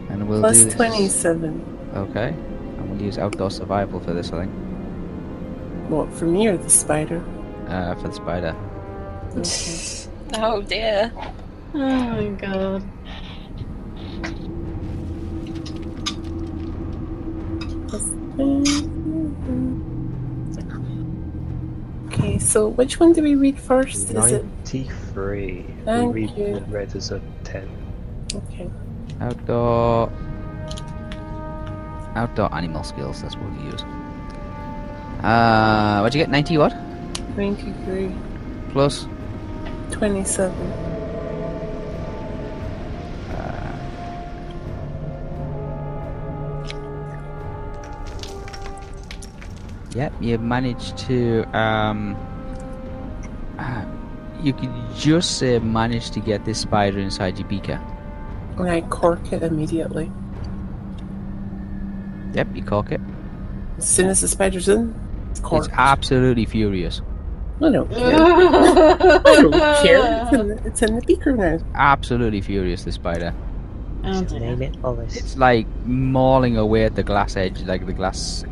Speaker 2: And we'll
Speaker 4: Plus
Speaker 2: do this.
Speaker 4: 27.
Speaker 2: Okay. And we'll use outdoor survival for this, I think.
Speaker 4: What, for me or the spider?
Speaker 2: Uh, for the spider.
Speaker 3: Oh dear.
Speaker 5: Oh my god.
Speaker 4: Okay, so which one do we read first? Is it
Speaker 1: 93.
Speaker 4: Thank
Speaker 1: we read
Speaker 4: you.
Speaker 1: red as a 10.
Speaker 4: okay?
Speaker 2: Outdoor. Outdoor animal skills, that's what we use. Uh, what'd you get? 90 what?
Speaker 4: 93,
Speaker 2: Plus?
Speaker 4: 27.
Speaker 2: Yep, you managed to. Um, uh, you could just uh, manage to get this spider inside your beaker.
Speaker 4: And I cork it immediately
Speaker 2: Yep, you cork it.
Speaker 4: as soon as the spider's in. It's corked.
Speaker 2: It's absolutely furious.
Speaker 4: I don't care. I don't care. It's in, the, it's in the beaker now.
Speaker 2: Absolutely furious, this spider.
Speaker 5: Oh dear.
Speaker 1: it Olive.
Speaker 2: It's like mauling away at the glass edge, like the glass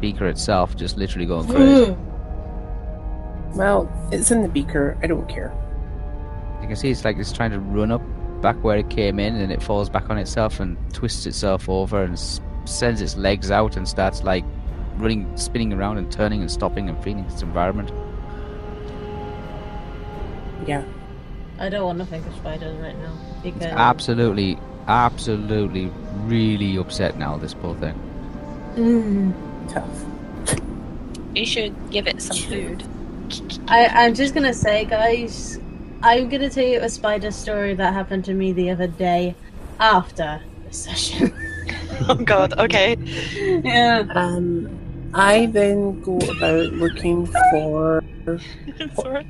Speaker 2: beaker itself, just literally going crazy.
Speaker 4: Well, it's in the beaker. I don't care.
Speaker 2: You can see it's like it's trying to run up back where it came in, and it falls back on itself and twists itself over and s- sends its legs out and starts like running, spinning around and turning and stopping and feeling its environment.
Speaker 4: Yeah.
Speaker 5: I don't want to think of spiders right now. Because
Speaker 2: Absolutely, absolutely, really upset now. This poor thing.
Speaker 5: Mm.
Speaker 4: Tough.
Speaker 3: You should give it some food.
Speaker 5: I, I'm just gonna say, guys, I'm gonna tell you a spider story that happened to me the other day after the session.
Speaker 3: Oh god, okay.
Speaker 5: yeah.
Speaker 4: Um, I then go about looking for.
Speaker 3: Sorry.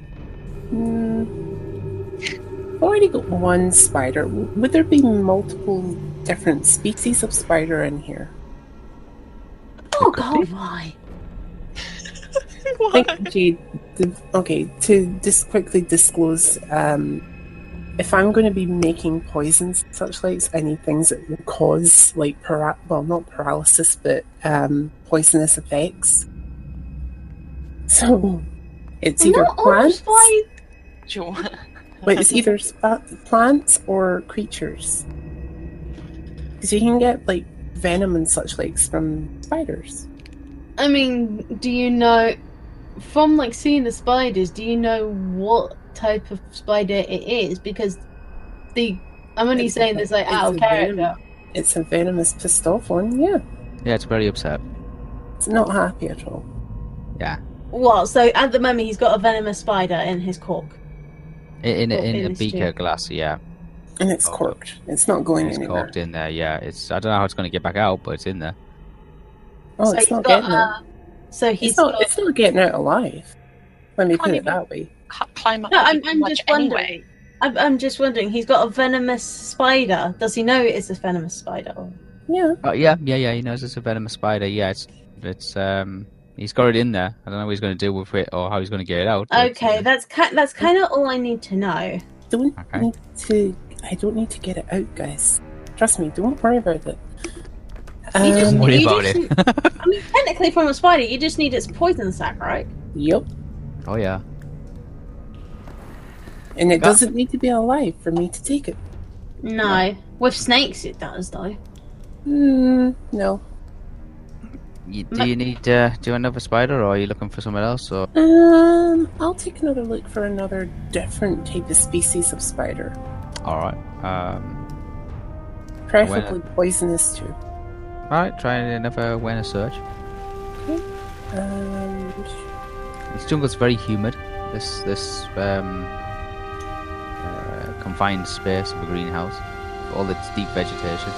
Speaker 4: Hmm, I've already got one spider. W- Would there be multiple different species of spider in here?
Speaker 5: Oh god, why?
Speaker 3: Why?
Speaker 4: Thank you, Jade. The- Okay, to just quickly disclose, um, if I'm going to be making poisons and such likes, I need things that will cause, like, para- well, not paralysis, but um, poisonous effects. So, it's either
Speaker 5: Not all
Speaker 4: plants,
Speaker 5: spies.
Speaker 3: Sure.
Speaker 4: but it's either sp- plants or creatures, because you can get like venom and such likes from spiders.
Speaker 5: I mean, do you know from like seeing the spiders? Do you know what type of spider it is? Because the I'm only
Speaker 4: It's a-
Speaker 5: saying this like out of
Speaker 4: it's a
Speaker 5: character.
Speaker 4: venom. It's a venomous, pissed off one. Yeah,
Speaker 2: Yeah, it's very upset.
Speaker 4: it's not happy at all.
Speaker 5: What? So at the moment he's got a venomous spider in his cork.
Speaker 2: In in,
Speaker 5: Well,
Speaker 2: in, a
Speaker 5: finished,
Speaker 2: beaker
Speaker 5: yeah.
Speaker 2: glass, yeah.
Speaker 4: And it's corked. It's not going
Speaker 2: Oh. It's
Speaker 4: anywhere.
Speaker 2: corked in there, yeah. It's I don't know how it's going to get back out, but it's in there.
Speaker 4: Oh,
Speaker 5: so
Speaker 4: it's
Speaker 5: he's
Speaker 4: not
Speaker 5: got,
Speaker 4: getting out.
Speaker 5: uh, So he's
Speaker 4: It's not.
Speaker 5: got-
Speaker 4: It's not getting out alive. Let me
Speaker 3: Can't
Speaker 4: put it
Speaker 3: even-
Speaker 4: that way.
Speaker 3: Can't climb up
Speaker 5: No,
Speaker 3: no,
Speaker 5: I'm, I'm
Speaker 3: much
Speaker 5: just wondering.
Speaker 3: anyway.
Speaker 5: I'm, I'm just wondering. He's got a venomous spider. Does he know it's a venomous spider?
Speaker 4: Yeah.
Speaker 2: Oh yeah, yeah, yeah. He knows it's a venomous spider. Yeah, it's it's um. He's got it in there. I don't know what he's going to do with it or how he's going to get it out. but it's in
Speaker 5: Okay,
Speaker 2: there.
Speaker 5: that's ki- that's kind of all I need to know.
Speaker 4: Don't
Speaker 2: Okay.
Speaker 4: need to. I don't need to get it out, guys. Trust me. Don't worry about it.
Speaker 5: You just-
Speaker 2: Don't
Speaker 4: Um,
Speaker 2: worry
Speaker 5: you
Speaker 2: about
Speaker 5: just-
Speaker 2: it.
Speaker 5: I mean, technically, from a spider, you just need its poison sac, right?
Speaker 4: yep.
Speaker 2: oh yeah.
Speaker 4: And it
Speaker 2: Yeah.
Speaker 4: doesn't need to be alive for me to take it.
Speaker 5: No. With snakes, it does though.
Speaker 4: Mm, no.
Speaker 2: You, do
Speaker 5: Ma-
Speaker 2: you need uh, do another spider, or are you looking for someone else? Or
Speaker 4: Um, I'll take another look for another different type of species of spider,
Speaker 2: all right, um,
Speaker 4: preferably poisonous too.
Speaker 2: all right. Try another awareness search.
Speaker 4: Um,
Speaker 2: This jungle's very humid. This this um, uh, confined space of a greenhouse, all its deep vegetation.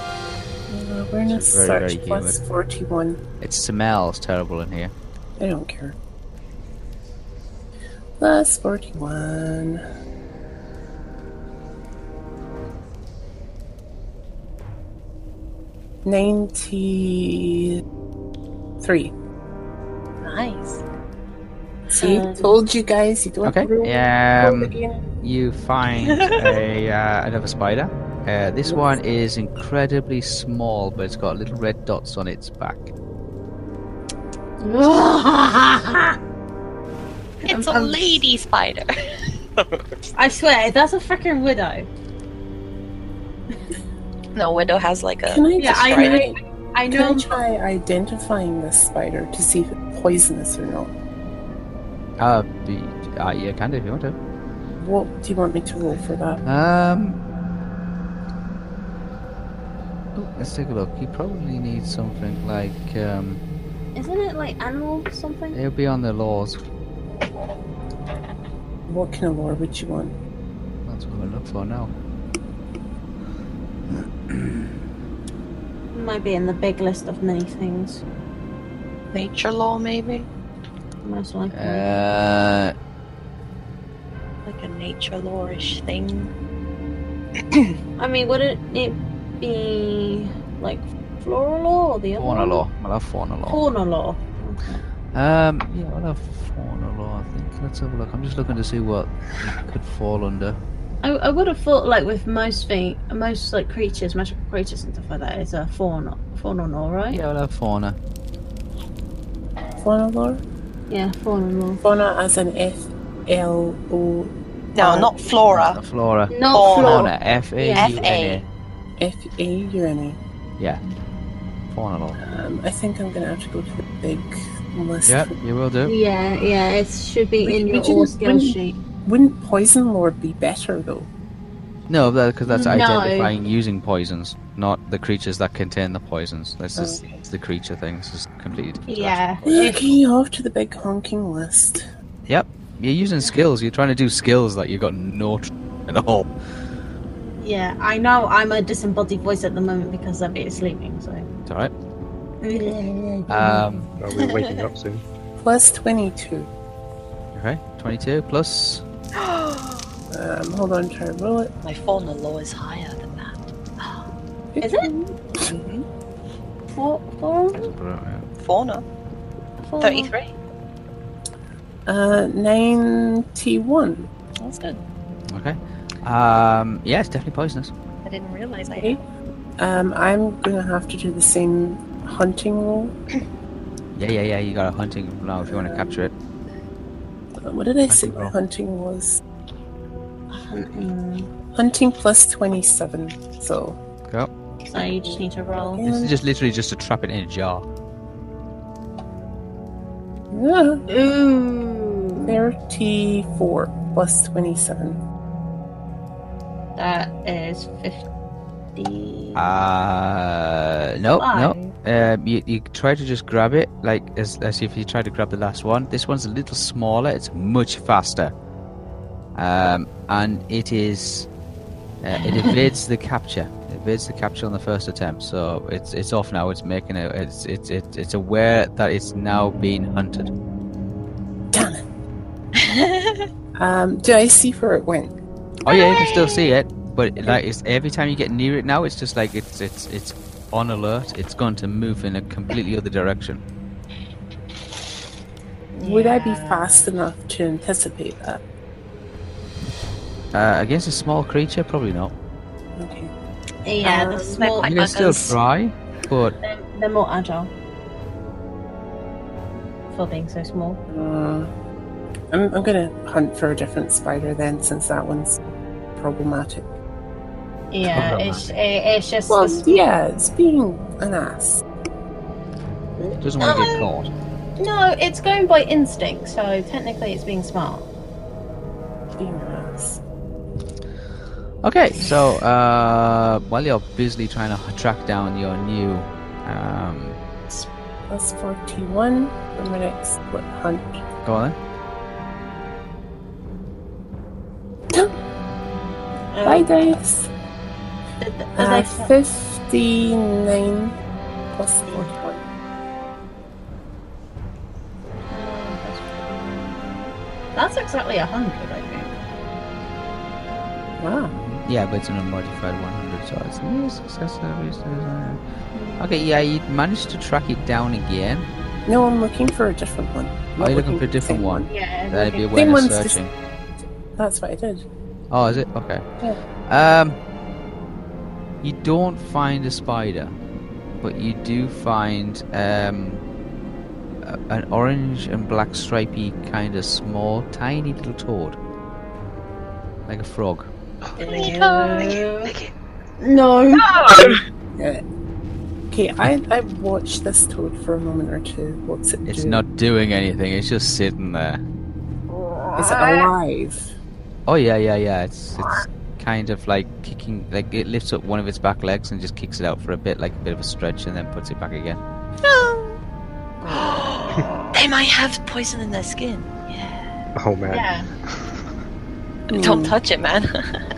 Speaker 4: uh, awareness
Speaker 2: Very, very
Speaker 4: search plus
Speaker 2: humid.
Speaker 4: forty-one.
Speaker 2: It smells terrible in here.
Speaker 4: I don't care. Plus 41. Ninety-three.
Speaker 3: Nice.
Speaker 4: See,
Speaker 5: Um,
Speaker 4: told you guys you don't
Speaker 2: Okay.
Speaker 4: roll- roll
Speaker 2: Um,
Speaker 4: again.
Speaker 2: you find a uh, another spider. Uh, this one is incredibly small, but it's got little red dots on its back.
Speaker 5: I
Speaker 3: It's
Speaker 5: I'm-
Speaker 3: a
Speaker 5: I'm-
Speaker 3: lady spider.
Speaker 5: swear, that's a freaking widow.
Speaker 3: No, Widow has like a.
Speaker 4: Can I
Speaker 5: Yeah,
Speaker 4: just
Speaker 5: I
Speaker 4: try,
Speaker 5: know. I
Speaker 4: can I
Speaker 5: know.
Speaker 4: try identifying this spider to see if it's poisonous or not?
Speaker 2: Uh, be, uh yeah, can do if you want to.
Speaker 4: What do you want me to roll for that?
Speaker 2: Um. oh, Let's take a look. You probably need something like um,
Speaker 5: Isn't it like animal something?
Speaker 2: it'll be on the laws.
Speaker 4: What kind of lore would you want?
Speaker 2: That's what we look for now.
Speaker 5: might be in the big list of many things.
Speaker 3: Nature law, maybe?
Speaker 5: Most likely.
Speaker 2: Uh,
Speaker 3: Like a nature law-ish thing.
Speaker 5: I mean, wouldn't it be like floral law or the other?
Speaker 2: fauna
Speaker 5: one?
Speaker 2: law. We'll have fauna law.
Speaker 5: Fauna law.
Speaker 2: Um, yeah, we'll have fauna law. I think. Let's have a look. I'm just looking to see what it could fall under.
Speaker 5: I, I would have thought like with most thing, most like creatures, magical creatures and stuff like that is a fauna, fauna law, right?
Speaker 2: Yeah, we'll have fauna.
Speaker 4: Fauna lore?
Speaker 5: yeah fauna law.
Speaker 4: Fauna as an F L O
Speaker 3: No,
Speaker 4: Oh.
Speaker 3: not Flora.
Speaker 2: Not flora.
Speaker 5: Not
Speaker 3: Fauna.
Speaker 5: flora.
Speaker 2: Fauna. F A
Speaker 5: Yeah.
Speaker 2: U N
Speaker 4: F A U N
Speaker 2: A. Fauna law.
Speaker 4: A. Um, I think I'm gonna have to go to the big list.
Speaker 2: Yep, you will do.
Speaker 5: Yeah, yeah, it should be
Speaker 4: Would-
Speaker 5: in your
Speaker 4: would you-
Speaker 5: all skill
Speaker 4: wouldn't-
Speaker 5: sheet.
Speaker 4: Wouldn't poison lore be better though?
Speaker 2: No, because that's
Speaker 5: No.
Speaker 2: identifying using poisons, not the creatures that contain the poisons. That's just
Speaker 4: Okay.
Speaker 2: it's the creature thing. It's just completely. different to that.
Speaker 5: Yeah,
Speaker 4: Take me off to the big honking list.
Speaker 2: You're using skills. You're trying to do skills that you've got no tr- at all.
Speaker 5: yeah. I know I'm a disembodied voice at the moment because I've been sleeping. So
Speaker 2: It's all right. Um,
Speaker 1: Well, we're waking up soon.
Speaker 4: Plus 22.
Speaker 2: okay, 22 plus.
Speaker 4: Um, hold on, try to roll it.
Speaker 3: My fauna law is higher than that.
Speaker 5: Is it? Four, four,
Speaker 3: Fauna?
Speaker 5: four.
Speaker 3: 33.
Speaker 4: Uh, 91.
Speaker 3: That's good.
Speaker 2: Okay. Um, yeah, it's definitely poisonous.
Speaker 3: I didn't realize I
Speaker 4: Okay. Um, I'm going to have to do the same hunting roll.
Speaker 2: Yeah, yeah, yeah. You got a hunting now if you want to capture it.
Speaker 4: Uh, What did I say
Speaker 2: Hunting
Speaker 4: my
Speaker 2: roll.
Speaker 4: hunting was? Um, Hunting plus 27. So,
Speaker 2: Go.
Speaker 5: So you just need to roll.
Speaker 2: This is just literally just to trap it in a jar.
Speaker 4: yeah,
Speaker 5: Ooh,
Speaker 4: 34 plus 27.
Speaker 5: that is fifty.
Speaker 2: Uh, no,
Speaker 5: Why?
Speaker 2: no. Um, you, you try to just grab it, like as, as if you try to grab the last one. This one's a little smaller. It's much faster, um, and it is uh, it evades the capture. It evades the capture on the first attempt. So it's it's off now. It's making a it's it's it's, it's aware that it's now being hunted.
Speaker 4: Damn it. um, did I see where it went?
Speaker 2: Oh yeah, you can still see it, but like it's every time you get near it now, it's just like it's it's it's on alert. It's going to move in a completely other direction.
Speaker 4: Would I be fast enough to anticipate that?
Speaker 2: Uh, against a small creature, probably not.
Speaker 4: Okay.
Speaker 5: Yeah,
Speaker 3: Um,
Speaker 5: the small.
Speaker 3: Like
Speaker 2: you can still
Speaker 3: buggers.
Speaker 2: try, but
Speaker 5: They're, they're more agile for being so small.
Speaker 4: Uh, I'm, I'm going to hunt for a different spider then, since that one's problematic.
Speaker 5: Yeah, it's it, it's just
Speaker 4: Well,
Speaker 5: this-
Speaker 4: yeah, it's being an ass.
Speaker 2: it doesn't want to get caught.
Speaker 5: no, it's going by instinct. So technically, it's being smart.
Speaker 4: Being an ass.
Speaker 2: Okay, so uh, while you're busily trying to track down your new, um,
Speaker 4: Plus 41 for my next split hunt.
Speaker 2: go on. Then.
Speaker 5: Um,
Speaker 4: Bye, dice.
Speaker 5: th- th- are
Speaker 4: Uh,
Speaker 5: they fl-
Speaker 4: 59 plus 41.
Speaker 5: That's exactly a hundred, I think.
Speaker 4: Wow.
Speaker 2: Mm-hmm. Yeah, but it's an unmodified 100, so it's near success. every season. Okay, yeah, you managed to track it down again.
Speaker 4: No, I'm looking for a different one. I'm
Speaker 2: Are
Speaker 4: not
Speaker 2: you looking for a
Speaker 4: the
Speaker 2: different
Speaker 4: same
Speaker 2: one?
Speaker 5: Yeah.
Speaker 2: That'd be
Speaker 5: okay.
Speaker 2: awareness
Speaker 4: one's just-
Speaker 2: searching.
Speaker 4: That's what I did.
Speaker 2: Oh, is it? Okay. Um, you don't find a spider, but you do find um, a, an orange and black stripy kind of small, tiny little toad, like a frog.
Speaker 5: No.
Speaker 4: Yeah. Okay, I, I watched this toad for a moment or two. What's it
Speaker 2: It's
Speaker 4: doing?
Speaker 2: not doing anything. It's just sitting there.
Speaker 4: Is it alive?
Speaker 2: Oh yeah, yeah, yeah. It's it's kind of like kicking. Like it lifts up one of its back legs and just kicks it out for a bit, like a bit of a stretch, and then puts it back again.
Speaker 3: They might have poison in their skin.
Speaker 1: Oh man.
Speaker 5: Yeah.
Speaker 3: Don't touch it, man.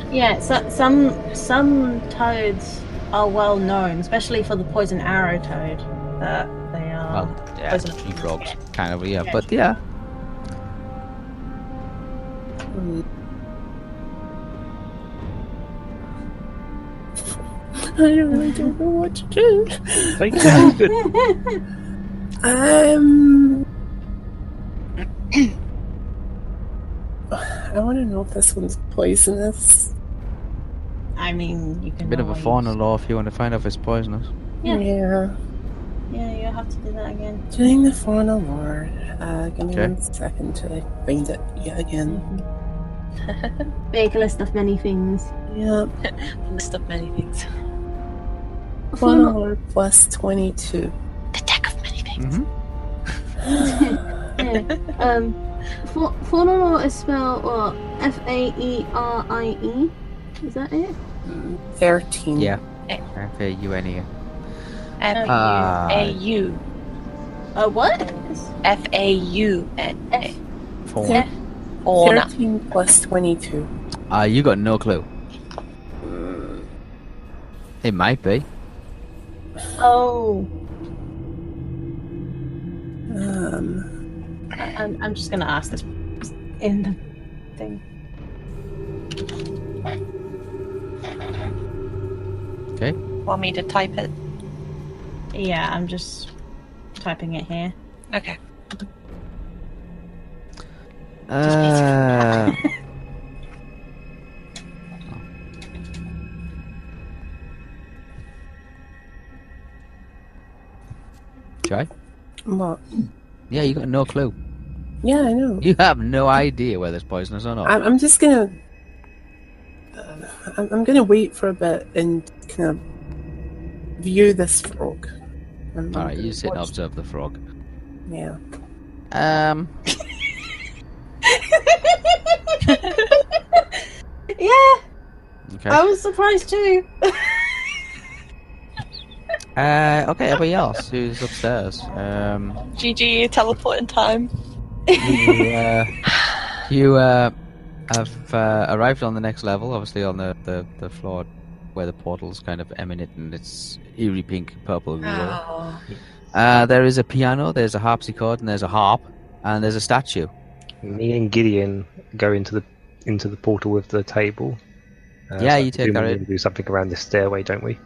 Speaker 5: Yeah. So, some some toads are well known, especially for the poison arrow toad. That they are.
Speaker 2: Well, Oh, yeah,
Speaker 5: Poison.
Speaker 2: tree frogs, kind of. Yeah,
Speaker 5: Yeah,
Speaker 2: but yeah.
Speaker 4: Hmm. I really don't know what to do.
Speaker 1: Thank you.
Speaker 4: Um, I want to know if this one's poisonous.
Speaker 5: I mean, you can.
Speaker 2: Bit of a
Speaker 5: always-
Speaker 2: fauna law if you want to find out if it's poisonous.
Speaker 5: Yeah.
Speaker 4: yeah.
Speaker 5: Yeah, you'll have to do that again.
Speaker 4: Doing the fauna lore. Uh, give me
Speaker 2: Okay.
Speaker 4: one second till I find it yet again.
Speaker 5: Big list of many things.
Speaker 4: Yeah,
Speaker 3: List of many things.
Speaker 4: fauna lore plus 22.
Speaker 3: The deck of many things.
Speaker 7: Yeah. um, fa- fauna law is spelled what? F A E R I E. Is that it?
Speaker 4: 13.
Speaker 2: Yeah. Okay, you any?
Speaker 3: F
Speaker 2: Ah.
Speaker 3: A U.
Speaker 7: Uh, what?
Speaker 3: F A U N A.
Speaker 2: Fauna.
Speaker 3: Fauna.
Speaker 4: 13 plus 22.
Speaker 2: Uh, you got no clue. It might be.
Speaker 5: Oh.
Speaker 4: Um,
Speaker 5: I- I'm, I'm just gonna ask this in the thing.
Speaker 3: Want me to type it?
Speaker 5: Yeah, I'm just typing it here.
Speaker 3: Okay.
Speaker 2: Uh, Jai?
Speaker 4: what?
Speaker 2: Yeah, you got no clue.
Speaker 4: Yeah, I know.
Speaker 2: You have no idea whether it's poisonous or not.
Speaker 4: I'm, I'm just gonna. Uh, I'm, I'm gonna wait for a bit and kind of view this frog. I'm-
Speaker 2: All right, you sit and
Speaker 4: watch-
Speaker 2: observe the frog.
Speaker 4: Yeah.
Speaker 2: Um,
Speaker 5: Yeah,
Speaker 2: okay.
Speaker 5: I was surprised too.
Speaker 2: Uh, okay, everybody else who's upstairs, um,
Speaker 3: GG, you teleport in time.
Speaker 2: you, uh, you uh, have uh, arrived on the next level, obviously on the, the, the floor where the portal's kind of eminent and it's eerie pink purple. glow.
Speaker 3: Ah.
Speaker 5: Ah.
Speaker 2: Uh, there is a piano, there's a harpsichord, and there's a harp, and there's a statue.
Speaker 1: Me and Gideon go into the into the portal with the table. Uh,
Speaker 2: Yeah,
Speaker 1: I
Speaker 2: you
Speaker 1: presume
Speaker 2: take that
Speaker 1: we
Speaker 2: in.
Speaker 1: need to Do something around the stairway, don't we?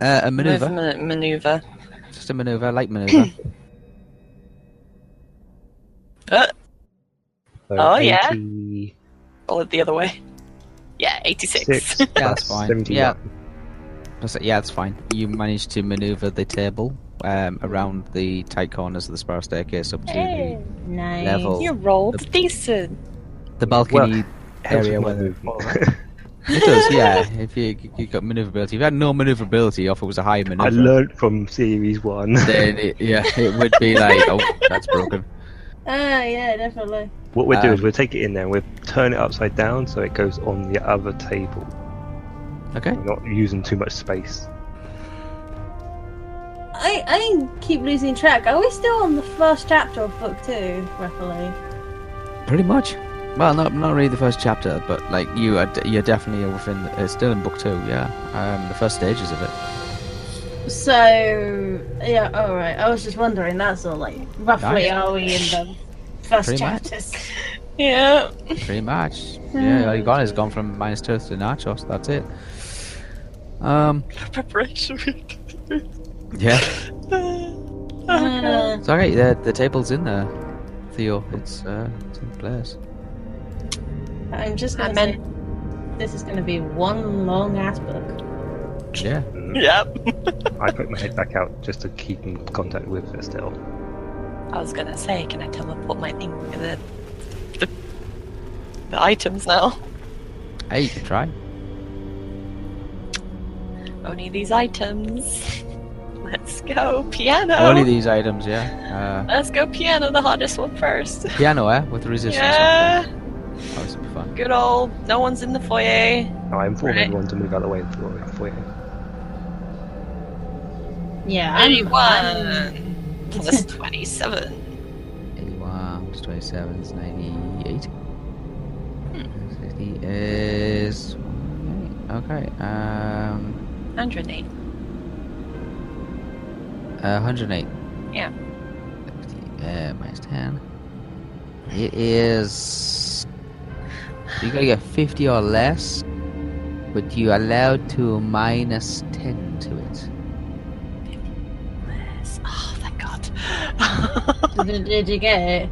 Speaker 2: Uh, a maneuver,
Speaker 3: Movement, maneuver.
Speaker 2: just a maneuver, a light
Speaker 3: Hmm.
Speaker 2: maneuver.
Speaker 3: Uh,
Speaker 1: So
Speaker 3: Oh, yeah.
Speaker 1: 86
Speaker 3: Call it the other way. Yeah, 86.
Speaker 2: that's
Speaker 1: plus
Speaker 2: fine.
Speaker 1: 71.
Speaker 2: Yeah. That's it, Yeah, that's fine. You managed to maneuver the table um, around the tight corners of the spiral staircase up to the
Speaker 5: Nice.
Speaker 2: level.
Speaker 3: You rolled decent.
Speaker 2: the balcony area where the it does, yeah. If you you got maneuverability, if you had no maneuverability, or if it was a high maneuver,
Speaker 1: I learned from series one.
Speaker 2: then it, yeah, it would be like, oh, that's broken.
Speaker 5: Oh yeah, definitely.
Speaker 1: What we'll do is
Speaker 2: Um,
Speaker 1: we'll take it in there and we'll
Speaker 3: Uh.
Speaker 1: turn it upside down so it goes on the other table.
Speaker 2: Okay.
Speaker 1: We're not using too much space.
Speaker 5: I I keep losing track. Are we still on the first chapter of book two, roughly?
Speaker 2: Pretty much. Well, not not really the first chapter, but like you are d- you're definitely within. It's still in book two, yeah. Um, the first stages of it.
Speaker 5: So yeah, all right. I was just wondering. That's all. Like roughly,
Speaker 2: Nice.
Speaker 5: are we in the first
Speaker 2: Pretty much.
Speaker 5: chapters?
Speaker 3: Yeah.
Speaker 2: Pretty much. Yeah, all you got is gone from minus two to nachos. That's it. Um.
Speaker 3: Preparation week.
Speaker 2: Yeah.
Speaker 5: Uh,
Speaker 3: Mm.
Speaker 2: It's alright. The the table's in there, Theo. It's uh, it's in place.
Speaker 5: I'm just
Speaker 3: I
Speaker 5: gonna
Speaker 3: meant-
Speaker 5: say this is gonna be one long ass book.
Speaker 2: Yeah.
Speaker 3: Yep.
Speaker 1: I put my head back out just to keep in contact with Estelle.
Speaker 3: I was gonna say, can I teleport my thing, the, the, the items now?
Speaker 2: Hey, you can try.
Speaker 3: Only these items. Let's go, piano!
Speaker 2: Only these items. Yeah.
Speaker 3: Let's go, piano, the hardest one first.
Speaker 2: Uh, piano, eh? With resistance.
Speaker 3: Yeah,
Speaker 2: Oh, this will be fun.
Speaker 3: good old, no one's in the foyer.
Speaker 1: Now, I inform
Speaker 3: Right.
Speaker 1: everyone to move out of the way of the foyer.
Speaker 5: Yeah, I'm, I'm-
Speaker 3: 81 plus 27.
Speaker 2: 81 plus 27 is 98. 60 is. Okay. Um.
Speaker 3: 108.
Speaker 2: Uh, 108.
Speaker 3: Yeah.
Speaker 2: 50, uh, minus 10. It is. You gotta get 50 or less, but you allowed to minus 10 to it.
Speaker 3: Yes. Oh, thank God.
Speaker 5: did, did you get it?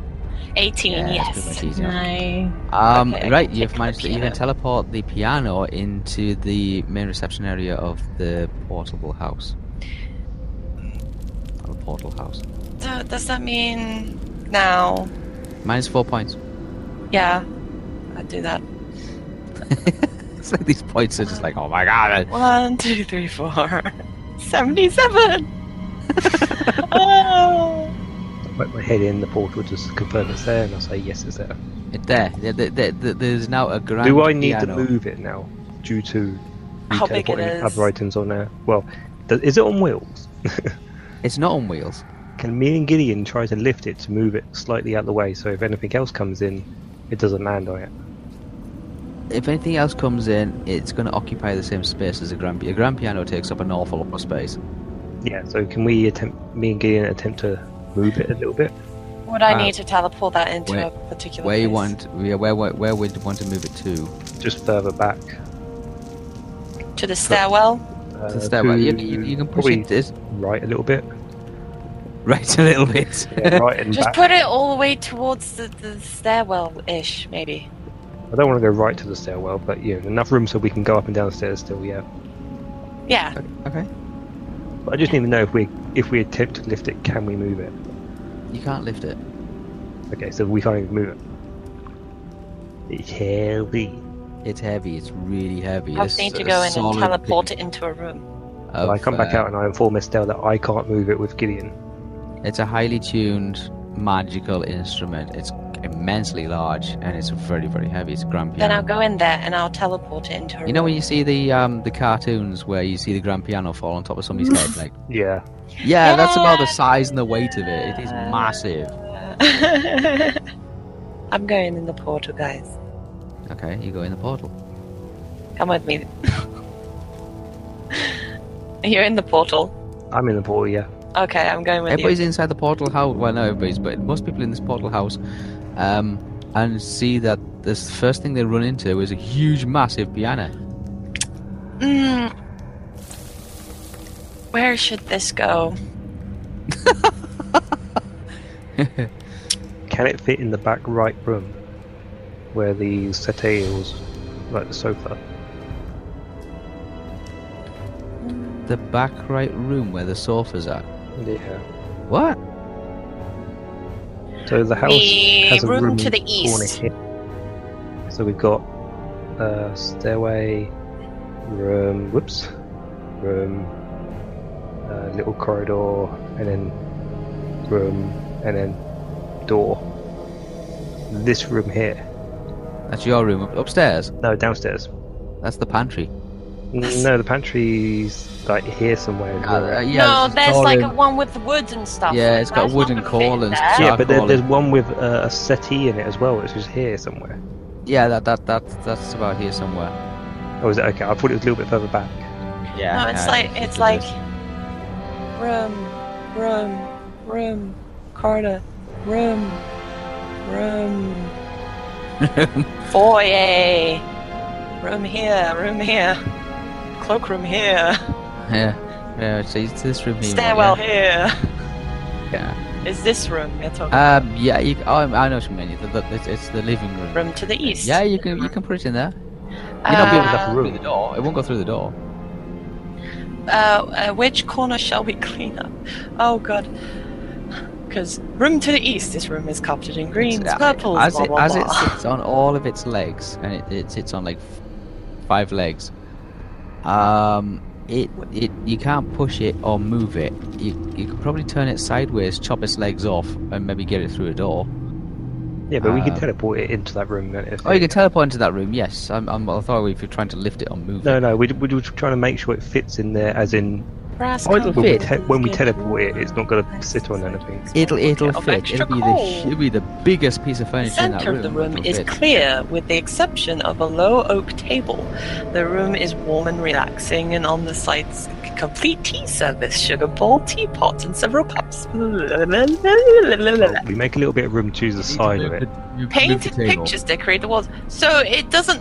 Speaker 3: 18,
Speaker 2: that's pretty
Speaker 3: yes.
Speaker 2: much easy.
Speaker 5: No.
Speaker 2: Um,
Speaker 3: Okay, I
Speaker 2: right,
Speaker 3: can
Speaker 2: you've
Speaker 3: take the
Speaker 2: managed to you
Speaker 3: piano.
Speaker 2: can teleport the piano into the main reception area of the portable house. Or the portal house.
Speaker 3: So, does that mean now?
Speaker 2: Minus four points.
Speaker 3: Yeah, I do that.
Speaker 2: It's like these points are just like, oh my god.
Speaker 3: One, two, three, four. 77! oh!
Speaker 1: I put my head in the portal just to confirm it's there and I say, yes, it's there.
Speaker 2: It, there, there, there, there- there- there's now a grand
Speaker 1: Do I need
Speaker 2: piano.
Speaker 1: to move it now due to me
Speaker 3: How big it
Speaker 1: teleporting
Speaker 3: is.
Speaker 1: other items on there? Well, th- is it on wheels?
Speaker 2: It's not on wheels.
Speaker 1: Can me and Gideon try to lift it to move it slightly out of the way so if anything else comes in, it doesn't land on it?
Speaker 2: If anything else comes in, it's going to occupy the same space as a grand piano. A grand piano takes up an awful lot of space.
Speaker 1: Yeah, so can we attempt, me and Gideon attempt to move it a little bit?
Speaker 3: Would I
Speaker 2: Uh,
Speaker 3: need to teleport that into
Speaker 2: where-
Speaker 3: a particular
Speaker 2: Where you
Speaker 3: place?
Speaker 2: want? Yeah, where, where where would you want to move it to?
Speaker 1: Just further back.
Speaker 3: To the stairwell?
Speaker 1: Uh,
Speaker 2: To the stairwell. You,
Speaker 1: to
Speaker 2: you, you can push
Speaker 1: probably
Speaker 2: it this-
Speaker 1: right a little bit.
Speaker 2: right a little bit.
Speaker 1: Yeah, right and
Speaker 3: Just
Speaker 1: back.
Speaker 3: put it all the way towards the, the stairwell ish, maybe.
Speaker 1: I don't want to go right to the stairwell, but you know, enough room so we can go up and down the stairs still. Yeah.
Speaker 3: Yeah.
Speaker 2: okay.
Speaker 1: But I just need to know if we if we attempt to lift it, can we move it?
Speaker 2: You can't lift it.
Speaker 1: Okay, so we can't even move it. It's heavy.
Speaker 2: It's heavy. It's really heavy.
Speaker 3: I
Speaker 2: It's
Speaker 3: need to
Speaker 2: a
Speaker 3: go in and
Speaker 2: solid
Speaker 3: teleport
Speaker 2: piece
Speaker 3: it into a room.
Speaker 1: So
Speaker 2: of,
Speaker 1: I come back
Speaker 2: uh,
Speaker 1: out and I inform Estelle that I can't move it with Gideon.
Speaker 2: It's a highly tuned magical instrument. It's immensely large and it's very very heavy. It's a grand piano.
Speaker 3: Then I'll go in there and I'll teleport it into a room.
Speaker 2: You know when you see the um the cartoons where you see the grand piano fall on top of somebody's head, like
Speaker 1: Yeah.
Speaker 2: yeah, that's about the size and the weight of it. It is massive.
Speaker 3: I'm going in the portal, guys.
Speaker 2: Okay, you go in the portal.
Speaker 3: Come with me. You're in the portal.
Speaker 1: I'm in the portal, yeah.
Speaker 3: Okay, I'm going with
Speaker 2: Everybody's
Speaker 3: you.
Speaker 2: inside the portal house. Well, not everybody's, but most people in this portal house, um, and see that this first thing they run into is a huge, massive piano.
Speaker 3: Mm. Where should this go?
Speaker 1: Can it fit in the back right room? Where the settee was like the sofa.
Speaker 2: The back right room where the sofas are.
Speaker 1: Yeah.
Speaker 2: What?
Speaker 1: So the house
Speaker 3: The
Speaker 1: has a
Speaker 3: room
Speaker 1: room
Speaker 3: to the
Speaker 1: corner
Speaker 3: east.
Speaker 1: here. So we've got uh, stairway, room, whoops, room, uh, little corridor, and then room, and then door. This room here.
Speaker 2: That's your room up- upstairs.
Speaker 1: No, downstairs.
Speaker 2: That's the pantry.
Speaker 1: No, the pantry's like here somewhere. as
Speaker 3: Oh,
Speaker 1: well.
Speaker 2: Uh, yeah,
Speaker 3: no,
Speaker 2: this is
Speaker 3: there's
Speaker 2: all
Speaker 3: like
Speaker 2: in-
Speaker 3: a one with the wood and stuff.
Speaker 2: Yeah, it's got
Speaker 3: That's
Speaker 2: wooden
Speaker 3: not gonna fit in
Speaker 2: columns.
Speaker 3: there.
Speaker 1: yeah, but there,
Speaker 2: gargoyle.
Speaker 1: there's one with uh, a settee in it as well, which is here somewhere.
Speaker 2: yeah, that that that that's about here somewhere.
Speaker 1: Oh, is it okay? I thought it was a little bit further back.
Speaker 2: Yeah.
Speaker 3: No, it's like it's like room, room, room, corridor, room, room, foyer, room here, room here, cloakroom here,
Speaker 2: yeah. Yeah, so it's this room here.
Speaker 3: stairwell
Speaker 2: Yeah.
Speaker 3: here.
Speaker 2: yeah.
Speaker 3: Is this room? You're talking
Speaker 2: Um. Yeah. You, oh, I know what you mean. It's the, it's, it's the living room.
Speaker 3: room to the east.
Speaker 2: Yeah, you can you can put it in there.
Speaker 3: Uh,
Speaker 2: You don't be able to
Speaker 1: Uh,
Speaker 2: go through the door. It won't go through the door.
Speaker 3: uh, uh, which corner shall we clean up? Oh god. Because room to the east, this room is carpeted in greens,
Speaker 2: It's- uh,
Speaker 3: purples,
Speaker 2: as
Speaker 3: blah,
Speaker 2: it,
Speaker 3: blah,
Speaker 2: as
Speaker 3: blah.
Speaker 2: it sits on all of its legs, and it, it sits on like f- five legs. Um, it it you can't push it or move it. You you could probably turn it sideways, chop its legs off, and maybe get it through a door.
Speaker 1: Yeah, but we can
Speaker 2: Uh,
Speaker 1: teleport it into that room. If
Speaker 2: Oh, you can teleport into that room. Yes, I'm. I'm I thought if you're trying to lift it or move
Speaker 1: No,
Speaker 2: it.
Speaker 1: no, we, we're just trying to make sure it fits in there, as in
Speaker 3: Brass
Speaker 2: Oh, it'll
Speaker 1: when we,
Speaker 2: fit.
Speaker 1: te- when we teleport it, it's not going to sit on anything.
Speaker 2: It'll it'll
Speaker 3: Of
Speaker 2: fit.
Speaker 3: extra
Speaker 2: It'll be the
Speaker 3: coal.
Speaker 2: hu- it'll be the biggest piece of
Speaker 3: The
Speaker 2: furniture in that
Speaker 3: center
Speaker 2: room.
Speaker 3: of the room
Speaker 2: It'll
Speaker 3: is
Speaker 2: fit.
Speaker 3: clear, with the exception of a low oak table. The room is warm and relaxing, and on the sides, c- complete tea service, sugar bowl, teapot, and several cups.
Speaker 1: Well, we make a little bit of room, choose the side of
Speaker 2: Move
Speaker 1: it.
Speaker 2: the- move- move the
Speaker 3: Painted
Speaker 2: table.
Speaker 3: pictures decorate the walls, so it doesn't.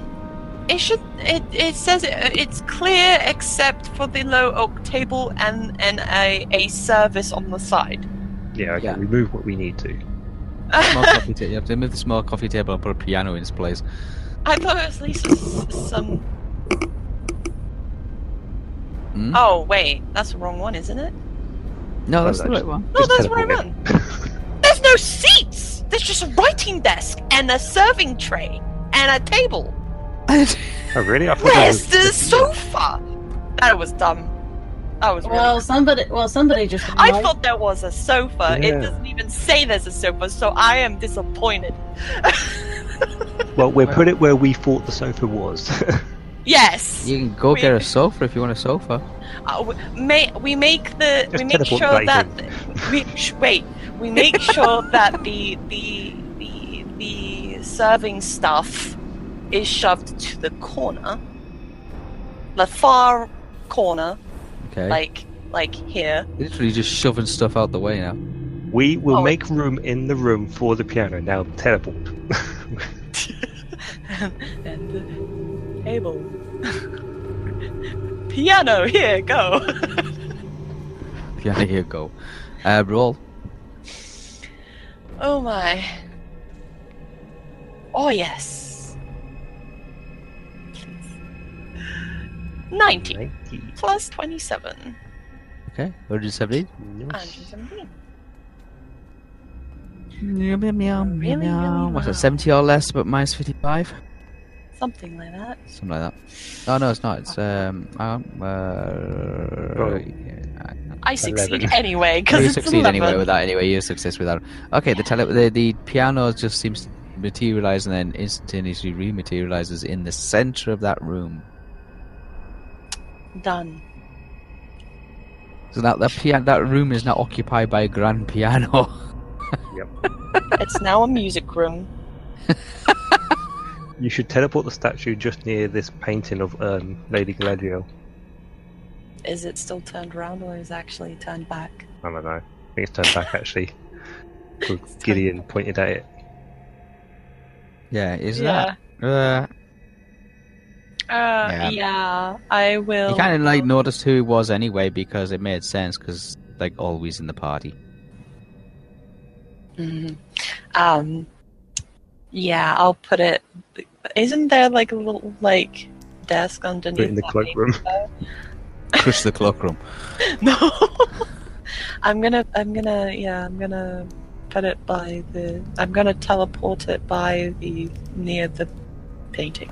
Speaker 3: It should. It, it says it, it's clear except for the low oak table and and a, a service on the side.
Speaker 1: Yeah, okay,
Speaker 2: Yeah.
Speaker 1: we move what we need to.
Speaker 2: small coffee table. You have to move the small coffee table and put a piano in its place.
Speaker 3: I thought it was at least s- some.
Speaker 2: Hmm?
Speaker 3: Oh wait, that's the wrong one, isn't it?
Speaker 2: No, that's
Speaker 1: Oh,
Speaker 2: the
Speaker 1: that's-
Speaker 2: right one.
Speaker 3: No,
Speaker 1: Just
Speaker 3: that's where I'm
Speaker 1: teleport
Speaker 3: on. There's no seats. There's just a writing desk and a serving tray and a table.
Speaker 1: Oh, really? I thought that
Speaker 3: Where's
Speaker 1: was-
Speaker 3: the sofa? That was dumb. That was really.
Speaker 5: Well, somebody, well, somebody just.
Speaker 3: I thought there was a sofa.
Speaker 1: Yeah.
Speaker 3: It doesn't even say there's a sofa, so I am disappointed.
Speaker 1: Well, we'll put it where we thought the sofa was.
Speaker 3: Yes.
Speaker 2: You can go
Speaker 3: We-
Speaker 2: get a sofa if you want a sofa.
Speaker 3: Uh, we, may, we make the
Speaker 1: Just
Speaker 3: we make
Speaker 1: teleport
Speaker 3: sure
Speaker 1: right
Speaker 3: that
Speaker 1: in.
Speaker 3: we sh- wait. We make sure that the the the the serving stuff is shoved to the corner, the far corner,
Speaker 2: Okay.
Speaker 3: like like here.
Speaker 2: Literally just shoving stuff out the way now.
Speaker 1: We will
Speaker 3: Oh.
Speaker 1: make room in the room for the piano. Now teleport.
Speaker 3: and the table. Piano, here, go!
Speaker 2: Yeah, here you go. Uh, roll.
Speaker 3: Oh my. Oh yes. Please. 90
Speaker 1: Ninety.
Speaker 3: plus 27.
Speaker 2: Okay, 170.
Speaker 1: Nice.
Speaker 3: 117.
Speaker 2: Meow, meow, meow,
Speaker 3: Really, really
Speaker 2: meow. What's
Speaker 3: loud.
Speaker 2: that, 70 or less, but minus 55?
Speaker 3: Something like that.
Speaker 2: Something like that. Oh, no, it's not. It's, um, um, uh,
Speaker 1: Roll.
Speaker 2: yeah,
Speaker 3: I succeed
Speaker 1: 11.
Speaker 3: anyway, because
Speaker 2: you
Speaker 3: it's
Speaker 2: succeed
Speaker 3: 11.
Speaker 2: anyway with that. Anyway, you success with that. Okay, the tele the, the piano just seems to materialize and then instantaneously rematerializes in the center of that room.
Speaker 3: Done.
Speaker 2: So that that pia- that room is now occupied by a grand piano.
Speaker 3: It's now a music room.
Speaker 1: You should teleport the statue just near this painting of um, Lady Galadriel.
Speaker 3: Is it still turned around or is it actually turned back?
Speaker 1: I don't know. I think it's turned back actually. 'Cause Gideon pointed at it.
Speaker 2: yeah, is
Speaker 3: yeah.
Speaker 2: that? Uh,
Speaker 3: Uh,
Speaker 2: Yeah.
Speaker 3: yeah. I will.
Speaker 2: Uh, you kind of like noticed who it was anyway because it made sense because like always in the party.
Speaker 3: Mhm. Um, yeah, I'll put it. Isn't there like a little like desk underneath?
Speaker 1: Put it in the
Speaker 3: that
Speaker 1: cloakroom.
Speaker 2: Push the cloakroom.
Speaker 3: thing? No. I'm gonna. I'm gonna. Yeah, I'm gonna put it by the. I'm gonna teleport it by the near the painting.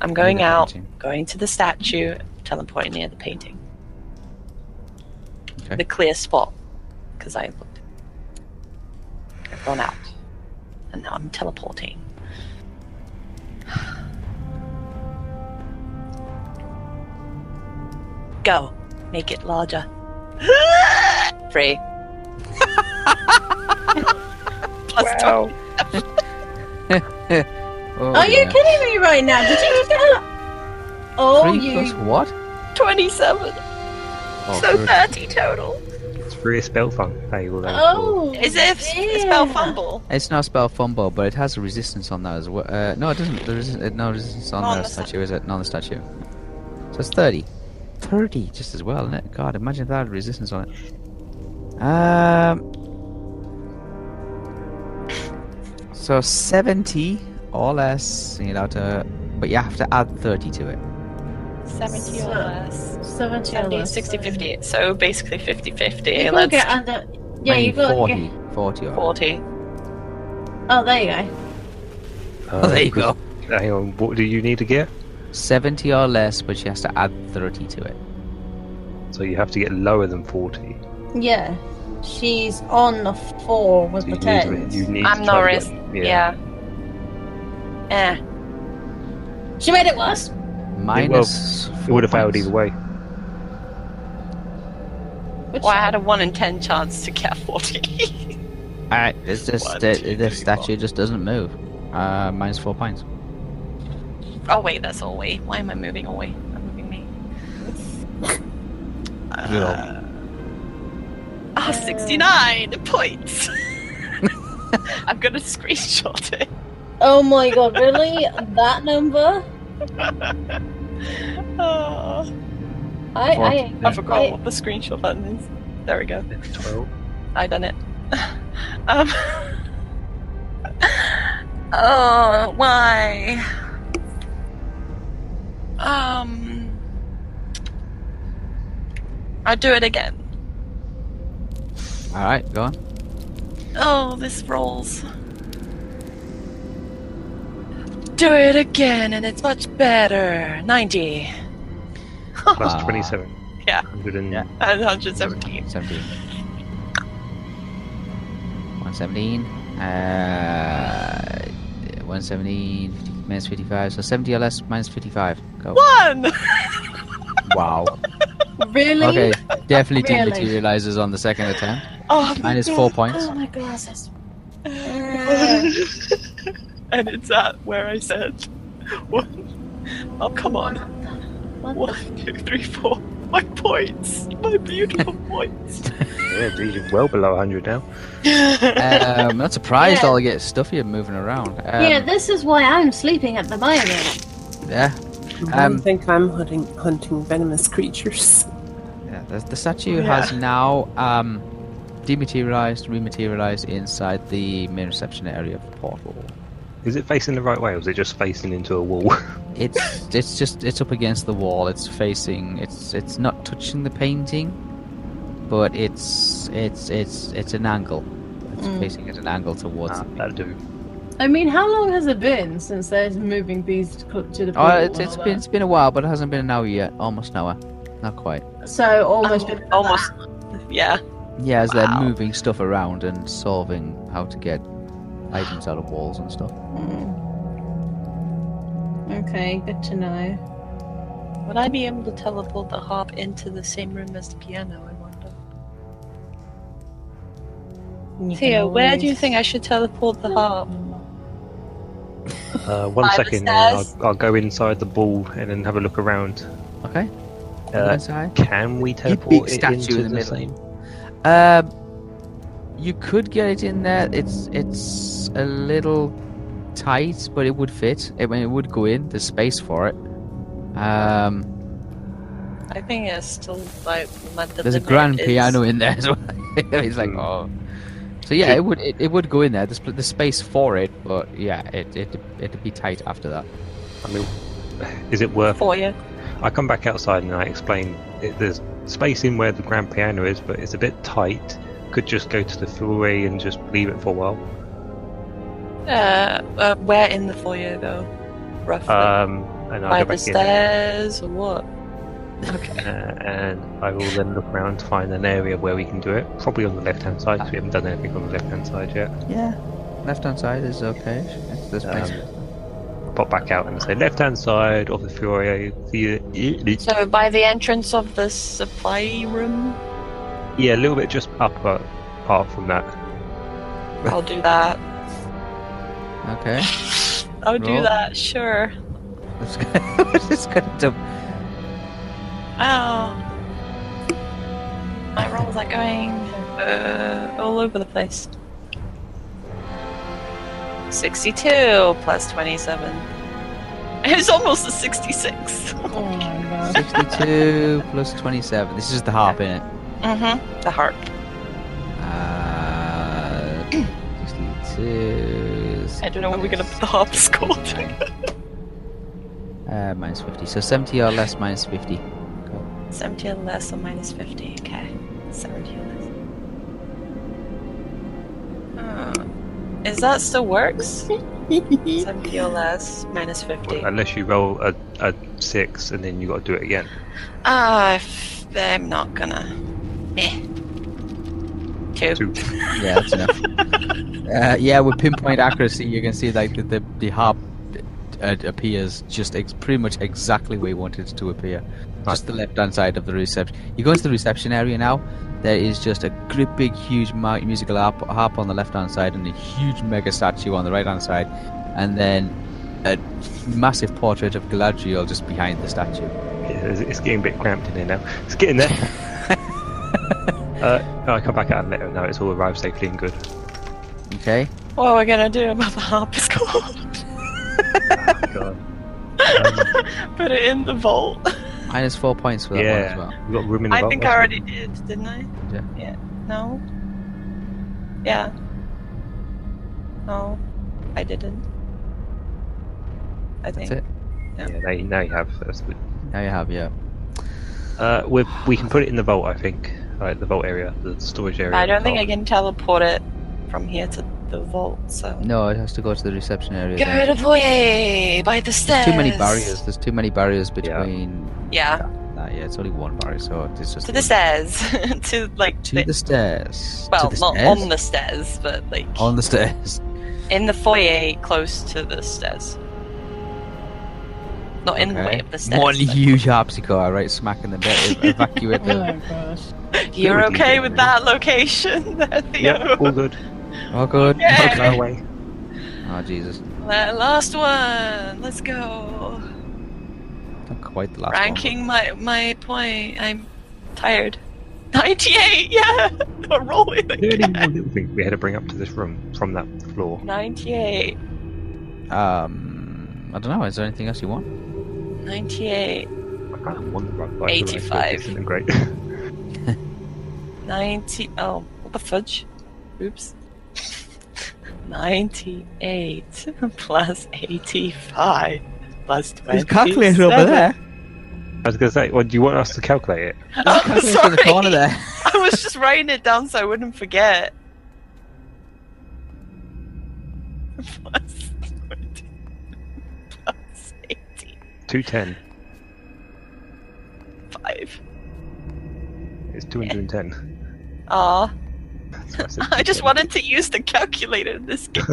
Speaker 3: I'm going out, going to the statue, teleporting near the painting.
Speaker 2: Okay.
Speaker 3: The clear spot, because I looked. I've gone out, and now I'm teleporting. Go, make it larger. Free. Plus
Speaker 1: Wow.
Speaker 3: 20.
Speaker 2: Oh,
Speaker 5: Are you
Speaker 2: yeah.
Speaker 5: kidding me right now? Did you just get that? Oh,
Speaker 2: Three plus
Speaker 5: you.
Speaker 2: what?
Speaker 3: 27,
Speaker 2: Oh,
Speaker 3: so
Speaker 2: three.
Speaker 3: 30 total.
Speaker 1: It's free spell fun. Hey, well, that's cool.
Speaker 5: Oh.
Speaker 3: Is it
Speaker 5: dear.
Speaker 3: it's spell fumble?
Speaker 2: It's not spell fumble, but it has a resistance on that as well. Uh, no, it doesn't. There isn't uh, no resistance on
Speaker 3: Not on
Speaker 2: the
Speaker 3: the
Speaker 2: statue, is it? Not on the statue. So it's 30. 30 just as well, isn't it? God, imagine if that had resistance on it. Um. So 70 or less, and you'll have to. But you have to add 30 to it.
Speaker 3: 70
Speaker 5: So-
Speaker 3: or less.
Speaker 5: 70
Speaker 3: 70,
Speaker 5: dollars.
Speaker 3: 60, 50. So basically 50 50.
Speaker 5: You gotta
Speaker 3: Let's
Speaker 5: get under. Yeah,
Speaker 2: I mean,
Speaker 5: you gotta
Speaker 2: 40.
Speaker 5: get.
Speaker 2: 40 or.
Speaker 3: 40.
Speaker 5: Oh, there you go.
Speaker 1: Uh,
Speaker 2: Oh, there you go.
Speaker 1: Hang on. What do you need to get?
Speaker 2: 70 or less, but she has to add 30 to it.
Speaker 1: So you have to get lower than forty.
Speaker 5: Yeah. She's on the floor with
Speaker 1: So
Speaker 5: the
Speaker 1: you need, to,
Speaker 5: tens.
Speaker 1: you need
Speaker 3: I'm
Speaker 1: to try
Speaker 3: Norris.
Speaker 1: to get-
Speaker 3: Yeah. Eh.
Speaker 5: She made it worse.
Speaker 2: Minus.
Speaker 1: It would have failed either
Speaker 2: way.
Speaker 1: way.
Speaker 5: Which
Speaker 3: Well, I had a 1 in 10 chance to get 40.
Speaker 2: Alright, it's just
Speaker 3: One,
Speaker 2: the,
Speaker 3: two,
Speaker 2: the
Speaker 3: three,
Speaker 2: statue just doesn't move. Uh, minus four points.
Speaker 3: oh, wait, that's all way. Why am I moving away? I'm moving me. Uh, ah, 69 points. I'm gonna screenshot it.
Speaker 5: oh my god, really? that number?
Speaker 3: Oh,
Speaker 5: I, I,
Speaker 3: I forgot what the screenshot button is. There we go.
Speaker 1: Twelve.
Speaker 3: I done it. um. Oh, why? Um. I'll do it again.
Speaker 2: Alright, go on.
Speaker 3: Oh, this rolls. Do it again, and it's much better. 90
Speaker 1: Plus
Speaker 2: Ah.
Speaker 1: twenty-seven.
Speaker 3: Yeah.
Speaker 1: 100 and-
Speaker 2: Yeah.
Speaker 3: and 117.
Speaker 2: 17. 117. Uh, 117, 50, minus 55. So 70 or less, minus 55. Go.
Speaker 3: One!
Speaker 2: Wow.
Speaker 5: really?
Speaker 2: Okay, definitely
Speaker 5: Really?
Speaker 2: dematerializes on the second attempt.
Speaker 3: Oh,
Speaker 2: Minus four points.
Speaker 5: Oh my god, that's. Uh,
Speaker 3: and it's at where I said. One. Oh, come on.
Speaker 5: What
Speaker 3: One, two, three, four. My points! My beautiful points!
Speaker 1: Yeah, dude, you're well below 100 now.
Speaker 2: Um, I'm not surprised
Speaker 5: Yeah.
Speaker 2: all get stuff here moving around. Um,
Speaker 5: yeah, this is why I'm sleeping at the moment.
Speaker 2: yeah.
Speaker 4: I
Speaker 2: Um,
Speaker 4: think I'm hunting, hunting venomous creatures.
Speaker 2: Yeah, the, the statue
Speaker 3: Oh, Yeah.
Speaker 2: has now um, dematerialized, rematerialized inside the main reception area of the portal.
Speaker 1: Is it facing the right way, or is it just facing into a wall?
Speaker 2: It's it's just it's up against the wall. It's facing. It's it's not touching the painting, but it's it's it's it's an angle. It's
Speaker 3: Mm.
Speaker 2: facing at an angle towards.
Speaker 1: Ah,
Speaker 2: the
Speaker 1: that'll do.
Speaker 2: painting.
Speaker 8: I mean, how long has it been since they're moving these to cl- to the
Speaker 2: Oh,
Speaker 8: portal
Speaker 2: it's,
Speaker 8: and
Speaker 2: it's
Speaker 8: all
Speaker 2: been
Speaker 8: that?
Speaker 2: it's been a while, but it hasn't been an hour yet. Almost an hour, not quite.
Speaker 8: so almost
Speaker 2: Um,
Speaker 8: been
Speaker 2: oh.
Speaker 3: Almost. Yeah.
Speaker 2: Yeah, as
Speaker 3: Wow.
Speaker 2: they're moving stuff around and solving how to get items out of walls and stuff.
Speaker 5: Okay, good to know.
Speaker 3: Would I be able to teleport the harp into the same room as the piano, I wonder? Theo, where do you think I should teleport the harp?
Speaker 1: Uh, one
Speaker 3: By the
Speaker 1: second, and
Speaker 3: stairs.
Speaker 1: I'll, I'll go inside the ball and then have a look around.
Speaker 2: Okay.
Speaker 1: Uh,
Speaker 2: Inside.
Speaker 1: Can we teleport it
Speaker 2: statue
Speaker 1: into
Speaker 2: in the
Speaker 1: the
Speaker 2: middle.
Speaker 1: same?
Speaker 2: Um, you could get it in there. It's it's a little tight, but it would fit. I mean, it would go in. There's space for it. Um,
Speaker 3: I think it's still like let the
Speaker 2: there's a
Speaker 3: limit
Speaker 2: grand
Speaker 3: is-
Speaker 2: piano in there as well. it's like
Speaker 1: Hmm.
Speaker 2: oh. So yeah, it would it, it would go in there. There's pl- there's space for it, but yeah, it it it'd be tight after that.
Speaker 1: I mean, is it worth?
Speaker 3: for you.
Speaker 1: I come back outside and I explain it, there's space in where the grand piano is, but it's a bit tight. Could just go to the foyer and just leave it for a while.
Speaker 3: Uh, uh, where in the foyer though? Roughly.
Speaker 1: Um, and I'll go
Speaker 3: By the
Speaker 1: back
Speaker 3: stairs or what?
Speaker 1: in, uh, and I will then look around to find an area where we can do it. Probably on the left-hand side, because we haven't done anything on the left-hand side yet.
Speaker 2: Yeah, left hand side is okay. There's space.
Speaker 1: Pop back out and say left-hand side of the foyer. The
Speaker 3: So by the entrance of the supply room,
Speaker 1: Yeah, a little bit just up, but apart from that,
Speaker 3: I'll do that.
Speaker 2: okay.
Speaker 3: I'll do
Speaker 2: Roll.
Speaker 3: that, sure.
Speaker 2: It's gonna- it's gonna dump.
Speaker 3: Oh. My rolls are going uh, all over the place. 62 plus 27. It's almost a 66.
Speaker 8: Oh my god.
Speaker 2: 62 plus 27. This is the harp in it.
Speaker 3: Mm-hmm. The harp.
Speaker 2: Uh, 62.
Speaker 3: I don't know where we're gonna put the harp score. thing.
Speaker 2: Uh, minus 50. So 70 or less minus 50.
Speaker 3: 70 or less or minus 50. Okay. 70 or less. Uh, is that still works? 70 or less minus 50.
Speaker 1: unless you roll a, a six and then you got to do it again.
Speaker 3: Ah, f- I'm not gonna. Eh. Two.
Speaker 1: Two.
Speaker 2: Yeah, that's enough. uh, yeah, with pinpoint accuracy, you can see like the, the, the harp uh, appears just ex- pretty much exactly where you want it to appear. Just the left hand side of the reception. You go into the reception area now. There is just a gr- big, huge mu- musical harp, harp on the left hand side and a huge mega statue on the right hand side, and then a massive portrait of Galadriel just behind the statue.
Speaker 1: Yeah, It's, it's getting a bit cramped in here now. It's getting there. uh, I come back out and let her know it's all arrived safely and good.
Speaker 2: Okay.
Speaker 3: What are we gonna do about the harp is called?
Speaker 1: God.
Speaker 3: Put it in the vault.
Speaker 2: Minus four points for that
Speaker 1: yeah,
Speaker 2: one as well.
Speaker 1: you got room in the
Speaker 3: I
Speaker 1: vault,
Speaker 3: think I
Speaker 1: that's
Speaker 3: already did, didn't I?
Speaker 2: Yeah.
Speaker 3: Yeah. No. Yeah. No, I didn't. I think.
Speaker 2: That's it.
Speaker 1: right. Yeah, now you, now you have. That's good.
Speaker 2: Now you have, yeah.
Speaker 1: Uh, we we can put it in the vault, I think. Like the vault area, the storage area.
Speaker 3: I
Speaker 1: at the
Speaker 3: don't
Speaker 2: Oh.
Speaker 3: think I
Speaker 1: top.
Speaker 3: can teleport it from here to the vault. So.
Speaker 2: No, it has to go to the reception area.
Speaker 3: Get
Speaker 2: then.
Speaker 3: rid of Voyer by the
Speaker 2: There's
Speaker 3: stairs.
Speaker 2: too many barriers. There's too many barriers between.
Speaker 3: Yeah.
Speaker 2: Nah, yeah, it's only one barrier, so it's just
Speaker 3: To the stairs. to like
Speaker 2: To the stairs.
Speaker 3: Well,
Speaker 2: to the
Speaker 3: not
Speaker 2: stairs?
Speaker 3: on the stairs, but like
Speaker 2: On the stairs.
Speaker 3: in the foyer close to the stairs. Not in the way
Speaker 2: Okay.
Speaker 3: of the stairs.
Speaker 2: One
Speaker 3: but-
Speaker 2: huge harpsichord, right, smacking the bed. evacuate
Speaker 8: Oh
Speaker 2: them.
Speaker 8: my gosh.
Speaker 3: You're
Speaker 1: Good with
Speaker 3: okay
Speaker 1: you,
Speaker 3: with
Speaker 1: Jamie.
Speaker 3: that location, there,
Speaker 1: Yeah,
Speaker 3: Theo?
Speaker 1: all good.
Speaker 2: Oh, good.
Speaker 3: Yeah.
Speaker 1: Go away.
Speaker 2: Oh, Jesus.
Speaker 3: La- Last one. Let's go.
Speaker 2: Not quite the last one.
Speaker 3: Ranking my my point. I'm tired. Ninety-eight. Yeah, I roll it
Speaker 1: Is there any
Speaker 3: again.
Speaker 1: more little things we had to bring up to this room from that floor?
Speaker 3: Ninety-eight.
Speaker 2: Um, I don't know. Is there anything else you want?
Speaker 3: Ninety-eight.
Speaker 1: I kind of want the rug, but I feel like it's still
Speaker 3: 85.
Speaker 1: disintegrate.
Speaker 3: Ninety. Oh, what the fudge? Oops. Ninety-eight plus eighty-five plus twenty.
Speaker 1: I was gonna say, well, do you want us to calculate it?
Speaker 3: Oh,
Speaker 2: Calculator's in the corner
Speaker 3: sorry.
Speaker 2: there.
Speaker 3: I was just writing it down so I wouldn't forget. Plus 20, plus
Speaker 1: Two ten.
Speaker 3: 85.
Speaker 1: It's two hundred and ten.
Speaker 3: Aw, I just wanted to use the calculator in this game.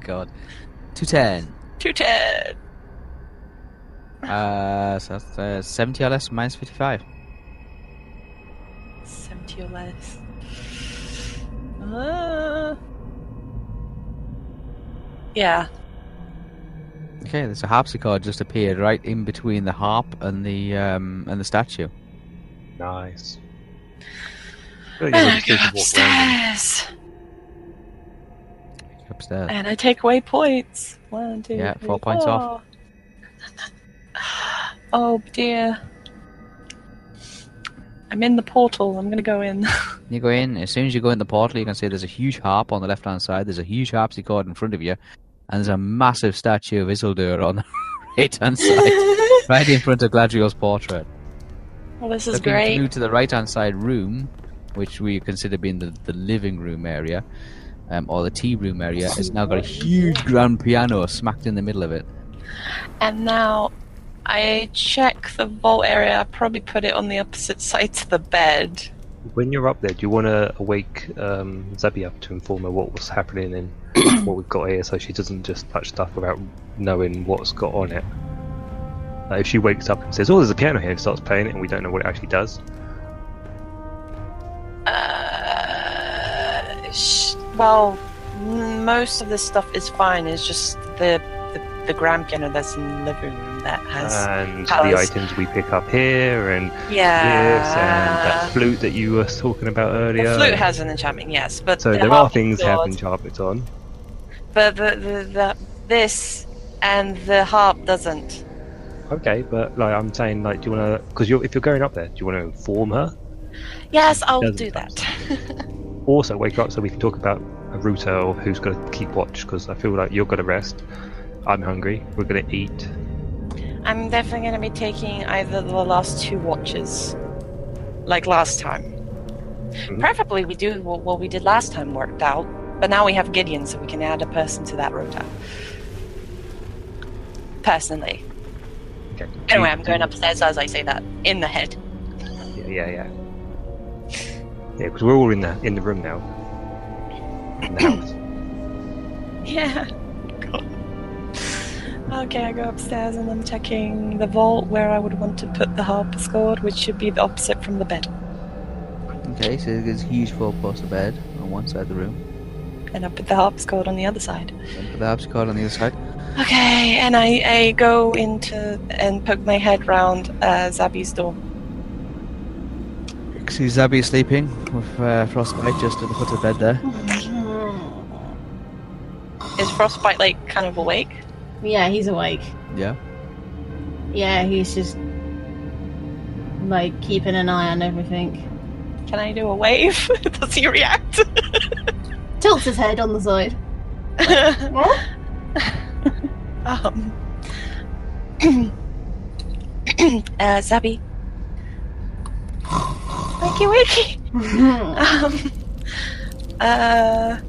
Speaker 2: God. 210.
Speaker 3: 210.
Speaker 2: Uh, so that's uh, 70 or less minus 55.
Speaker 3: 70 or less. Uh, yeah.
Speaker 2: Okay, there's a harpsichord just appeared right in between the harp and the um and the statue.
Speaker 1: Nice. Well, you
Speaker 3: And I
Speaker 1: wouldn't
Speaker 3: go
Speaker 1: still walk around
Speaker 3: upstairs.
Speaker 2: Upstairs.
Speaker 3: And I take away points. One, two,
Speaker 2: Yeah,
Speaker 3: three,
Speaker 2: four points off.
Speaker 3: four. Oh dear. I'm in the portal. I'm gonna go in.
Speaker 2: You go in, as soon as you go in the portal, you can see there's a huge harp on the left hand side, there's a huge harpsichord in front of you, and there's a massive statue of Isildur on the right hand side, right in front of Gladriel's portrait.
Speaker 3: Well, this is
Speaker 2: Looking
Speaker 3: great.
Speaker 2: through to the right hand side room, which we consider being the, the living room area, um, or the tea room area, it's now got a huge grand piano smacked in the middle of it.
Speaker 3: And now I check the vault area. I probably put it on the opposite side to the bed.
Speaker 1: When you're up there, do you want to awake um, Zabi up to inform her what was happening and what we've got here, so she doesn't just touch stuff without knowing what's got on it? Like if she wakes up and says, "Oh, there's a piano here," and starts playing it, and we don't know what it actually does.
Speaker 3: Uh, sh- well, m- most of this stuff is fine. It's just the the, the grand piano that's in the living room that has.
Speaker 2: Uh,
Speaker 1: and the
Speaker 3: Alice.
Speaker 1: items we pick up here, and
Speaker 3: yeah.
Speaker 1: this, and that flute that you were talking about
Speaker 3: The
Speaker 1: earlier.
Speaker 3: flute has oh an enchantment, yes, but
Speaker 1: so
Speaker 3: the
Speaker 1: uh, there are
Speaker 3: harping
Speaker 1: things
Speaker 3: sword-
Speaker 1: having carpets on.
Speaker 3: But the, the, the this and the harp doesn't.
Speaker 1: Okay, but like I'm saying, like, do you want to? Because you're, if you're going up there, do you want to inform her?
Speaker 3: Yes, I'll
Speaker 1: Doesn't
Speaker 3: do that.
Speaker 1: Also, wake her up so we can talk about a router or who's going to keep watch. Because I feel like you're going to rest. I'm hungry. We're going to eat.
Speaker 3: I'm definitely going to be taking either the last two watches, like last time.
Speaker 1: Mm-hmm.
Speaker 3: Preferably, we do what, what we did last time worked out. But now we have Gideon, so we can add a person to that rota. Personally,
Speaker 1: Okay.
Speaker 3: anyway, I'm going upstairs as I say that in the head.
Speaker 1: Yeah, yeah, yeah. Yeah, because we're all in the in the room now. In the house.
Speaker 3: Yeah. God. Okay, I go upstairs and I'm checking the vault where I would want to put the harpsichord, which should be the opposite from the bed.
Speaker 2: Okay, so there's a huge four poster bed on one side of the room,
Speaker 3: And I put the harpsichord on the other side.
Speaker 2: and the harpsichord on the other side.
Speaker 3: Okay, and I, I go into and poke my head round uh, Zabi's door.
Speaker 2: You can see Zabi sleeping with uh, frostbite just at the foot of the bed there.
Speaker 5: oh
Speaker 3: Is Frostbite like kind of awake?
Speaker 5: Yeah, he's awake.
Speaker 2: Yeah.
Speaker 5: Yeah, he's just like keeping an eye on everything.
Speaker 3: Can I do a wave? Does he react?
Speaker 5: Tilts his head on the side.
Speaker 3: um. uh, Zabi. Wakey wakey! Um, uh,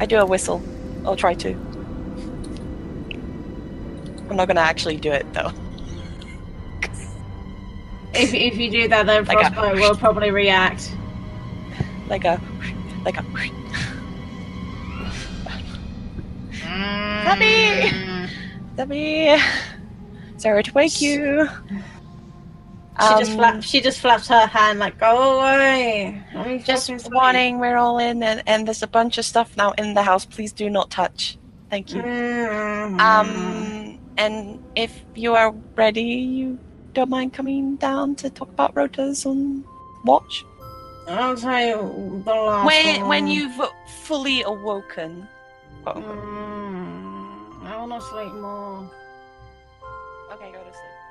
Speaker 3: I do a whistle. I'll try to. I'm not gonna actually do it though.
Speaker 5: if, if you do that, then
Speaker 3: Like a-
Speaker 5: Frostbite will probably react.
Speaker 3: Like a, like a. Mm. Debbie, Debbie, sorry to wake you.
Speaker 5: She just
Speaker 3: Um,
Speaker 5: flaps. She just flaps her hand like, "Go away." I'm
Speaker 3: Just
Speaker 5: fucking sleep."
Speaker 3: warning, we're all in, and, and there's a bunch of stuff now in the house. Please do not touch. Thank you.
Speaker 5: Mm.
Speaker 3: Um, And if you are ready, you don't mind coming down to talk about rotas on watch?
Speaker 5: Mm-hmm. I'll tell you the last
Speaker 3: When, when
Speaker 5: one.
Speaker 3: you've fully awoken. quote unquote.
Speaker 5: Mm, I want to Mm-hmm. sleep more.
Speaker 3: Okay, go to sleep.